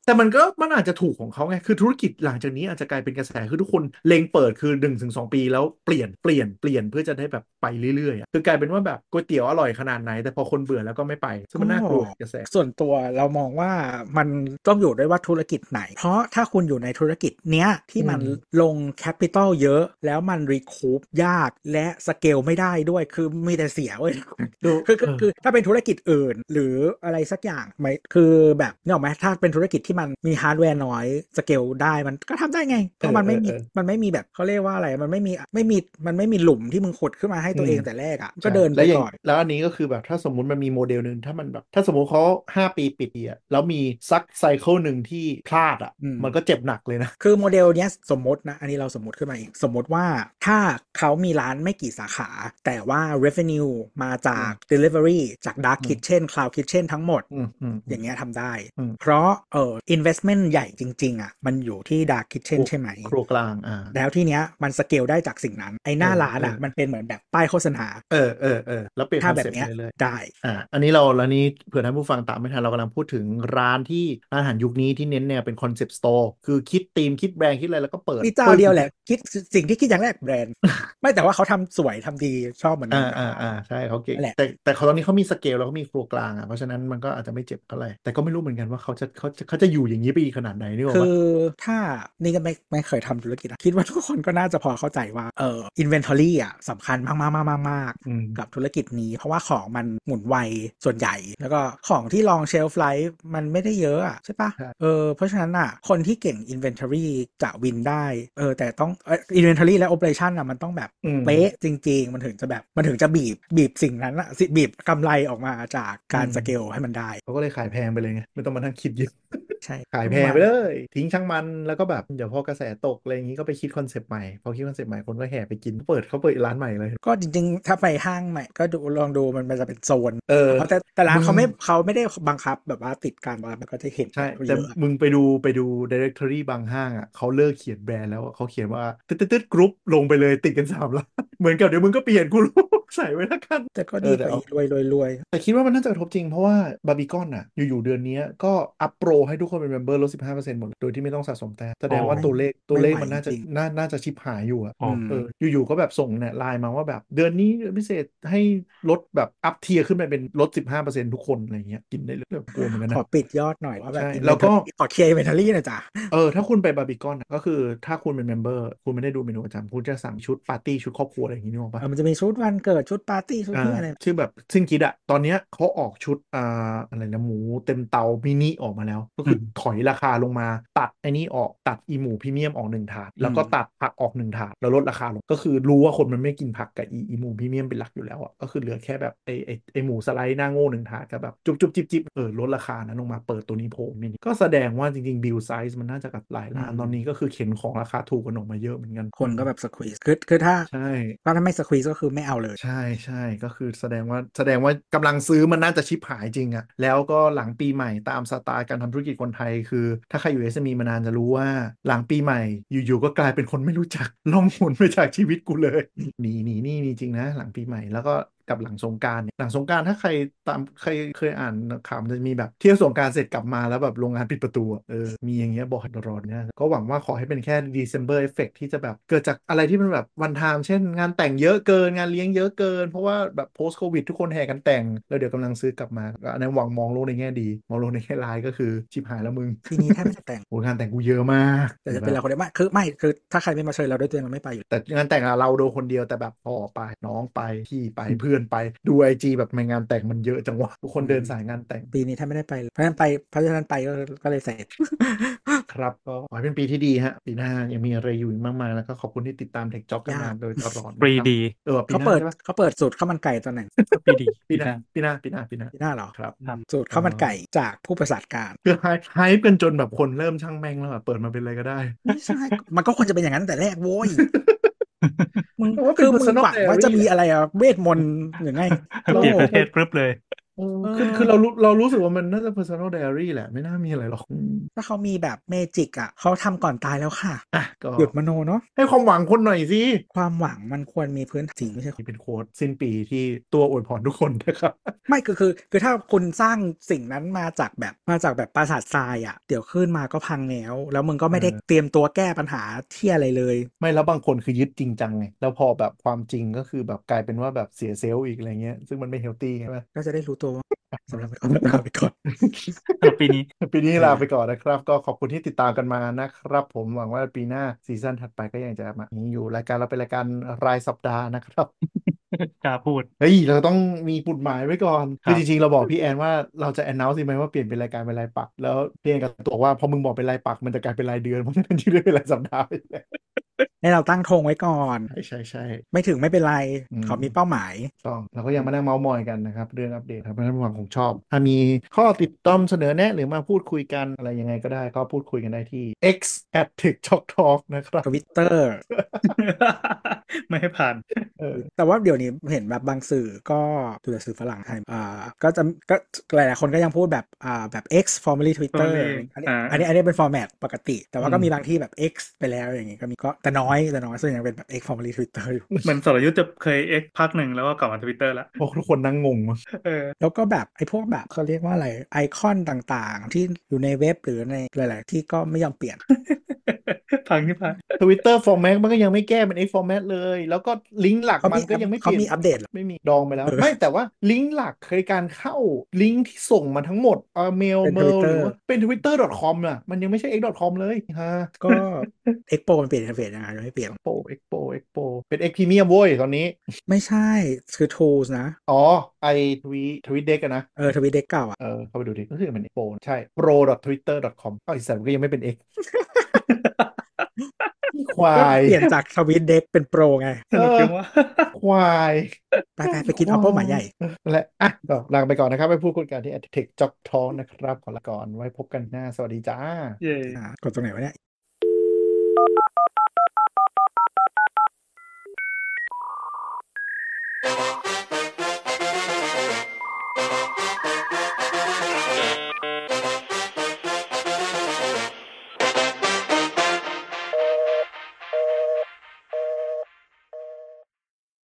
แต่มันก็มันอาจจะถูกของเขาไง คือธุรกิจหลังจากนี้อาจจะกลายเป็นกระแสคือทุกคนเล็งเปิดคือ1นถึงสปีแล้วเปลี่ยนเปลี่ยนเปลี่ยนเพื่อจะได้แบบไปเรื่อยๆอะคือกลายเป็นว่าแบบก๋วยเตี๋ยวอร่อยขนาดไหน แต่พอคนเบื่อแล้วก็ไม่ไปซึ่งมันน่ากลัวกระแส
ส่วนตัวเรามองว่ามันต้องอยู่ด้วยว่าธุรกิจไหน เพราะถ้าคุณอยู่ในธุรกิจเนี้ยที่มัน
อืม
ลงแคปิตอลเยอะ แล้วมันรีคูปยากและสเกลไม่ได้ด้วยคือมีแต่เสียเว้ย คือคือคือถ้าเป็นธุรกิจอื่นหรืออะไรสักอย่างไหมคือแบบเนี่ยหรอกไหมถ้าเป็นธุรกิจที่มันมีฮาร์ดแวร์น้อยสเกลได้มันก็ทำได้ไง เพราะมันไม่มี
เออเออ
มันไม่มีแบบเขาเรียกว่าอะไรมันไม่มีไม่มีมันไม่มีหลุมที่มึงขุดขึ้นมาให้ตัวเอง
อืม
แต่แรกอ่ะก็เดินไป
แล้วย่าง
ก่อน
แล้วอันนี้ก็คือแบบถ้าสมมุติมันมีโมเดลหนึ่งถ้ามันแบบถ้าสมมุติเขาห้าปีปิดอ่ะแล้วมีซักไซเคิลหนึ่งที่พลาดอ่ะ
อืม
มันก็เจ็บหนักเลยนะ
คือโมเดลเนี้ยสมมตินะ อันนี้เราสมมติขึ้นมาอีก สมมติว่าถ้าเขามีร้านไม่กี่สาขา แต่ว่า revenue มาจาก delivery จาก dark
อืม
kitchen cloud kitchen ทั้งหมด
อืมอืม
อ
อืม
ย่างเงี้ยทำได้
อืม
เพราะเอ่อ investment ใหญ่จริง ๆ อ่ะ มันอยู่ที่ dark kitchen ใช่ไหม
ครัวกลางอ่า
แล้วที่เนี้ยมันสเกลได้จากสิ่งนั้น ไอ้หน้า
เออ
ร้านอ่ะ
เออ
มันเป็นเหมือนแบบป้ายโฆษณา
เออเออเออแล้วเปลี่ยนค
ถ้า
อน
แบ
เซ็
บ
ปต์
เนี้ย
ไปเลย
ได้
ๆอ่าอันนี้เราแล้วนี้เผื่อท่านผู้ฟังตามไม่ทันเรากำลังพูดถึงร้านที่ร้านอาหารยุคนี้ที่เน้นแนวเป็นคอนเซ็ปต์สโตร์คือคิดธีมคิดแบรนด์คิดอะไรแล้วก็เปิด
มีเจ้า
ปึ้ง
เดียวแหละ คิดสิ่งที่คิดอย่างแรกแบรนด์ ไม่แต่ว่าเขาทำสวยทำดีชอบเหมือนกั
อ่าน อ่าอ่าใช่เขาเก่ง
นั่นแหละ
แต่แต่เขาตอนนี้เขามีสเกลแล้วก็มีครัวกลางอ่ะเพราะฉะนั้นมันก็อาจจะไม่เจ็บเท่าไหร่แต่ก็ไม่รู้เหมือนกันว่าเขาจะเขาจะเขาจะอยู่อย่างนี้ไปอีกขนาดไหนนี่บอก
คื
ว่า
อถ้านี่ก็ไม่ไม่เคยทำธุรกิจนะคิดว่าทุกคนก็น่าจะพอเข้าใจว่าเอออินเวนทอรี่อ่ะสำคัญมากมากมากมากมาก
อืม
กับธุรกิจนี้ เพราะว่าของมันหมุนไวส่วนใหญ่ แล้วก็ของที่ลองเชลฟ์ไลฟ์มันไม่ได้เยอะอะใช่ปะเออเพราะฉะนั้นอ่ะคนที่เก่ง Inventory จะวินได้เออแต่ต้องอินเวนทอรี่และ Operation อ่ะมันต้องแบบ
อืม
เป๊ะจริง ๆ มันถึงจะแบบมันถึงจะบีบบีบสิ่งนั้นอะสิบีบกำไรออกมาจากการ
อืม
สเกลให้มันได้
เขาก็เลยขายแพงไปเลยไงไม่ต้องมานั่งคิดเย อะ
ใช่
ขายแพงไปเลย ทิ้งช่างมันแล้วก็แบบเดี๋ยวพอกระแสตกอะไรอย่างนี้ก็ไปคิดคอนเซปต์ใหม่พอคิดคอนเซปต์ใหม่คนก็แห่ไปกินเปิดเขาเปิดร้านใหม่เลย
ก็จริงๆ ถ้าไปห้างใหม่ก็ดูลองดูมันมันจะเป็นโซน
เออ
เพราะแต่แต่ร้าน
มึง
เขาไม่เขาไม่ได้บังคับแบบว่าติดกันว่ามันก็จะเห็น
ใช่
เย
แต่
อะ
มึงไปดูไปดู directory บางห้างอ่ะเขาเลิกเขียน แบรนด์แล้วอะเขาเขียนว่าตึ๊ดตึ๊ดตึ๊ดกรุ๊ปลงไปเลยติดกันสามล้านเหมือนกับเดี๋ยวมึงก็เปลี่ยนกูรู้ ใส่ไว้แล้วกัน
แต่ก็
เอ
ดี
อแต่
กว่าอี
เอา
รวยรวยรวย
แต่คิดว่ามันน่าจะกระทบจริงเพราะว่าบาร์บีคอนน่ะอยู่ๆเดือนเนี้ยก็อัพโปรให้ทุกคนเป็นเมมเบอร์ลด 15%หมดเลยโดยที่ไม่ต้องสะสมแต้มแสดงว่าตัวเลขตัวเลขมันน่าจะน่าน่าจะชิบหายอยู่อะ
อ๋ออื
ม
เอออยู่ๆก็แบบส่งเนี่ยไลน์มาว่าแบบเดือนนี้พิเศษให้ลดแบบอัพเทียขึ้นไปเป็นลด 15%ทุกคนอะไรเงี้ยกินได้เลยกลัวเหมือนกัน
ขอ
นะ
ปิดยอดหน่อยว่าแบบ
ใช่
inventory ขอเคลียร์อินเวนทอรี่หน่อยจ้ะ
เออถ้าคุณไปบาร์บีคอนก็คือถ้าคุณเป็นเมมเบอร์คุณไม่ได้ดูเมนูประจำคุณจะสั่งชุดปาร์ตี้ชุดครอบครัวอะไรอย่างงี้นึกออกปะ
เออมันจะมีชุดวันเกิดชุดปาร์ตี้ชุด
อ่า
เพื่ออะไร
ชื่อแบบซึ่งกิดอะตอนเนี้ยเขาออกชุดอ่าอะไรนะหมูเต็มเตามินิออกมาแล้ว ก็คืออ
ม
ถอยราคาลงมา ตัดไอ้นี่ออกตัดอีหมูพรีเมียมออกหนึ่งถาดแล้วก็
อืม
ตัดผักออกหนึ่งถาดแล้วลดราคาลงก็คือรู้ว่าคนมันไม่กินผักกับอีอีหมูพรีเมียมเป็นหลักอยู่แล้วอะก็คือเหลือแค่แบบไอไอไอหมูสไลด์หน้าโง่หนึ่งถาดกับแบบจุบจุบจิบจิบเออลดราคานั้นลงมาเปิดตัวนี้โผล่มินิก็แสดงว่าจริงๆบิลไซส์มันน่าจะกับหลายร้าน
อืม
ตอนนี้ก็คือเข็นของราคาถูกกันออกมาเยอะเหมือนกัน
คนก็แบบสควีสคือคือถ้า
ใช่
ก็ถ้าไม่สควีสก็คือไม่เอาเลย
ใช่ใช่ก็คือแสดงว่าแสดงว่ากำลังซื้อมันน่าจะชิบหายจริงอะแล้วก็หลังปีใหม่ตามสไตล์การทำธุรกิจคนไทยคือ ถ้าใครอยู่ SME มานานจะรู้ว่าหลังปีใหม่ อยู่ๆก็กลายเป็นคนไม่รู้จัก ล่องหนไปจากชีวิตกูเลยหนีหนีนี่มีจริงนะ หลังปีใหม่แล้วก็กับหลังสงกรารเนี่ยหลังสงกรารถ้าใครตามใครเคยอ่านข่าวมันจะมีแบบเที่ยวสงกรารเสร็จกลับมาแล้วแบบโรงงานปิดประตูอะเออมีอย่างเงี้ยบ่อยรอดนะก็หวังว่าขอให้เป็นแค่ December effect ที่จะแบบเกิดจากอะไรที่มันแบบวันทามเช่นงานแต่งเยอะเกินงานเลี้ยงเยอะเกิน เพราะว่าแบบ post covid ทุกคนแห่กันแต่ง แล้วเดี๋ยวกำลังซื้อกลับมาก็อันนั้นหวังมองโลกในแง่ดี มองโลกในแง่ร้ายก็คือชิบหายแล้วมึง
ปีนี้แทบไม่ ได้แต่ง
โอ้ยงานแต่งกูเยอะมาก
แต่จะเป็นเราคนเดียวไม่คือไม่คือถ้าใครไม่มาเชิญเราด้วยตัวเองเราไม่ไปอยู่แล้ว
แต่งานแต่งอะเราโดนคนเดียวแต่แบบพ่อไปน้องไปพี่ไปเพื่อนไปดูไอจีแบบทำไมงานแต่งมันเยอะจังวะทุกคนเดินสายงานแต่ง
ปีนี้แทบไม่ได้ไปเลยเพราะฉะนั้นไปเพราะฉะนั้นไปก็ก็เลยเสร็จ
ครับก็ขอให้เป็นปีที่ดีฮะ ปีหน้ายังมีอะไรอยู่อีกมากมายแล้วก็ขอบคุณที่ติดตามเทคจ็อกกั
ยาม
นาก โดยตลอดนะ
ปรี
ครับ
ดี
เออปี
เขา
หน้า
เปิด
ใช่ปะ
เขาเปิดสูตรข้าวมันไก่ตอนไหน
ปรีดี
ปีหน้าปีหน้าปีหน้าปีหน้า
ปีหน้าเหรอ
ครับ
ครับ
สูตรข้าวมันไก่จากผู้ประสานการ
คือไฮไฮป์กันจนแบบคนเริ่มช่างแม่งแล้วแบบเปิดมาเป็นอะไรก็ได้
ไม่ใช่มันก็ควรจะเป็นอย่างนั้นตั้งแต่แรกโว้ย มึง
เพราะว่าเป็น
คือมึง
personal
หวังว่าจะมีอะไรอะเวทมนต์หรือไง
เปลี่ยนประเทศปรึบเลย
คือคือเรารู้เรารู้สึกว่ามันน่าจะ personal diary แหละไม่น่ามีอะไรหรอกอืม
ถ้าเขามีแบบเมจิกอ่ะเขาทำก่อนตายแล้วค่ะ
อ่ะก็
หยุดมโนเนาะ
ให้ความหวังคนหน่อยสิ
ความหวังมันควรมีพื้นฐานจริงไม่ใช่
นี่เป็นโค้ดสิ้นปีที่ตัวอวยพรทุกคนนะครับ
ไม่คือคือ คือถ้าคุณสร้างสิ่งนั้นมาจากแบบมาจากแบบปราสาททรายอ่ะเดี๋ยวขึ้นมาก็พังแล้ว แล้วมึงก็ไม่ได้เตรียมตัวแก้ปัญหาเที่ยอะไรเลย
ไม่แล้วบางคนคือยึดจริงจังไงแล้วพอแบบความจริงก็คือแบบกลายเป็นว่าแบบเสียเซลล์อีกอะไรเงี้ยซึ่งมันไม่เฮลตี้ใช่ไหม
ก็จะได้รู้ตัวว่า สำหรับคนลาไปก่อน
สำหรับปีนี้
ปีนี้ลาไปก่อนนะครับ ก็ขอบคุณที่ติดตามกันมานะครับ ผมหวังว่าปีหน้าซีซั่นถัดไปก็ยังจะมาอย่างนี้อยู่รายการเราเป็นรายการรายสัปดาห์นะครับ
กล้าพูด
เฮ้ย เราต้องมีปุดหมายไว้ก่อน
ครับ
อจริงๆ เราบอกพี่แอนว่าเราจะแอนน u ว c e ใช่ไหมว่าเปลี่ยนเป็นรายการเป็นรายปักษ์แล้วพี่แอนกับตัวว่าพอมึงบอกเป็นรายปักษ์มันจะกลายเป็นรายเดือนเพราะฉะนั้นที่เรียกเป็นรายสัปดา ห์ไปแล้ว
ให้เราตั้งธงไว้ก่อน
ใช่ใช่ใช่
ไม่ถึงไม่เป็นไร
อืม
เขามีเป้าหมาย
ต้องเราก็ยังมานั่งเมาส์มอยกันนะครับ เรื่องอัปเดตครับเพราะฉะนั้นหวังผมชอบ ถ้ามีข้อติดต้อมเสนอแนะหรือมาพูดคุยกันอะไรยังไงก็ได้ก็พูดคุยกันได้ที่ x at t e c h o k talk นะครับ
t วิตเตอร์
ไม่ให้ผ่าน
เออ
แต่ว่าเดี๋ยวนี้เห็นแบบบางสื่อก็ดูแต่สื่อฝรั่งไทยอ่าก็จะก็หลายๆคนก็ยังพูดแบบอ่าแบบ X formerly Twitter
formerly
อันนี้
อ่า
อันนี้อันนี้เป็นฟอร์แมตปกติ แต่ว่าก็
อืม
มีบางที่แบบ X ไปแล้วอย่างงี้ก็มีก็แต่น้อยแต่น้อยส่วนใหญ่ยังเป็นแบบ X formerly Twitter อยู่
เหมือนสรยุทธ์จะเคยเอ็กพักหนึ่งแล้วก็กลับมาทวิตเตอร์ละ
พวกทุกคนนั่งงงมั้ง
เออ
แล้วก็แบบไอ้พวกแบบเขาเรียกว่าอะไรไอคอนต่างๆ ที่อยู่ในเว็บหรือในหลาย ๆ ที่ก็ไม่ยอมเปลี่ยน
พังที่พัง
ทวิตเตอร์ฟอร์แมตมันก็ยังไม่แก้เป็น x format เลย แล้วก็ลิงก์หลัก
เขา
มั
มี
นก็ยังไม่เป
เขา
ลี่
มี
ยน
อัปเดตเหรอ
ไม่มีดองไปแล้ว
เออ
ไม่แต่ว่าลิงก์หลักคือการเข้าลิงก์ที่ส่งมาทั้งหมดเออเมล
เป็น
เมล
Twitter
หรือว่าเป็น twitter com น่ะมันยังไม่ใช่ x com เลยฮะ
ก็ Expo มันเปลี่ยนอินเทอร์เฟซยังไงยังไม่เปลี่ยน
expo expo expo เป็น x premium โว้ยตอนนี้
ไม่ใช่คือ tools นะ
อ๋อ ไอทวีทวีเด็กนะ
เออทวิตเด็กเก่าอ่ะ
เออ เข้าไปดูดิก็คือมันโปรใช่ pro.twitter.com เอ้าไอีสัตว์มันก็ยังไม่เป็น X ควา
ก็
ย
เปลี่ยนจากทวิตเด็กเป็นโปรไง
สนุกจังวะ
ควาย
ไปไปไปคิดเอาเป้าหมายใหญ่
และ อ่ะก็ลาไปก่อนนะครับ ไปพูดคุยกันที่ t e c h j o b Talk นะครับ ขอลาก่อนไว้พบกันหน้า สวัสดีจ้า
เย้
อ่ะกดตรงไหนวะเนี่ย
you